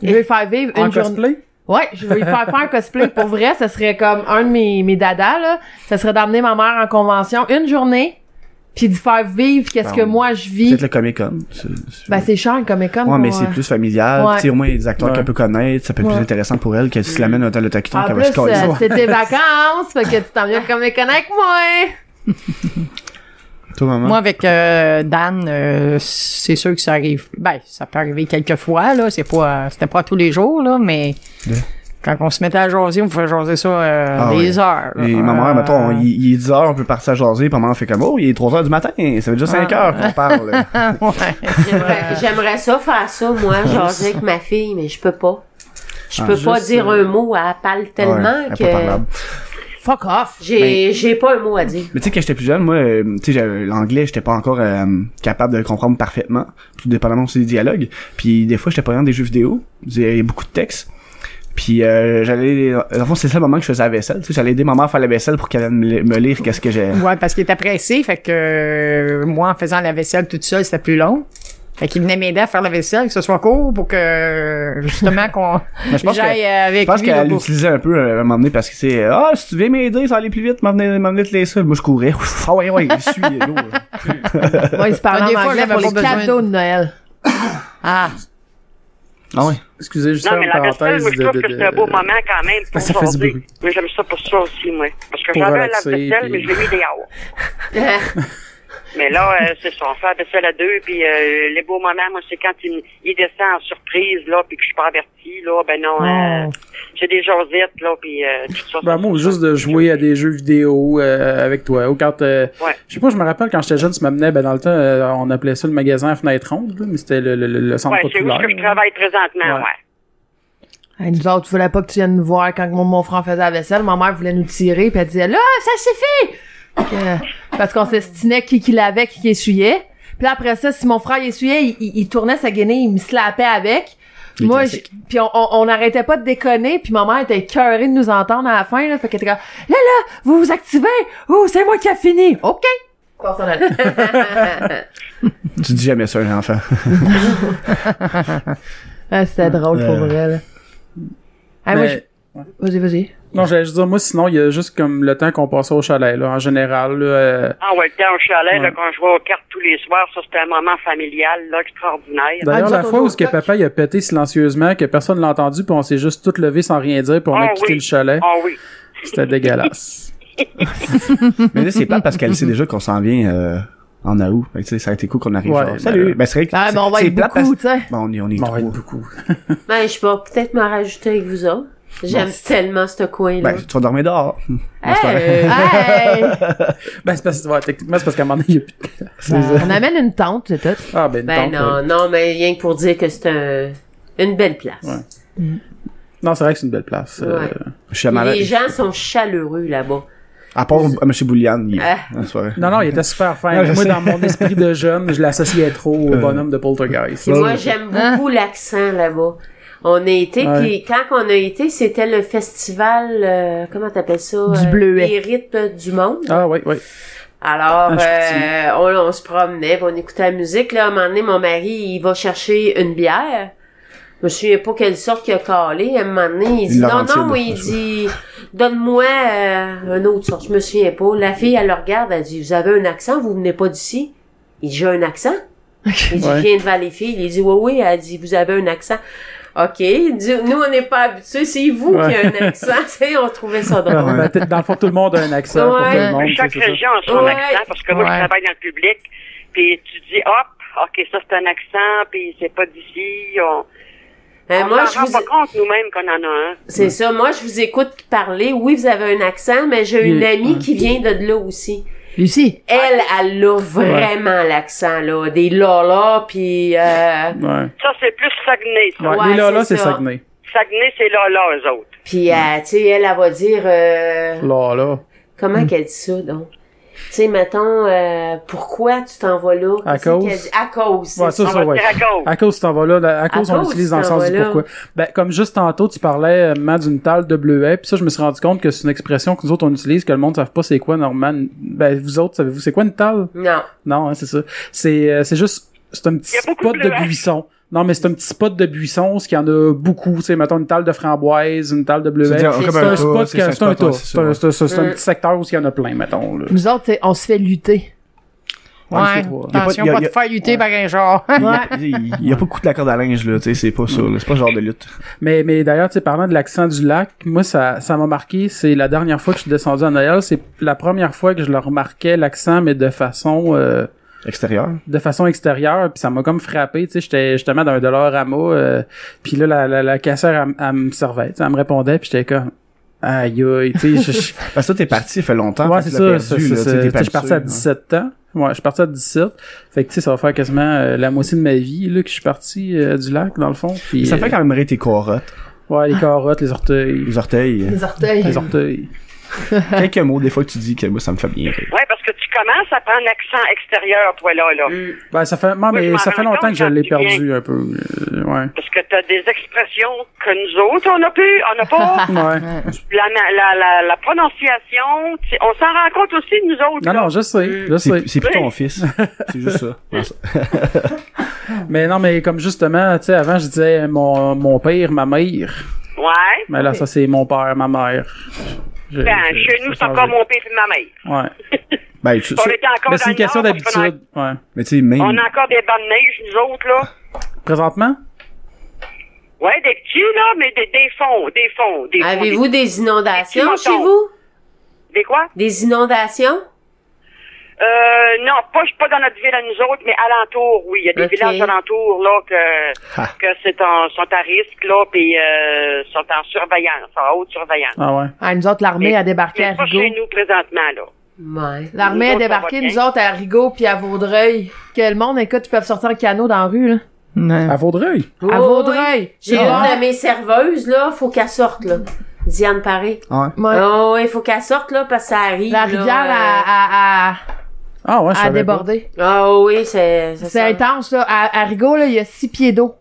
Speaker 6: Je vais lui faire vivre
Speaker 4: En
Speaker 6: une journée.
Speaker 4: cosplay?
Speaker 6: Ouais, je vais lui faire faire un cosplay. Pour vrai, ça serait comme un de mes, mes dadas, là. Ça serait d'amener ma mère en convention une journée, puis d'y faire vivre qu'est-ce
Speaker 5: Ben,
Speaker 6: que moi je vis.
Speaker 5: Peut-être le comic con. c'est- c'est-
Speaker 6: Ben, c'est cher comme école.
Speaker 5: ouais,
Speaker 6: pour,
Speaker 5: mais
Speaker 6: euh,
Speaker 5: c'est plus familial.
Speaker 6: Ouais.
Speaker 5: Tu sais, au moins, il y a des acteurs
Speaker 4: Ouais.
Speaker 5: qu'elle peut connaître. Ça peut être
Speaker 6: Ouais.
Speaker 5: plus intéressant pour elle que si tu l'amènes dans le taquiton,
Speaker 6: En
Speaker 5: qu'elle va se
Speaker 6: plus,
Speaker 5: coller.
Speaker 6: euh, c'est tes vacances, fait que tu t'en viens comme école avec moi.
Speaker 5: Toi, maman.
Speaker 2: Moi, avec euh, Dan, euh, c'est sûr que ça arrive. Ben, ça peut arriver quelques fois, là. C'est pas, euh, c'était pas tous les jours, là, mais quand on se mettait à jaser, on pouvait jaser ça euh,
Speaker 5: Ah
Speaker 2: des
Speaker 5: oui.
Speaker 2: heures.
Speaker 5: Et
Speaker 2: là.
Speaker 5: ma
Speaker 2: Euh,
Speaker 5: mère, mettons, il, il est 10 heures, on peut partir à jaser, puis maman fait comme, oh, il est 3 heures du matin, ça fait déjà 5 heures qu'on parle.
Speaker 2: ouais.
Speaker 3: J'aimerais- J'aimerais ça faire ça, moi, jaser avec ma fille, mais je peux pas. Je
Speaker 5: Ah,
Speaker 3: peux pas
Speaker 5: juste,
Speaker 3: dire un
Speaker 5: euh,
Speaker 3: mot, elle parle tellement
Speaker 5: Ouais, elle est pas
Speaker 3: que
Speaker 5: parlable.
Speaker 6: Fuck off.
Speaker 3: j'ai j'ai pas un mot à dire.
Speaker 5: Mais tu sais, quand j'étais plus jeune, moi, euh, tu sais, j'avais- l'anglais, j'étais pas encore euh, capable de le comprendre parfaitement, tout dépendamment aussi des dialogues. Puis des fois, j'étais pas dans des jeux vidéo, il y a beaucoup de textes. Puis euh, j'allais, en fond, c'est ça le moment que je faisais la vaisselle. Tu sais, j'allais aider ma mère à faire la vaisselle pour qu'elle me, li- me lire qu'est-ce que j'ai.
Speaker 2: Ouais, parce qu'il était pressé, fait que euh, moi, en faisant la vaisselle toute seule, c'était plus long. Fait qu'il venait m'aider à faire la vaisselle, que ce soit court pour que, euh, justement, qu'on
Speaker 5: Mais je pense que-
Speaker 2: j'aille avec
Speaker 5: Je pense
Speaker 2: lui. là,
Speaker 5: qu'elle
Speaker 2: pour-
Speaker 5: l'utilisait un peu euh, à un moment donné parce que c'est ah si tu viens m'aider ça va aller plus vite m'emmener m'emmener te laisser moi je courais ah ouais ouais je suis lourd.
Speaker 6: Moi, ils se parlent
Speaker 2: Ah, des
Speaker 6: en
Speaker 2: fois,
Speaker 6: anglais
Speaker 2: j'avais
Speaker 6: pour
Speaker 2: pas
Speaker 6: les
Speaker 2: besoin de-
Speaker 6: cadeaux de Noël.
Speaker 2: Ah,
Speaker 5: ah ouais
Speaker 4: Excusez, juste
Speaker 1: Non,
Speaker 4: faire
Speaker 1: mais
Speaker 4: une
Speaker 1: la vaisselle,
Speaker 4: parenthèse
Speaker 1: moi, je
Speaker 4: de,
Speaker 1: trouve
Speaker 4: de-
Speaker 1: que c'est un beau
Speaker 4: de-
Speaker 1: moment quand même pour
Speaker 4: Ça fait du
Speaker 1: jaser.
Speaker 4: bruit.
Speaker 1: Mais j'aime ça pour ça aussi, moi. Parce que
Speaker 4: Pour
Speaker 1: j'avais la
Speaker 4: relaxer,
Speaker 1: vaisselle, mais
Speaker 4: puis-
Speaker 1: je l'ai mis dehors. Mais là, euh, c'est ça, on fait la vaisselle à deux, puis euh, les beaux moments, moi, c'est quand il, il descend en surprise, là, puis que je suis pas averti, là, ben non, euh, j'ai des jasettes, là, puis euh, tout ça.
Speaker 4: Ben,
Speaker 1: ça-
Speaker 4: moi, juste de jouer à des jeux vidéo euh, avec toi. Ou quand, euh,
Speaker 1: Ouais.
Speaker 4: Je sais pas, je me rappelle quand j'étais jeune, tu m'amenais, ben dans le temps, euh, on appelait ça le magasin Fenêtre Ronde, là, mais c'était le, le, le- le centre
Speaker 1: Ouais, c'est où
Speaker 4: populaire.
Speaker 1: ce que je
Speaker 4: là.
Speaker 1: travaille présentement,
Speaker 4: Ouais.
Speaker 1: ouais.
Speaker 6: Hey, nous autres, tu voulais pas que tu viennes nous voir quand mon, mon frère faisait la vaisselle. Ma mère voulait nous tirer, puis elle disait Là, ça suffit! Que- parce qu'on s'estinait qui qui l'avait, qui qui essuyait. Puis là, après ça, si mon frère essuyait, il, il, il tournait sa guenille, il me slappait avec.
Speaker 5: Les
Speaker 6: Moi,
Speaker 5: classiques.
Speaker 6: je- puis on, on, on arrêtait pas de déconner, puis ma mère était cœurée de nous entendre à la fin, là, fait qu'elle était comme, là, là, vous vous activez, oh, c'est moi qui a fini, ok. Personnel.
Speaker 5: Tu dis jamais ça à un enfant.
Speaker 6: Ah, c'était drôle pour
Speaker 5: Euh.
Speaker 6: vrai, là. Ah, moi,
Speaker 4: Mais-
Speaker 6: je- Vas-y, vas-y.
Speaker 4: Non, j'allais juste dire, moi, sinon, il y a juste comme le temps qu'on passait au chalet, là, en général, là, euh,
Speaker 1: Ah ouais, le temps au chalet, là,
Speaker 4: Ouais.
Speaker 1: quand je vois aux cartes tous les soirs, ça, c'était un moment familial, là, extraordinaire.
Speaker 4: D'ailleurs,
Speaker 6: Ah, nous
Speaker 4: la
Speaker 6: autres,
Speaker 4: fois
Speaker 6: on
Speaker 4: où
Speaker 6: joue
Speaker 4: ce que
Speaker 6: au coq.
Speaker 4: papa il a pété silencieusement, que personne l'a entendu, puis on s'est juste tout levé sans rien dire, puis on a
Speaker 1: Ah
Speaker 4: quitté
Speaker 1: oui.
Speaker 4: le chalet,
Speaker 1: Ah oui.
Speaker 4: c'était dégueulasse.
Speaker 5: Mais là, c'est pas parce qu'elle sait déjà qu'on s'en vient euh, en août. Fait que, tu sais, ça a été cool qu'on arrive.
Speaker 4: Ouais,
Speaker 5: genre,
Speaker 4: ben,
Speaker 5: Salut! Ben, c'est vrai que
Speaker 6: Ah,
Speaker 5: c'est-
Speaker 6: mais on va
Speaker 5: c'est
Speaker 6: être
Speaker 5: plate
Speaker 6: beaucoup, tu
Speaker 5: parce-
Speaker 6: sais.
Speaker 5: Bon, on est, on est
Speaker 4: Bon, ouais,
Speaker 5: trois.
Speaker 4: beaucoup.
Speaker 3: ben, je vais peut-être m'en rajouter avec vous autres. J'aime tellement ce coin-là.
Speaker 5: Ben, tu vas dormir dehors.
Speaker 3: Hey,
Speaker 6: Hey!
Speaker 4: Ben, c'est parce, ouais, techniquement, c'est parce qu'à un moment donné, il y a plus de...
Speaker 6: Bah, on amène une tente, c'est tout.
Speaker 4: Ah, ben,
Speaker 3: ben
Speaker 4: donc,
Speaker 3: non,
Speaker 4: ouais.
Speaker 3: non, mais rien que pour dire que c'est un- une belle place.
Speaker 4: Ouais. Non, c'est vrai que c'est une belle place. euh,
Speaker 3: Ouais.
Speaker 5: Je suis à
Speaker 3: Puis
Speaker 5: ma
Speaker 3: les gens sont chaleureux là-bas.
Speaker 5: À part M. Boulian, il
Speaker 3: Ah.
Speaker 5: en soirée.
Speaker 4: Non, non, il était super fin.
Speaker 5: Ah, je
Speaker 4: moi,
Speaker 5: sais.
Speaker 4: dans mon esprit de jeune, je l'associais trop au
Speaker 5: Euh.
Speaker 4: bonhomme de Poltergeist.
Speaker 3: Puis moi, j'aime
Speaker 6: Hein?
Speaker 3: beaucoup l'accent là-bas. On a été,
Speaker 4: Ouais.
Speaker 3: puis quand on a été, c'était le festival, euh, comment t'appelles ça?
Speaker 6: Du
Speaker 3: euh,
Speaker 6: Bleuet.
Speaker 3: Les rythmes du monde.
Speaker 4: Ah, oui, oui.
Speaker 3: Alors,
Speaker 4: Ah, je
Speaker 3: euh, on, on se promenait, puis on écoutait la musique. Là, à un moment donné, mon mari, il va chercher une bière. Je me souviens pas quelle sorte qu'il a calé. À un moment donné, il dit,
Speaker 5: Une
Speaker 3: non,
Speaker 5: Laurentide,
Speaker 3: non, oui, il
Speaker 5: je
Speaker 3: dit, donne-moi euh, une autre sorte. Je me souviens pas. La fille, elle le regarde, elle dit, vous avez un accent, vous venez pas d'ici? Il dit, j'ai un accent? Il dit,
Speaker 4: Ouais.
Speaker 3: je viens devant les filles. Il dit, oui, oui. Elle dit, vous avez un accent. OK. Il dit, nous, on n'est pas habitués. C'est vous qui avez un accent. Tu sais, on trouvait ça drôle.
Speaker 4: Ben, t- dans le fond, tout le monde a un accent pour
Speaker 3: Ouais.
Speaker 4: tout le monde. tu sais,
Speaker 1: Chaque
Speaker 4: c'est ça.
Speaker 1: région a son
Speaker 3: Ouais.
Speaker 1: accent, parce que moi,
Speaker 2: Ouais.
Speaker 1: je travaille dans le public, puis tu dis, hop, OK, ça, c'est un accent, puis c'est pas d'ici, on...
Speaker 3: Euh,
Speaker 1: on
Speaker 3: moi,
Speaker 1: s'en
Speaker 3: je
Speaker 1: rend
Speaker 3: vous,
Speaker 1: pas compte nous-mêmes qu'on en a un.
Speaker 3: C'est ça. Moi, je vous écoute parler. Oui, vous avez un accent, mais j'ai une
Speaker 4: Oui.
Speaker 3: amie qui vient de là aussi.
Speaker 6: Lucie.
Speaker 3: Elle, elle a vraiment l'accent, là. Des lola, puis... Euh,
Speaker 4: Ouais.
Speaker 1: Ça, c'est plus Saguenay, ça.
Speaker 4: Ouais,
Speaker 3: Ouais,
Speaker 4: les Lola,
Speaker 3: c'est
Speaker 4: c'est
Speaker 3: ça.
Speaker 4: Saguenay.
Speaker 1: Saguenay, c'est là, là, eux autres.
Speaker 3: puis, euh, tu sais, elle, elle va dire... euh,
Speaker 4: Lola. Mm.
Speaker 3: comment qu'elle dit ça, donc? Tu sais, mettons, euh, pourquoi tu t'en vas là?
Speaker 4: À
Speaker 3: Qu'est-ce qu'elle
Speaker 4: cause?
Speaker 3: dit? À cause.
Speaker 4: Ouais,
Speaker 3: c'est
Speaker 4: ça,
Speaker 1: On
Speaker 3: ça.
Speaker 4: ça,
Speaker 1: va
Speaker 4: ouais.
Speaker 1: dire à cause.
Speaker 4: À cause, tu t'en vas là. la- À cause, on
Speaker 3: cause,
Speaker 4: l'utilise
Speaker 3: tu
Speaker 4: dans le
Speaker 3: t'en
Speaker 4: sens du
Speaker 3: vas là.
Speaker 4: pourquoi. Ben, comme juste tantôt, tu parlais, euh, maman, d'une talle de bleuet, puis ça, je me suis rendu compte que c'est une expression que nous autres, on utilise, que le monde ne savent pas c'est quoi, Norman. Ben, vous autres, savez-vous c'est quoi une talle?
Speaker 3: Non.
Speaker 4: Non, hein, c'est ça. C'est, euh, c'est juste, c'est un petit
Speaker 1: Il y a beaucoup
Speaker 4: spot
Speaker 1: de
Speaker 4: de
Speaker 1: bleuets.
Speaker 4: buisson. Non, mais c'est un petit spot de buisson, ce qu'il y en a beaucoup, tu sais, mettons une talle de framboise, une talle de bleuet.
Speaker 5: C'est-à-dire,
Speaker 3: C'est
Speaker 5: comme
Speaker 4: C'est
Speaker 5: un
Speaker 4: un
Speaker 5: tour,
Speaker 4: spot,
Speaker 5: c'est-
Speaker 4: que-
Speaker 5: c'est
Speaker 4: c'est
Speaker 5: un
Speaker 4: un
Speaker 5: spot, ouais,
Speaker 4: tas.
Speaker 5: c'est
Speaker 4: C'est un- c'est-
Speaker 5: ça.
Speaker 4: c'est- c'est un
Speaker 3: Mm.
Speaker 4: petit secteur où il y en a plein, mettons, là.
Speaker 6: Nous autres, tu sais, on se fait lutter.
Speaker 2: Ouais,
Speaker 4: c'est pas-
Speaker 5: y a pas-
Speaker 2: attention,
Speaker 5: y a-
Speaker 2: pas
Speaker 5: y
Speaker 2: de
Speaker 5: a-
Speaker 2: faire lutter par un genre.
Speaker 5: Il y a- il y a pas beaucoup de la corde à linge, là, tu sais, c'est pas ça, là. C'est pas ce genre de lutte.
Speaker 4: Mais, mais d'ailleurs, tu sais, parlant de l'accent du lac, moi, ça, ça m'a marqué. C'est la dernière fois que je suis descendu à Noël. C'est la première fois que je le remarquais, l'accent, mais de façon, euh,
Speaker 5: Extérieur.
Speaker 4: de façon extérieure. Puis ça m'a comme frappé. Tu sais, j'étais justement dans un dollar à moi. puis là, la, la, la casseur, elle, elle me servait. tu sais, Elle me répondait. Puis j'étais comme, aïe, aïe, tu sais, je- je-
Speaker 5: Parce que toi, t'es parti, ça fait longtemps.
Speaker 4: ouais,
Speaker 5: fait
Speaker 4: c'est
Speaker 5: que tu
Speaker 4: ça.
Speaker 5: l'as
Speaker 4: c'est-
Speaker 5: perdu,
Speaker 4: c'est-
Speaker 5: là, tu
Speaker 4: c'est-
Speaker 5: sais, t'es
Speaker 4: tu sais, Je suis
Speaker 5: pas
Speaker 4: parti à
Speaker 5: dessus,
Speaker 4: 17 ans. Ouais, je suis parti à 17. Fait que, tu sais, ça va faire quasiment euh, la moitié de ma vie, là, que je suis parti euh, du lac, dans le fond.
Speaker 5: hein.
Speaker 4: Puis,
Speaker 5: Ça fait
Speaker 4: euh,
Speaker 5: quand même rire tes corottes,
Speaker 4: Ouais, les carottes, les orteils.
Speaker 5: les orteils.
Speaker 6: Les orteils.
Speaker 4: Les orteils.
Speaker 5: Quelques mots, des fois, que tu dis que moi, ça me fait bien
Speaker 4: Ah.
Speaker 5: rire.
Speaker 1: Ouais, parce que tu commences à prendre l'accent extérieur, toi, là, là.
Speaker 3: Mm.
Speaker 4: Ben, ça fait, moi,
Speaker 1: Oui, je
Speaker 4: mais
Speaker 1: m'en
Speaker 4: ça fait
Speaker 1: rends
Speaker 4: longtemps
Speaker 1: compte
Speaker 4: que je l'ai
Speaker 1: quand tu viens.
Speaker 4: perdu un peu. euh, ouais.
Speaker 1: Parce que t'as des expressions que nous autres, on n'a plus, on n'a pas.
Speaker 4: Ouais.
Speaker 1: la, la, la, la prononciation, tu sais, on s'en rend compte aussi, nous autres.
Speaker 4: Non,
Speaker 1: là.
Speaker 4: non, je sais, je sais.
Speaker 5: C'est c'est plus ton fils. C'est juste ça. Ouais, ça.
Speaker 4: Mais non, mais comme justement, tu sais, avant, je disais mon, mon père, ma mère.
Speaker 1: Ouais.
Speaker 4: Mais là, ça, c'est mon père, ma mère. Je-
Speaker 1: Ben,
Speaker 4: je-
Speaker 1: chez
Speaker 4: je-
Speaker 1: nous,
Speaker 4: Euh, je-
Speaker 1: c'est encore mon père et ma mère.
Speaker 4: Ouais.
Speaker 5: Ben, tu-
Speaker 1: On
Speaker 5: ça-
Speaker 1: était encore
Speaker 4: Mais
Speaker 1: dans
Speaker 4: c'est une
Speaker 1: le
Speaker 4: question
Speaker 1: Nord, parce qu'on a-
Speaker 4: d'habitude. Ouais.
Speaker 5: mais tu sais, même.
Speaker 1: On a encore des bonnes neiges, nous autres, là.
Speaker 4: Présentement?
Speaker 1: Ouais, des petits, là, mais des, des fonds, des fonds, des fonds.
Speaker 3: Avez-vous des inondations
Speaker 1: Des petits
Speaker 3: chez
Speaker 1: moutons.
Speaker 3: vous?
Speaker 1: Des, des quoi?
Speaker 3: Des inondations?
Speaker 1: Euh, non, pas, pas dans notre ville à nous autres, mais alentour, oui. Il y a des
Speaker 3: Ok.
Speaker 1: villages alentour, là, que,
Speaker 5: Ah.
Speaker 1: que c'est en, sont à risque, là, puis euh, sont en surveillance, en haute surveillance.
Speaker 4: Ah ouais.
Speaker 6: Ah, nous autres, l'armée a débarqué à
Speaker 1: C'est pas chez
Speaker 6: Rigaud.
Speaker 1: nous présentement, là.
Speaker 3: Ouais.
Speaker 6: L'armée
Speaker 1: Nous
Speaker 6: a
Speaker 1: autres, ça
Speaker 6: débarqué,
Speaker 1: va bien.
Speaker 6: nous autres, à Rigaud puis à Vaudreuil. Que le monde, écoute, ils peuvent sortir en canot dans la rue, là.
Speaker 4: À
Speaker 2: Non.
Speaker 4: Vaudreuil? Ah.
Speaker 6: À
Speaker 3: Oh,
Speaker 6: Vaudreuil. Ah,
Speaker 3: J'ai
Speaker 6: C'est
Speaker 3: une
Speaker 6: rare.
Speaker 3: de mes serveuses, là, faut qu'elle sorte, là. Diane Paré.
Speaker 5: Ouais.
Speaker 6: Ouais.
Speaker 3: Oh, il faut qu'elle sorte, là, parce que ça arrive.
Speaker 6: La
Speaker 3: là,
Speaker 6: rivière
Speaker 3: euh,
Speaker 6: a, a, a,
Speaker 4: Ah ouais, je
Speaker 6: a
Speaker 4: savais pas.
Speaker 6: débordé.
Speaker 3: Ah oui, c'est... ça
Speaker 6: C'est
Speaker 3: sent-
Speaker 6: intense, là. À, à Rigaud, là, il y a six pieds d'eau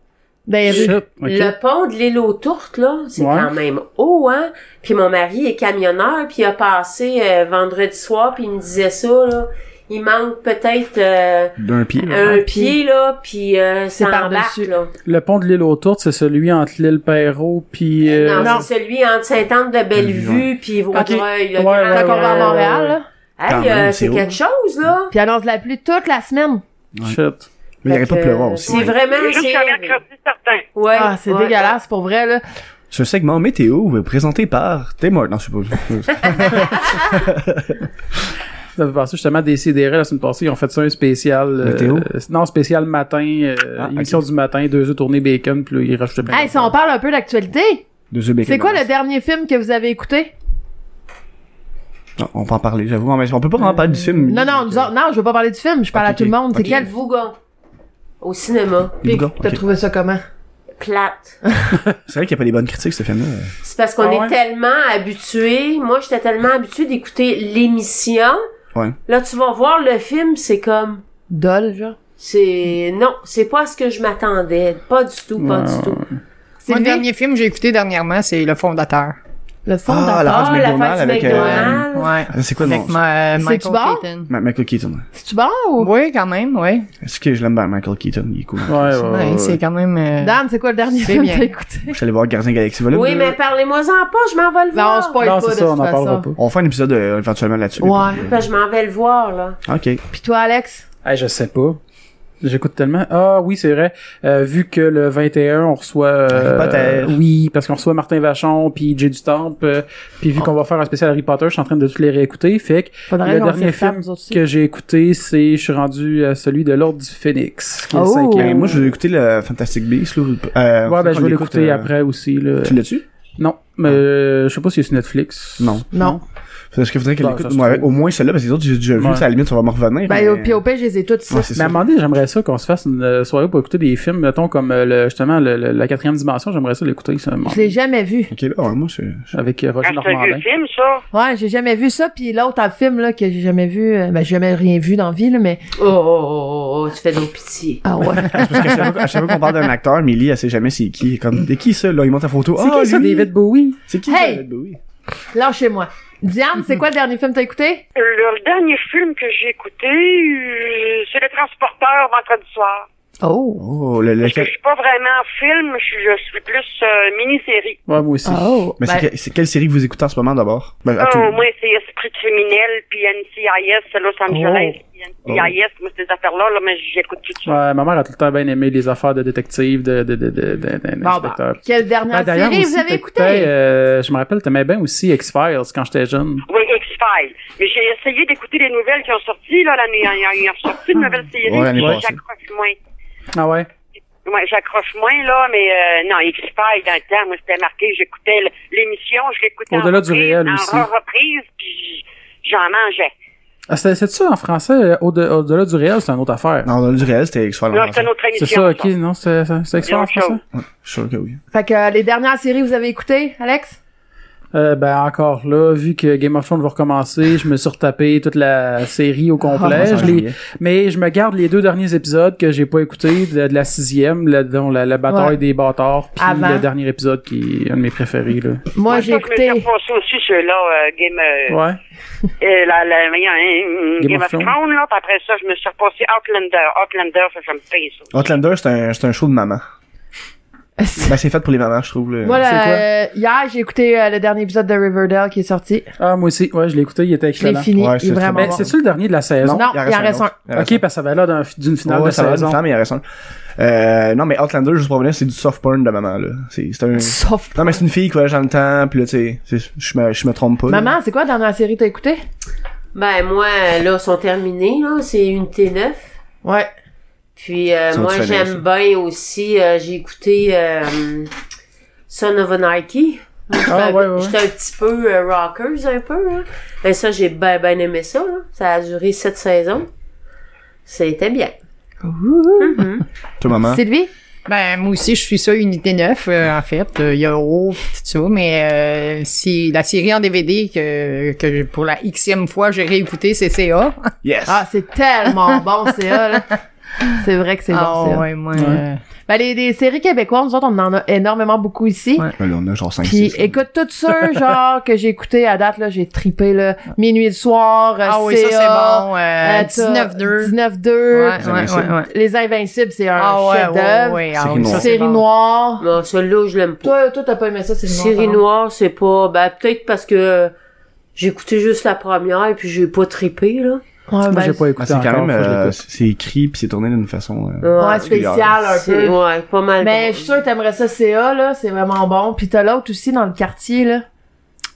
Speaker 6: dans les rues.
Speaker 4: Shit, ok.
Speaker 3: Le pont de l'île aux Tourtes, là, c'est
Speaker 4: Ouais.
Speaker 3: quand même haut, hein? Puis mon mari est camionneur, puis il a passé euh, vendredi soir, puis il me disait ça, là. il manque peut-être euh,
Speaker 5: D'un pied. là.
Speaker 3: un
Speaker 6: Ouais.
Speaker 3: pied, là, puis euh,
Speaker 6: C'est
Speaker 3: ça embarque,
Speaker 6: par-dessus.
Speaker 3: là.
Speaker 4: Le pont de l'île aux Tourtes, c'est celui entre l'île Perrault puis... euh,
Speaker 3: non, c'est celui entre Saint-Anne-de-Bellevue puis Vaudreuil, là,
Speaker 4: Ouais,
Speaker 3: grand
Speaker 4: ouais,
Speaker 6: Quand on va à
Speaker 3: euh,
Speaker 6: Montréal, là.
Speaker 5: Quand
Speaker 3: Hey,
Speaker 5: même,
Speaker 3: euh,
Speaker 5: c'est
Speaker 3: c'est
Speaker 5: haut.
Speaker 3: quelque chose, là.
Speaker 6: Puis annonce de la pluie toute la semaine.
Speaker 4: shit.
Speaker 5: Mais il
Speaker 3: Fait
Speaker 5: arrête pas de
Speaker 3: que,
Speaker 5: pleuvoir
Speaker 3: euh,
Speaker 5: aussi.
Speaker 3: C'est vraiment...
Speaker 1: Jusqu'à
Speaker 3: c'est-
Speaker 1: mercredi certain.
Speaker 3: Ouais,
Speaker 6: Ah, c'est
Speaker 3: ouais.
Speaker 6: dégueulasse, pour vrai, là.
Speaker 5: Ce segment météo est présenté par Taymor. Non, je sais pas.
Speaker 4: Ça me fait penser justement à DCDR la semaine passée. Ils ont fait ça un spécial. euh,
Speaker 5: Météo?
Speaker 4: euh, non, spécial matin. Euh,
Speaker 5: Ah, ok.
Speaker 4: émission du matin, deux œufs tournés bacon, puis là, ils rajoutent bien.
Speaker 6: Hey, si on parle un peu d'actualité,
Speaker 5: De The Bacon
Speaker 6: c'est quoi
Speaker 5: Brothers.
Speaker 6: le dernier film que vous avez écouté?
Speaker 5: Non, on peut en parler, j'avoue. Mais on peut pas vraiment parler du film.
Speaker 6: Non, non, nous autres- non, je veux pas parler du film, je parle
Speaker 5: Ok,
Speaker 6: à tout le
Speaker 5: ok.
Speaker 6: monde. C'est
Speaker 5: Ok.
Speaker 6: quel
Speaker 3: Quel bougon. Au cinéma.
Speaker 5: Les
Speaker 6: pic?
Speaker 5: bougons,
Speaker 6: T'as
Speaker 5: ok.
Speaker 6: trouvé ça comment?
Speaker 3: Plate.
Speaker 5: C'est vrai qu'il y a pas des bonnes critiques, ce film-là.
Speaker 3: C'est parce qu'on
Speaker 4: Ah
Speaker 3: est
Speaker 4: ouais?
Speaker 3: tellement habitué. Moi, j'étais tellement habitué d'écouter l'émission.
Speaker 5: Ouais.
Speaker 3: Là, tu vas voir le film, c'est comme
Speaker 6: Dol, genre.
Speaker 3: c'est non, c'est pas ce que je m'attendais, pas du tout, pas
Speaker 4: Ouais,
Speaker 3: du tout.
Speaker 4: ouais.
Speaker 2: Moi, le
Speaker 6: Sylvie?
Speaker 2: dernier film que j'ai écouté dernièrement, c'est Le Fondateur.
Speaker 6: Le fond
Speaker 5: Ah, la-
Speaker 6: d'accord.
Speaker 5: Ah, du McDonald's avec, euh,
Speaker 3: McDonald's.
Speaker 2: Ouais.
Speaker 5: Ah, C'est quoi le nom?
Speaker 2: Avec ma, euh,
Speaker 6: C'est
Speaker 2: Michael
Speaker 6: du bar?
Speaker 2: Keaton.
Speaker 5: Ma- Michael Keaton.
Speaker 6: C'est-tu bon ou?
Speaker 2: Oui, quand même, oui.
Speaker 5: Est-ce que je l'aime bien, Michael Keaton? Il est cool.
Speaker 4: Ouais, ouais,
Speaker 2: Ouais,
Speaker 4: Ah, ouais,
Speaker 2: C'est
Speaker 4: ouais.
Speaker 2: quand même. euh,
Speaker 6: Dan, c'est quoi le dernier
Speaker 2: C'est
Speaker 6: film que
Speaker 2: bien.
Speaker 6: t'as écouté?
Speaker 5: Je suis allé voir Gardien Galaxy Volume
Speaker 3: Oui,
Speaker 5: deux.
Speaker 3: mais parlez-moi-en pas, je m'en vais le
Speaker 6: Ben, on
Speaker 3: voir.
Speaker 6: spoil
Speaker 4: Non,
Speaker 6: pas
Speaker 4: c'est
Speaker 6: de
Speaker 4: ça, on
Speaker 6: toute
Speaker 4: en parlera
Speaker 6: façon.
Speaker 4: pas.
Speaker 5: On va faire un épisode euh, éventuellement là-dessus.
Speaker 6: Ouais.
Speaker 3: Ben, je m'en vais le voir là.
Speaker 5: Ok.
Speaker 6: Puis toi, Alex?
Speaker 4: Hey, je sais pas. J'écoute tellement. Ah oui, c'est vrai. Euh, vu que le 21, on reçoit... euh,
Speaker 5: Harry Potter.
Speaker 4: oui, parce qu'on reçoit Martin Vachon, puis Jay Dutemple, euh, puis
Speaker 5: Ah.
Speaker 4: vu qu'on va faire un spécial Harry Potter, je suis en train de tous les réécouter. Fait que
Speaker 6: Faudrait
Speaker 4: le
Speaker 6: qu'on
Speaker 4: dernier
Speaker 6: se tape,
Speaker 4: film
Speaker 6: nous autres aussi.
Speaker 4: que j'ai écouté, c'est... Je suis rendu à celui de l'Ordre du Phénix, qui est le
Speaker 6: Oh.
Speaker 4: cinquième.
Speaker 5: Ben, moi, je vais écouter le Fantastic Beast. Là. Euh,
Speaker 4: Ouais,
Speaker 5: faut
Speaker 4: ben,
Speaker 5: qu'on
Speaker 4: je vais
Speaker 5: l'écoute,
Speaker 4: l'écouter
Speaker 5: euh,
Speaker 4: après aussi. Là.
Speaker 5: Tu l'as-tu?
Speaker 4: Non, mais euh, je sais pas si c'est sur Netflix.
Speaker 5: Non.
Speaker 6: Non.
Speaker 5: Parce que faudrait qu'elle
Speaker 4: Ben, ça
Speaker 5: écoute
Speaker 4: se
Speaker 5: moi,
Speaker 4: trouve.
Speaker 5: au moins celle-là, parce que les autres, j'ai déjà vu,
Speaker 4: Ouais.
Speaker 5: ça à la limite, ça va me revenir.
Speaker 6: Ben,
Speaker 5: mais-
Speaker 6: au POP, je les ai tous ici.
Speaker 5: Ouais, c'est
Speaker 4: Mais à
Speaker 5: ça.
Speaker 4: un moment donné, j'aimerais ça qu'on se fasse une euh, soirée pour écouter des films, mettons, comme euh, le, justement le- le- la quatrième dimension, j'aimerais ça l'écouter ça,
Speaker 6: Je l'ai jamais vu.
Speaker 5: Ok, ben, ouais, moi, je. je-
Speaker 4: avec euh, Roger
Speaker 1: Ah, c'est un vieux
Speaker 5: hein.
Speaker 4: Normandin.
Speaker 1: film, ça.
Speaker 6: Ouais, j'ai jamais vu ça. Puis l'autre en film, là, que j'ai jamais vu, euh, ben, j'ai jamais rien vu dans la vie, là, mais.
Speaker 3: Oh, oh, oh, oh, tu fais donc pitié.
Speaker 6: Ah ouais.
Speaker 5: C'est parce qu'à chaque fois- à chaque fois qu'on parle d'un acteur, Millie, elle sait jamais c'est qui. Comme, c'est qui ça? Là, il monte la photo.
Speaker 4: C'est
Speaker 5: Ah,
Speaker 4: qui ça,
Speaker 5: lui?
Speaker 4: David Bowie?
Speaker 5: C'est qui
Speaker 6: Hey!
Speaker 5: ça, Ben David Bowie?
Speaker 6: Lâchez-moi. Diane, c'est quoi le dernier film que t'as écouté?
Speaker 1: Le dernier film que j'ai écouté, euh, c'est Le Transporteur vendredi soir.
Speaker 6: Oh.
Speaker 5: Oh, le. le-
Speaker 1: Parce que je suis pas vraiment film, je, suis- je suis plus euh, mini-série.
Speaker 4: Ouais, moi aussi.
Speaker 6: Oh.
Speaker 5: Mais c'est
Speaker 6: Ben,
Speaker 5: que- c'est quelle série que vous écoutez en ce moment d'abord? Ben, à tout-
Speaker 1: Oh, moi, c'est Esprit criminel, puis NCIS, c'est
Speaker 5: Oh.
Speaker 1: Los Angeles, puis NCIS, moi, ces affaires-là, là, mais j'écoute tout ça.
Speaker 4: Ouais, ma mère a tout le temps bien aimé les affaires de détective, de, de, de, de, de- de- d'inspecteur.
Speaker 6: quelle
Speaker 4: Ah,
Speaker 6: dernière
Speaker 4: d'ailleurs,
Speaker 6: ben, série
Speaker 4: aussi,
Speaker 6: vous avez
Speaker 4: t'écoutais,
Speaker 6: écoutée?
Speaker 4: euh, je me rappelle, t'aimais bien aussi X-Files quand j'étais jeune.
Speaker 1: Oui, X-Files. Mais j'ai essayé d'écouter les nouvelles qui ont sorti, là, l'année, il y a sorti une nouvelle série,
Speaker 5: Ouais, l'année
Speaker 1: puis
Speaker 5: passée.
Speaker 1: j'accroche moins.
Speaker 4: Ah ouais?
Speaker 1: Ouais, j'accroche moins, là, mais euh, non, X-Files, dans le temps, moi, c'était marqué, j'écoutais l- l'émission, je l'écoutais en
Speaker 4: Au-delà du
Speaker 1: reprise,
Speaker 4: réel
Speaker 1: en
Speaker 4: aussi.
Speaker 1: reprise, puis j'en mangeais.
Speaker 4: Ah, c'est, c'est ça en français, euh, au de- au-delà du réel, c'est une autre affaire.
Speaker 5: Non, dans le réel, c'était X-Files.
Speaker 1: Là,
Speaker 5: en
Speaker 1: c'est une
Speaker 5: français.
Speaker 1: autre émission.
Speaker 4: Ah, C'est ça, ok,
Speaker 1: ça.
Speaker 4: non, c'est, c'est, c'est X-Files en
Speaker 1: autre chose.
Speaker 4: français?
Speaker 5: Ouais, je suis sûr que oui.
Speaker 6: Fait que euh, les dernières séries vous avez écoutées, Alex?
Speaker 4: Euh, ben encore là, vu que Game of Thrones va recommencer, je me suis retapé toute la série au complet.
Speaker 5: Ah, ça
Speaker 4: Je l'ai-
Speaker 5: riait.
Speaker 4: mais je me garde les deux derniers épisodes que j'ai pas écoutés, de, de la sixième, la, dont la, la bataille
Speaker 6: Ouais.
Speaker 4: des bâtards, puis
Speaker 6: Avant.
Speaker 4: le dernier épisode qui est un de mes préférés. Là.
Speaker 6: Moi, j'ai
Speaker 1: ça, Je me
Speaker 6: écouté.
Speaker 1: suis repassé aussi ceux-là, euh, Game, euh,
Speaker 4: Ouais.
Speaker 1: euh, la, la, la- euh,
Speaker 4: Game
Speaker 1: Game,
Speaker 4: of
Speaker 1: of
Speaker 4: Thrones.
Speaker 1: Thrones, là, puis après ça, je me suis repassé Outlander. Outlander, ça, ça me paye,
Speaker 6: Hmm.
Speaker 1: ça.
Speaker 5: Outlander, c'est un, c'est un show de maman. Ben, c'est fait pour les mamans, je trouve. Là.
Speaker 6: Moi,
Speaker 4: C'est
Speaker 6: là,
Speaker 4: quoi?
Speaker 6: euh, hier, j'ai écouté euh, le dernier épisode de Riverdale qui est sorti.
Speaker 4: Ah moi aussi, ouais, je l'ai écouté, il était
Speaker 6: Je l'ai
Speaker 4: excellent.
Speaker 6: fini.
Speaker 5: Ouais,
Speaker 6: il est
Speaker 5: c'est très
Speaker 6: vraiment
Speaker 5: bon.
Speaker 4: Mais
Speaker 6: bon.
Speaker 4: c'est-tu le dernier de la saison?
Speaker 6: Non, il en reste un.
Speaker 5: autre. Il en reste
Speaker 4: Ok, parce que ça va là d'un- d'une finale
Speaker 5: Ouais,
Speaker 4: de
Speaker 5: ça va être
Speaker 4: saison.
Speaker 5: une femme, il en reste un. Euh, non, mais Outlander, juste pour revenir, c'est du soft porn de maman, là. C'est, c'est un...
Speaker 6: Sauf.
Speaker 5: Non, mais c'est une fille, quoi, dans le temps, pis là, tu sais, c'est- je me, je me trompe pas. là.
Speaker 6: Maman, c'est quoi la dernière série que t'as écoutée?
Speaker 3: Ben moi là, sont terminés là, c'est Unité 9.
Speaker 6: Ouais.
Speaker 3: Puis euh,
Speaker 5: Ça va te
Speaker 3: moi
Speaker 5: finir,
Speaker 3: j'aime bien aussi, euh, j'ai écouté euh, Son of Anarchy. J'étais
Speaker 4: Ah
Speaker 3: un-
Speaker 4: ouais, ouais.
Speaker 3: Ben, J'étais un petit peu euh, rockers un peu. Hein. Mais ça j'ai bien bien aimé ça. là. Ça a duré sept saisons. C'était bien. Mhm.
Speaker 5: Toi, maman.
Speaker 6: Sylvie?
Speaker 2: Ben, moi aussi, je suis ça, Unité 9, euh, en fait. Euh, Il y a O, tout ça, mais euh, si la série en DVD que, que pour la xème fois, j'ai réécouté, c'est CA.
Speaker 5: Yes!
Speaker 6: Ah, c'est tellement bon, c'est là. C'est vrai que c'est
Speaker 2: Ah,
Speaker 6: bon, ça.
Speaker 2: ouais, moi.
Speaker 4: Ouais.
Speaker 2: euh,
Speaker 6: Ben, les, les séries québécoises, nous autres, on en a énormément beaucoup ici.
Speaker 2: Ouais.
Speaker 5: Là, on a genre 5
Speaker 6: Puis écoute, tout ça, genre, que j'ai écouté à date, là, j'ai tripé, là. Minuit du soir, euh,
Speaker 2: Ah oui, ça, c'est
Speaker 6: CA,
Speaker 2: bon.
Speaker 6: euh,
Speaker 2: euh, 19-2.
Speaker 6: 19-2.
Speaker 2: Ouais, ouais, ouais, ouais.
Speaker 6: Les Invincibles, c'est un
Speaker 2: Ah ouais, ouais,
Speaker 6: chef-d'œuvre.
Speaker 2: ouais.
Speaker 5: Série
Speaker 2: ah oui,
Speaker 5: noire.
Speaker 2: ça, c'est
Speaker 6: Série
Speaker 2: bon.
Speaker 6: noire.
Speaker 3: Bon, celle-là, je l'aime pas.
Speaker 6: Toi, toi, t'as pas aimé ça, série noire.
Speaker 3: Série
Speaker 6: pardon.
Speaker 3: noire, c'est pas... Ben, peut-être parce que j'ai écouté juste la première et puis j'ai pas trippé, là.
Speaker 6: Ouais,
Speaker 4: Moi,
Speaker 6: ben,
Speaker 4: j'ai pas
Speaker 5: Ah,
Speaker 4: écouté
Speaker 5: c'est quand
Speaker 4: encore,
Speaker 5: même,
Speaker 4: faut que je
Speaker 5: euh,
Speaker 4: l'écoute.
Speaker 5: c'est écrit puis c'est tourné d'une façon. euh,
Speaker 6: ouais, spécial, un
Speaker 3: C'est-
Speaker 6: peu.
Speaker 3: Ouais, pas mal.
Speaker 6: Mais
Speaker 3: drôle.
Speaker 6: je suis sûre que t'aimerais ça, CA, là. C'est vraiment bon. Puis t'as l'autre aussi dans le quartier, là.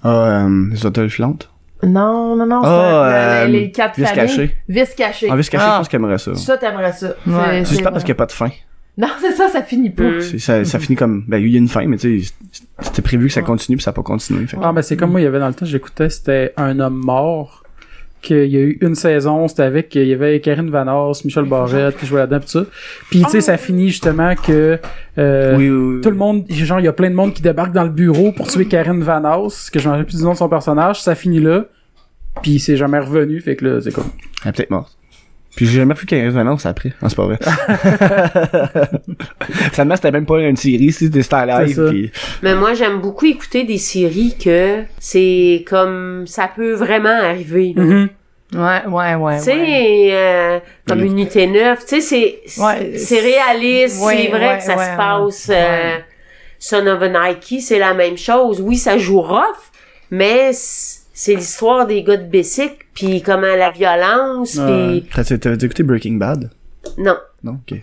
Speaker 5: Ah, euh, les hôtels filantes.
Speaker 6: Non, non, non. c'est
Speaker 5: Ah,
Speaker 6: un-
Speaker 5: euh,
Speaker 6: les, les quatre
Speaker 5: Vis
Speaker 6: familles.
Speaker 5: caché.
Speaker 6: Vis caché.
Speaker 5: En vis caché,
Speaker 2: Ah.
Speaker 5: je pense qu'elle aimerait ça.
Speaker 6: Ça, t'aimerais ça.
Speaker 2: Ouais.
Speaker 6: C'est-
Speaker 5: Juste
Speaker 6: c'est
Speaker 5: pas parce qu'il n'y a pas de fin.
Speaker 6: Non, c'est ça, ça finit pas.
Speaker 3: Mm.
Speaker 5: C'est- Ça, ça finit comme, ben, il y a une fin, mais tu sais, c'était prévu que ça continue puis ça n'a pas continué. fait que-
Speaker 4: Ah, ben c'est comme moi, il y avait dans le temps, j'écoutais, c'était Un homme mort, qu'il y a eu une saison, c'était avec, il y avait Karine Vanas, Michel Barrette qui jouait là-dedans, pis tout ça. Puis
Speaker 6: Ah.
Speaker 4: tu sais, ça finit justement que... euh,
Speaker 5: Oui, oui, oui.
Speaker 4: Tout le monde, genre, il y a plein de monde qui débarque dans le bureau pour tuer Karine Vanas, que je me rappelle plus du nom de son personnage, ça finit là, puis il s'est jamais revenu, fait que là, c'est comme...
Speaker 5: Elle est peut-être morte. Puis j'ai jamais vu qu'il y ait une résonance après. Non, c'est pas vrai. Finalement, c'était même pas une série, c'était c'était à
Speaker 4: C'est
Speaker 5: live.
Speaker 4: ça.
Speaker 5: Puis...
Speaker 3: Mais moi, j'aime beaucoup écouter des séries que c'est comme ça peut vraiment arriver. là.
Speaker 5: Mm-hmm.
Speaker 2: Ouais, ouais, ouais.
Speaker 3: Tu sais,
Speaker 2: Ben ouais.
Speaker 3: euh, comme
Speaker 5: Oui.
Speaker 3: une unité neuve, tu sais, c'est c'est-
Speaker 2: Ouais,
Speaker 3: c'est réaliste,
Speaker 2: ouais,
Speaker 3: c'est vrai
Speaker 2: ouais,
Speaker 3: que ça
Speaker 2: ouais,
Speaker 3: se
Speaker 2: ouais.
Speaker 3: passe. Euh,
Speaker 2: Ouais.
Speaker 3: Son of a Nike, c'est la même chose. Oui, ça joue rough, mais c- c'est l'histoire des gars de Bessic, puis comment la violence,
Speaker 4: Ouais.
Speaker 3: puis
Speaker 5: T'as- T'avais écouté Breaking Bad?
Speaker 3: non.
Speaker 5: Non? Ok.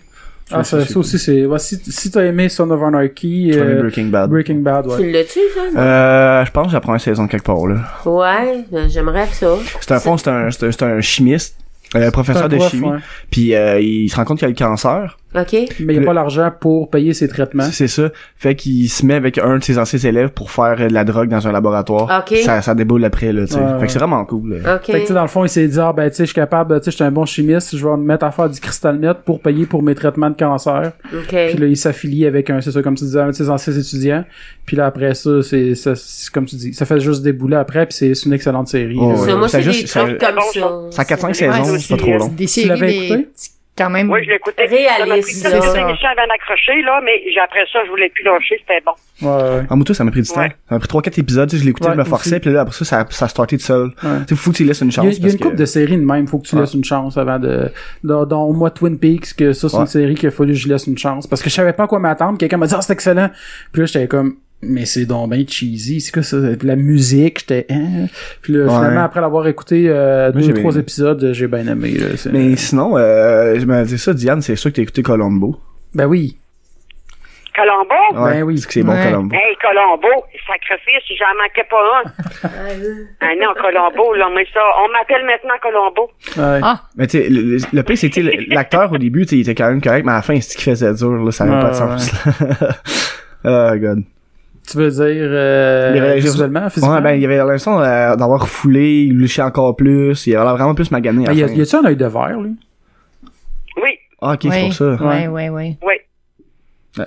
Speaker 4: Ah, ça, ça aussi, c'est... ouais, si si t'as aimé Son of Anarchy,
Speaker 5: Tu connais
Speaker 4: euh,
Speaker 5: Breaking Bad.
Speaker 4: Breaking Bad, ouais.
Speaker 3: Tu l'as-tu, ça?
Speaker 5: Euh, je pense que j'apprends une saison quelque part, là.
Speaker 3: Ouais, ben, j'aimerais que ça.
Speaker 5: C'est un fond, c'est un, c'est un, c'est un chimiste, euh, professeur
Speaker 4: un
Speaker 5: de
Speaker 4: prof,
Speaker 5: chimie.
Speaker 4: ouais.
Speaker 5: Puis euh, il se rend compte qu'il a le cancer.
Speaker 3: OK?
Speaker 4: Mais il n'y
Speaker 5: Le-
Speaker 4: a pas l'argent pour payer ses traitements.
Speaker 5: C'est ça. Fait qu'il se met avec un de ses anciens élèves pour faire euh, de la drogue dans un laboratoire.
Speaker 3: Ok.
Speaker 5: Puis Ça, ça déboule après, là, tu sais.
Speaker 4: Ouais,
Speaker 5: Fait que c'est vraiment cool. là.
Speaker 3: OK.
Speaker 4: Fait que, tu sais, dans le fond, il s'est dit, ah, ben, tu sais, je suis capable, tu sais, je suis un bon chimiste, je vais me mettre à faire du cristal net pour payer pour mes traitements de cancer. Puis
Speaker 3: OK.
Speaker 4: là, il s'affilie avec un, c'est ça, comme tu disais, un de ses anciens étudiants. Puis là, après ça, c'est, ça- c'est comme tu dis, ça fait juste débouler après, puis c'est c'est une excellente série.
Speaker 5: Oh,
Speaker 4: là.
Speaker 3: Ça,
Speaker 5: ouais.
Speaker 3: moi,
Speaker 5: Ça
Speaker 3: c'est des
Speaker 5: juste- ça-
Speaker 3: trucs comme ça.
Speaker 5: Ça a 4-5
Speaker 1: Ouais,
Speaker 5: saisons,
Speaker 1: Euh, c'est
Speaker 5: c'est pas
Speaker 1: aussi,
Speaker 5: trop
Speaker 1: euh,
Speaker 5: long.
Speaker 2: Des
Speaker 4: Tu l'avais
Speaker 2: séries, des...
Speaker 4: écouté?
Speaker 2: quand même.
Speaker 1: Oui, je l'écoutais.
Speaker 3: Réaliste,
Speaker 1: Ça m'a pris
Speaker 3: là.
Speaker 1: une émission avant d'accrocher, là, mais j'ai- après ça, je voulais plus lâcher, c'était bon.
Speaker 4: Ouais, ouais.
Speaker 5: En Ah, moutou, ça m'a pris du temps.
Speaker 1: Ouais.
Speaker 5: Ça m'a pris 3-4 épisodes, tu sais, je l'écoutais,
Speaker 4: Ouais,
Speaker 5: je me forçais,
Speaker 4: aussi.
Speaker 5: puis là, après ça, ça, ça startait tout seul.
Speaker 4: Ouais.
Speaker 5: Tu sais, faut que tu laisses une
Speaker 4: Il
Speaker 5: chance.
Speaker 4: y a, il y a une
Speaker 5: parce
Speaker 4: couple
Speaker 5: que-
Speaker 4: de séries de même, faut que tu
Speaker 5: Ouais.
Speaker 4: laisses une chance avant de, dans, dans au moins Twin Peaks, que ça, c'est
Speaker 5: Ouais.
Speaker 4: une série qu'il a fallu que je laisse une chance. Parce que je savais pas à quoi m'attendre, quelqu'un m'a dit, ah, c'est excellent. Puis là, j'étais comme, mais c'est donc ben cheesy, c'est quoi ça? Puis la musique, j'étais, hein? Puis là,
Speaker 5: Ouais.
Speaker 4: finalement, après l'avoir écouté, euh,
Speaker 5: Moi,
Speaker 4: deux,
Speaker 5: j'ai bien
Speaker 4: trois
Speaker 5: aimé.
Speaker 4: épisodes, j'ai bien aimé, là. c'est-
Speaker 5: Mais sinon, euh, je me dis ça, Diane, c'est sûr que t'as écouté Colombo.
Speaker 4: Ben oui.
Speaker 1: Colombo?
Speaker 4: Ben oui.
Speaker 5: Parce que c'est bon,
Speaker 2: Ouais.
Speaker 5: Colombo.
Speaker 1: Hey, Colombo, sacrifice, j'en manquais pas un. ah non, Colombo, là, mais ça, on m'appelle maintenant Colombo.
Speaker 4: Ouais.
Speaker 2: Ah,
Speaker 5: Mais tu sais, le, le- le pire, c'est que tu sais, l'acteur au début, tu sais, il était quand même correct, mais à la fin, c'est qu'il faisait dur, là, ça avait
Speaker 4: Ouais,
Speaker 5: pas de sens. oh god.
Speaker 4: Tu veux dire, euh,
Speaker 5: Les réalisations-
Speaker 4: visuellement, physiquement?
Speaker 5: Ouais, ben, il avait l'impression euh, d'avoir foulé, il luchait encore plus, il avait l'air vraiment plus magané. à
Speaker 4: Ben,
Speaker 5: la
Speaker 4: y a-
Speaker 5: fin.
Speaker 4: y a-tu un œil de verre, lui?
Speaker 1: Oui,
Speaker 5: Ah, ok,
Speaker 2: oui.
Speaker 5: c'est pour ça.
Speaker 2: Ouais, ouais, ouais.
Speaker 1: oui.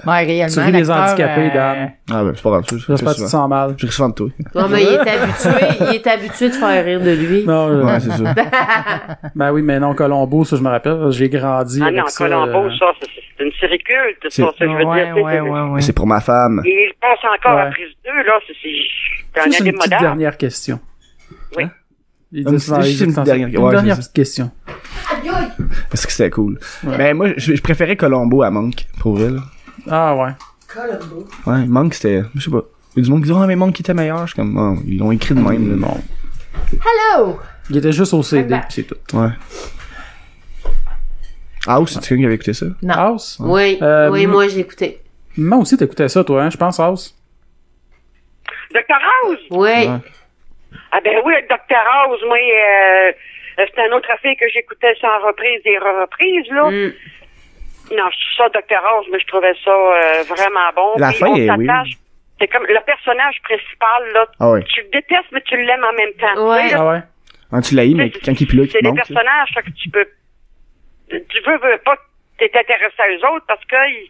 Speaker 2: Ouais, réellement.
Speaker 4: Tu ris des
Speaker 2: l'acteur,
Speaker 4: handicapés,
Speaker 2: euh,
Speaker 4: Dan.
Speaker 5: Ah, ben, c'est pas grave, ça, je
Speaker 4: J'espère que tu te
Speaker 5: souvent.
Speaker 4: sens mal.
Speaker 5: Je ris souvent de toi.
Speaker 3: Non, mais il est habitué, il est habitué de faire rire de lui.
Speaker 4: Non, euh,
Speaker 5: Ouais, c'est ça.
Speaker 4: ben oui, mais non, Colombo, ça, je me rappelle, j'ai grandi
Speaker 1: Ah
Speaker 4: avec
Speaker 1: non,
Speaker 4: ça.
Speaker 1: Colombo,
Speaker 4: euh,
Speaker 1: ça, c'est- c'est une série culte, ça,
Speaker 5: C'est-
Speaker 1: ça, je veux
Speaker 2: Ouais,
Speaker 1: dire. tu sais,
Speaker 2: ouais,
Speaker 1: c'est-
Speaker 2: ouais, ouais.
Speaker 5: Mais C'est pour ma femme.
Speaker 1: Et il passe encore
Speaker 4: Ouais.
Speaker 1: à prise 2, là, c'est- c'est
Speaker 4: Juste
Speaker 1: un
Speaker 4: une petite
Speaker 1: indémodable.
Speaker 4: dernière question.
Speaker 1: Oui.
Speaker 5: Hein?
Speaker 4: Il
Speaker 5: Une
Speaker 4: dit souvent-
Speaker 5: petite-
Speaker 4: il
Speaker 5: juste
Speaker 4: dit
Speaker 5: une
Speaker 4: souvent ça.
Speaker 5: dernière-
Speaker 4: Une
Speaker 5: ouais,
Speaker 4: dernière
Speaker 5: c'est
Speaker 4: petite question.
Speaker 5: Parce que c'était cool. Ben, moi, je, je préférais Colombo à Monk, pour elle.
Speaker 4: Ah ouais.
Speaker 5: Ouais, Monk, c'était. Je sais pas. Il y a du monde qui dit, ah, mais Monk était meilleur. Je suis comme, oh, ils l'ont écrit de même, le monde.
Speaker 6: Hello!
Speaker 4: Il était juste au CD,
Speaker 5: Ben,
Speaker 6: Ah bah.
Speaker 4: pis c'est tout.
Speaker 5: Ouais. Ah, House, c'est quelqu'un qui avait écouté ça?
Speaker 4: House?
Speaker 3: Oui,
Speaker 4: Euh,
Speaker 3: oui,
Speaker 4: m-
Speaker 3: moi, j'ai écouté.
Speaker 4: Moi aussi, t'écoutais ça, toi, hein, je pense, House.
Speaker 1: Docteur House!
Speaker 3: Oui.
Speaker 5: Ouais.
Speaker 1: Ah ben oui, Docteur House, moi, euh, c'était un autre affaire que j'écoutais sans reprise et reprise, là.
Speaker 3: Mm.
Speaker 1: Non, ça, Docteur House, mais je trouvais ça euh, vraiment bon.
Speaker 5: La
Speaker 1: Puis
Speaker 5: fin
Speaker 1: on
Speaker 5: est
Speaker 1: s'attache.
Speaker 5: weird.
Speaker 1: C'est comme le personnage principal, là.
Speaker 5: Ah ouais.
Speaker 1: Tu le détestes, mais tu l'aimes en même temps.
Speaker 3: Ouais.
Speaker 1: Tu sais, là,
Speaker 4: Ah ouais.
Speaker 5: Hein, tu l'as eu, mais quand il est plus là, qui
Speaker 1: C'est
Speaker 5: te
Speaker 1: des
Speaker 5: manque. là.
Speaker 1: personnages ça, que tu peux. Tu veux, veux pas t'es intéressé à eux autres parce que ils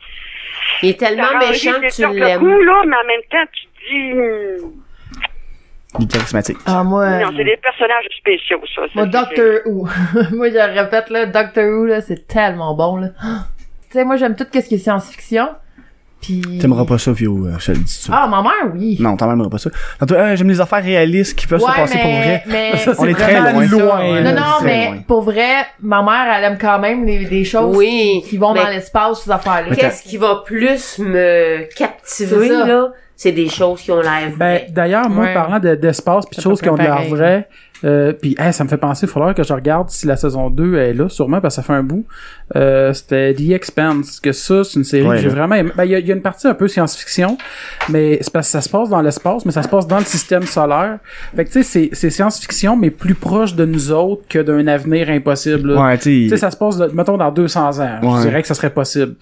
Speaker 3: Il est tellement
Speaker 1: t'arrangent
Speaker 3: méchant
Speaker 1: des
Speaker 3: que tu
Speaker 1: trucs le
Speaker 3: l'aimes.
Speaker 1: coup, là, mais en même temps, tu te dis.
Speaker 5: du charismatique.
Speaker 6: Ah, moi.
Speaker 1: hmm, Non, c'est des personnages spéciaux, ça. Ça,
Speaker 6: Moi,
Speaker 1: c'est-
Speaker 6: Doctor Who. moi, je le répète, là, Doctor Who, là, c'est tellement bon, là. tu sais, moi, j'aime tout ce qui est science-fiction. Puis.
Speaker 5: T'aimeras pas ça, vieux, euh, je te le dis tout.
Speaker 6: Ah, ma mère, oui.
Speaker 5: Non, t'aimeras pas ça. Tantôt, euh, j'aime les affaires réalistes qui peuvent se passer pour vrai.
Speaker 6: mais...
Speaker 5: On est très
Speaker 6: vraiment
Speaker 5: loin.
Speaker 6: ça,
Speaker 5: Loin,
Speaker 6: ouais.
Speaker 5: là,
Speaker 6: Non, non,
Speaker 5: très
Speaker 6: mais
Speaker 5: loin.
Speaker 6: pour vrai, ma mère, elle aime quand même les- des choses
Speaker 3: Oui,
Speaker 6: qui vont
Speaker 3: mais-
Speaker 6: dans l'espace, ces affaires-là.
Speaker 5: Mais
Speaker 3: Qu'est-ce qui va plus me captiver,
Speaker 6: C'est ça.
Speaker 3: là? C'est des choses qui ont l'air
Speaker 4: Ben,
Speaker 3: vraies.
Speaker 4: d'ailleurs, moi,
Speaker 2: Ouais.
Speaker 4: parlant de- d'espace, puis
Speaker 2: C'est
Speaker 4: de
Speaker 2: à peu
Speaker 4: choses qui ont de
Speaker 2: près
Speaker 4: l'air
Speaker 2: pareil.
Speaker 4: vraies, euh, puis hey, ça me fait penser, il faudra que je regarde si la saison 2 est là, sûrement, parce que ça fait un bout. Euh, C'était The Expanse, que ça, c'est une série
Speaker 5: Ouais,
Speaker 4: que j'ai
Speaker 5: là.
Speaker 4: vraiment aimé. Ben, il y, a- il y a une partie un peu science-fiction, mais c'est parce que ça se passe dans l'espace, mais ça se passe dans le système solaire. Fait que, tu sais, c'est- c'est science-fiction, mais plus proche de nous autres que d'un avenir impossible. là.
Speaker 5: Ouais,
Speaker 4: Tu
Speaker 5: tu
Speaker 4: sais, ça se passe, là, mettons, dans 200 ans.
Speaker 5: Ouais.
Speaker 4: Je dirais que ça serait possible.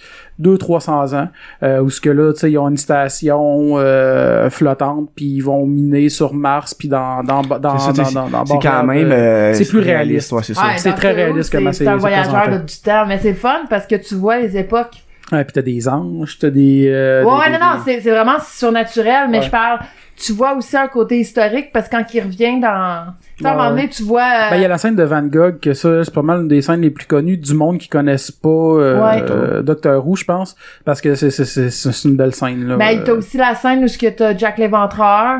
Speaker 4: 200-300 ans, euh, où ce que là, tu sais, ils ont une station euh, flottante, puis ils vont miner sur Mars, puis dans... dans, dans, dans,
Speaker 5: C'est ça, tu sais,
Speaker 4: dans, dans- dans-
Speaker 5: c'est quand
Speaker 4: dans-
Speaker 5: même,
Speaker 4: euh,
Speaker 5: euh,
Speaker 4: c'est plus réaliste.
Speaker 5: Ouais, c'est ça.
Speaker 6: Ouais,
Speaker 4: C'est très
Speaker 6: Doctor Who,
Speaker 4: réaliste
Speaker 6: c'est-
Speaker 4: comment c'est-
Speaker 6: C'est un
Speaker 4: c'est
Speaker 6: voyageur
Speaker 4: présenté.
Speaker 6: de- du temps, mais c'est fun parce que tu vois les époques.
Speaker 5: euh,
Speaker 4: Ouais, puis t'as des anges, t'as des... euh,
Speaker 6: Ouais,
Speaker 4: des-
Speaker 6: ouais,
Speaker 4: des-
Speaker 6: non, non, c'est c'est vraiment surnaturel, mais
Speaker 4: Ouais.
Speaker 6: je parle. Tu vois aussi un côté historique parce que quand il revient dans. Tu sais, à un
Speaker 4: Ouais,
Speaker 6: moment
Speaker 4: ouais.
Speaker 6: donné, tu vois. euh,
Speaker 4: Ben, il y a la scène de Van Gogh, que ça, c'est pas mal une des scènes les plus connues du monde qui connaissent pas euh,
Speaker 6: Ouais.
Speaker 4: euh, Docteur Who, je pense, parce que c'est- c'est- c'est c'est une belle scène, là.
Speaker 6: Ben, t'as
Speaker 4: Euh,
Speaker 6: aussi la scène où ce que t'as Jack l'Éventreur,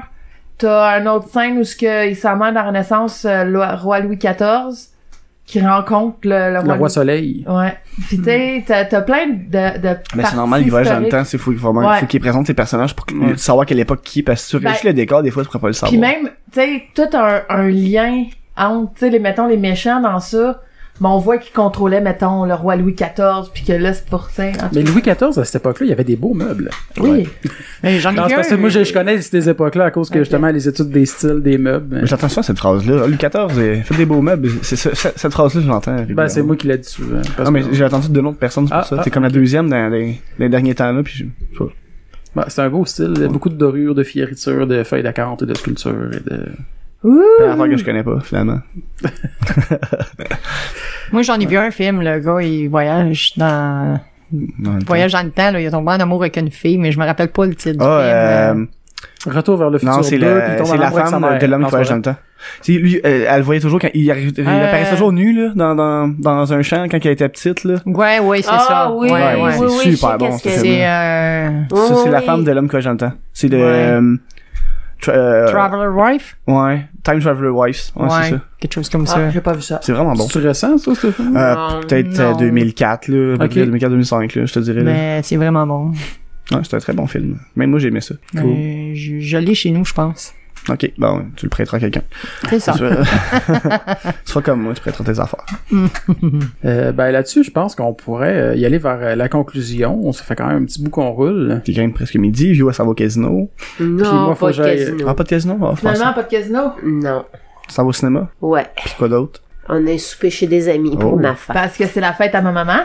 Speaker 6: t'as une autre scène où ce que il s'amène dans la Renaissance euh, le roi Louis XIV qui rencontre le, le roi.
Speaker 4: le Roi
Speaker 6: Louis-
Speaker 4: Soleil.
Speaker 6: Ouais. Puis tu sais, t'as t'as plein de de.
Speaker 5: Mais Ben, c'est
Speaker 6: parties
Speaker 5: normal, il voyage dans le
Speaker 6: historiques.
Speaker 5: temps, c'est faut vraiment,
Speaker 6: Ouais.
Speaker 5: faut qu'il présente ses personnages pour que-
Speaker 4: Ouais.
Speaker 5: savoir quelle époque qui est, parce que si tu
Speaker 6: Ben,
Speaker 5: réfléchis le décor, des fois, tu pourrais pas le savoir.
Speaker 6: Puis même, tu sais, tout un, un lien entre, tu sais, les, mettons, les méchants dans ça. Mais on voit qu'ils contrôlaient, mettons, le roi Louis XIV, puis que là, c'est pour ça. en tout cas.
Speaker 4: Mais Louis XIV, à cette époque-là, il y avait des beaux meubles.
Speaker 6: Oui.
Speaker 2: Mais j'en ai
Speaker 4: Non, c'est
Speaker 2: qu'un,
Speaker 4: parce que moi, je, je connais ces époques-là à cause que
Speaker 6: Ok.
Speaker 4: justement les études des styles, des meubles.
Speaker 5: Mais
Speaker 4: ben,
Speaker 5: j'entends souvent cette phrase-là. Louis XIV, euh, faites des beaux meubles. C'est, ça- ça- cette phrase-là, je l'entends. régulièrement.
Speaker 4: Ben, c'est moi qui l'ai dit souvent. parce
Speaker 5: Non, mais
Speaker 4: que-
Speaker 5: j'ai entendu de nombreuses personnes pour
Speaker 4: Ah,
Speaker 5: ça.
Speaker 4: ah,
Speaker 5: c'est comme la deuxième dans les, les derniers temps-là, puis je- je sais pas.
Speaker 4: ben, c'est un beau style. Il y a beaucoup de dorures, de fioritures, de feuilles d'acanthe et de sculptures. Et de...
Speaker 5: C'est un affaire que je connais pas, finalement.
Speaker 2: moi, j'en ai vu un film, le gars, il voyage dans,
Speaker 5: Non, le-
Speaker 2: voyage dans le temps, là, il est tombé en amour avec une fille, mais je me rappelle pas le titre
Speaker 5: Ah,
Speaker 2: du film. euh.
Speaker 5: euh,
Speaker 4: Retour vers le futur.
Speaker 5: non, c'est,
Speaker 4: deux,
Speaker 5: le-
Speaker 4: puis il tombe
Speaker 5: c'est
Speaker 4: en
Speaker 5: la
Speaker 4: amour avec sa
Speaker 5: femme
Speaker 4: mère.
Speaker 5: de l'homme
Speaker 4: Non,
Speaker 5: qui voyage
Speaker 4: c'est
Speaker 5: dans le temps. C'est lui, euh, elle le voyait toujours quand il, arri- il
Speaker 2: Euh,
Speaker 5: apparaissait toujours nu, là, dans, dans, dans un champ quand il était petite, là.
Speaker 2: euh. Ouais, ouais, c'est
Speaker 3: Ah
Speaker 2: ça.
Speaker 3: oui,
Speaker 2: ouais,
Speaker 5: oui,
Speaker 2: ouais.
Speaker 5: c'est
Speaker 3: oui, je
Speaker 5: super
Speaker 3: sais
Speaker 5: bon,
Speaker 3: qu'est-ce
Speaker 5: ce
Speaker 3: que
Speaker 5: film.
Speaker 2: C'est, euh,
Speaker 3: Oui,
Speaker 5: ça, c'est la
Speaker 3: oui.
Speaker 5: femme de l'homme que j'entends. C'est le.
Speaker 2: Ouais.
Speaker 5: euh, tra- euh,
Speaker 2: Traveler Wife?
Speaker 5: Ouais. Time Traveler Wives. Ouais,
Speaker 2: ouais,
Speaker 5: c'est ça.
Speaker 2: quelque chose comme
Speaker 6: Ah,
Speaker 2: ça.
Speaker 6: j'ai pas vu ça.
Speaker 5: C'est vraiment bon.
Speaker 4: Tu ressens ça, ce film?
Speaker 5: Euh,
Speaker 3: Non.
Speaker 5: Peut-être euh,
Speaker 2: Non.
Speaker 5: 2004, là.
Speaker 4: Ok. Ben.
Speaker 5: 2004-2005, là, je te dirais. là.
Speaker 2: Mais c'est vraiment bon.
Speaker 5: Ouais, c'est un très bon film. Même moi, j'ai aimé ça.
Speaker 2: Euh, je je l'ai chez nous, je pense.
Speaker 5: Ok, bon, tu le prêteras à quelqu'un.
Speaker 2: C'est ça.
Speaker 5: Tu vas- tu seras comme moi, tu prêteras tes affaires.
Speaker 4: Euh, ben là-dessus, je pense qu'on pourrait euh, y aller vers euh, la conclusion. Ça fait quand même un petit bout qu'on roule.
Speaker 5: T'es quand même presque midi, vieux, à s'en va au casino.
Speaker 3: Non,
Speaker 4: moi, faut
Speaker 3: pas
Speaker 4: que
Speaker 3: de
Speaker 4: j'aille-
Speaker 3: casino.
Speaker 5: Ah, pas de casino? Ah, je pensais.
Speaker 6: Finalement, pas de casino.
Speaker 3: Non.
Speaker 5: Ça va au cinéma?
Speaker 3: Ouais.
Speaker 5: Puis quoi d'autre?
Speaker 3: On a soupé chez des amis
Speaker 5: Oh.
Speaker 3: pour ma fête.
Speaker 6: Parce que c'est la fête à ma maman.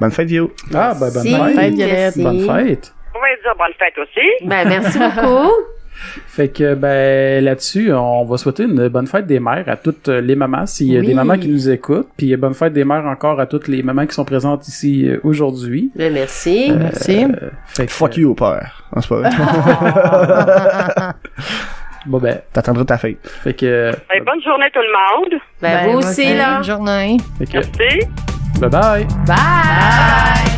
Speaker 5: Bonne fête, vieux.
Speaker 4: Ah, ben bonne
Speaker 3: Si,
Speaker 4: fête.
Speaker 2: fête, Violette.
Speaker 3: merci.
Speaker 4: Bonne fête.
Speaker 1: On va dire bonne fête aussi.
Speaker 3: Ben, merci beaucoup.
Speaker 4: Fait que ben là-dessus, on va souhaiter une bonne fête des mères à toutes euh, les mamans, s'il y a
Speaker 6: Oui.
Speaker 4: des mamans qui nous écoutent, puis euh, bonne fête des mères encore à toutes les mamans qui sont présentes ici euh, aujourd'hui.
Speaker 3: Ben, merci.
Speaker 2: Merci.
Speaker 5: Euh,
Speaker 4: Fait que,
Speaker 5: Fuck you, au père. Ah, c'est pas vrai.
Speaker 4: euh, Bon ben,
Speaker 5: T'attendras ta fête.
Speaker 4: fait que,
Speaker 1: Ben, bonne journée tout le monde.
Speaker 3: Ben,
Speaker 6: Ben,
Speaker 3: vous
Speaker 6: moi,
Speaker 3: aussi,
Speaker 6: c'est-
Speaker 3: là.
Speaker 2: Bonne journée.
Speaker 4: fait que
Speaker 1: Merci.
Speaker 4: bye bye.
Speaker 6: Bye.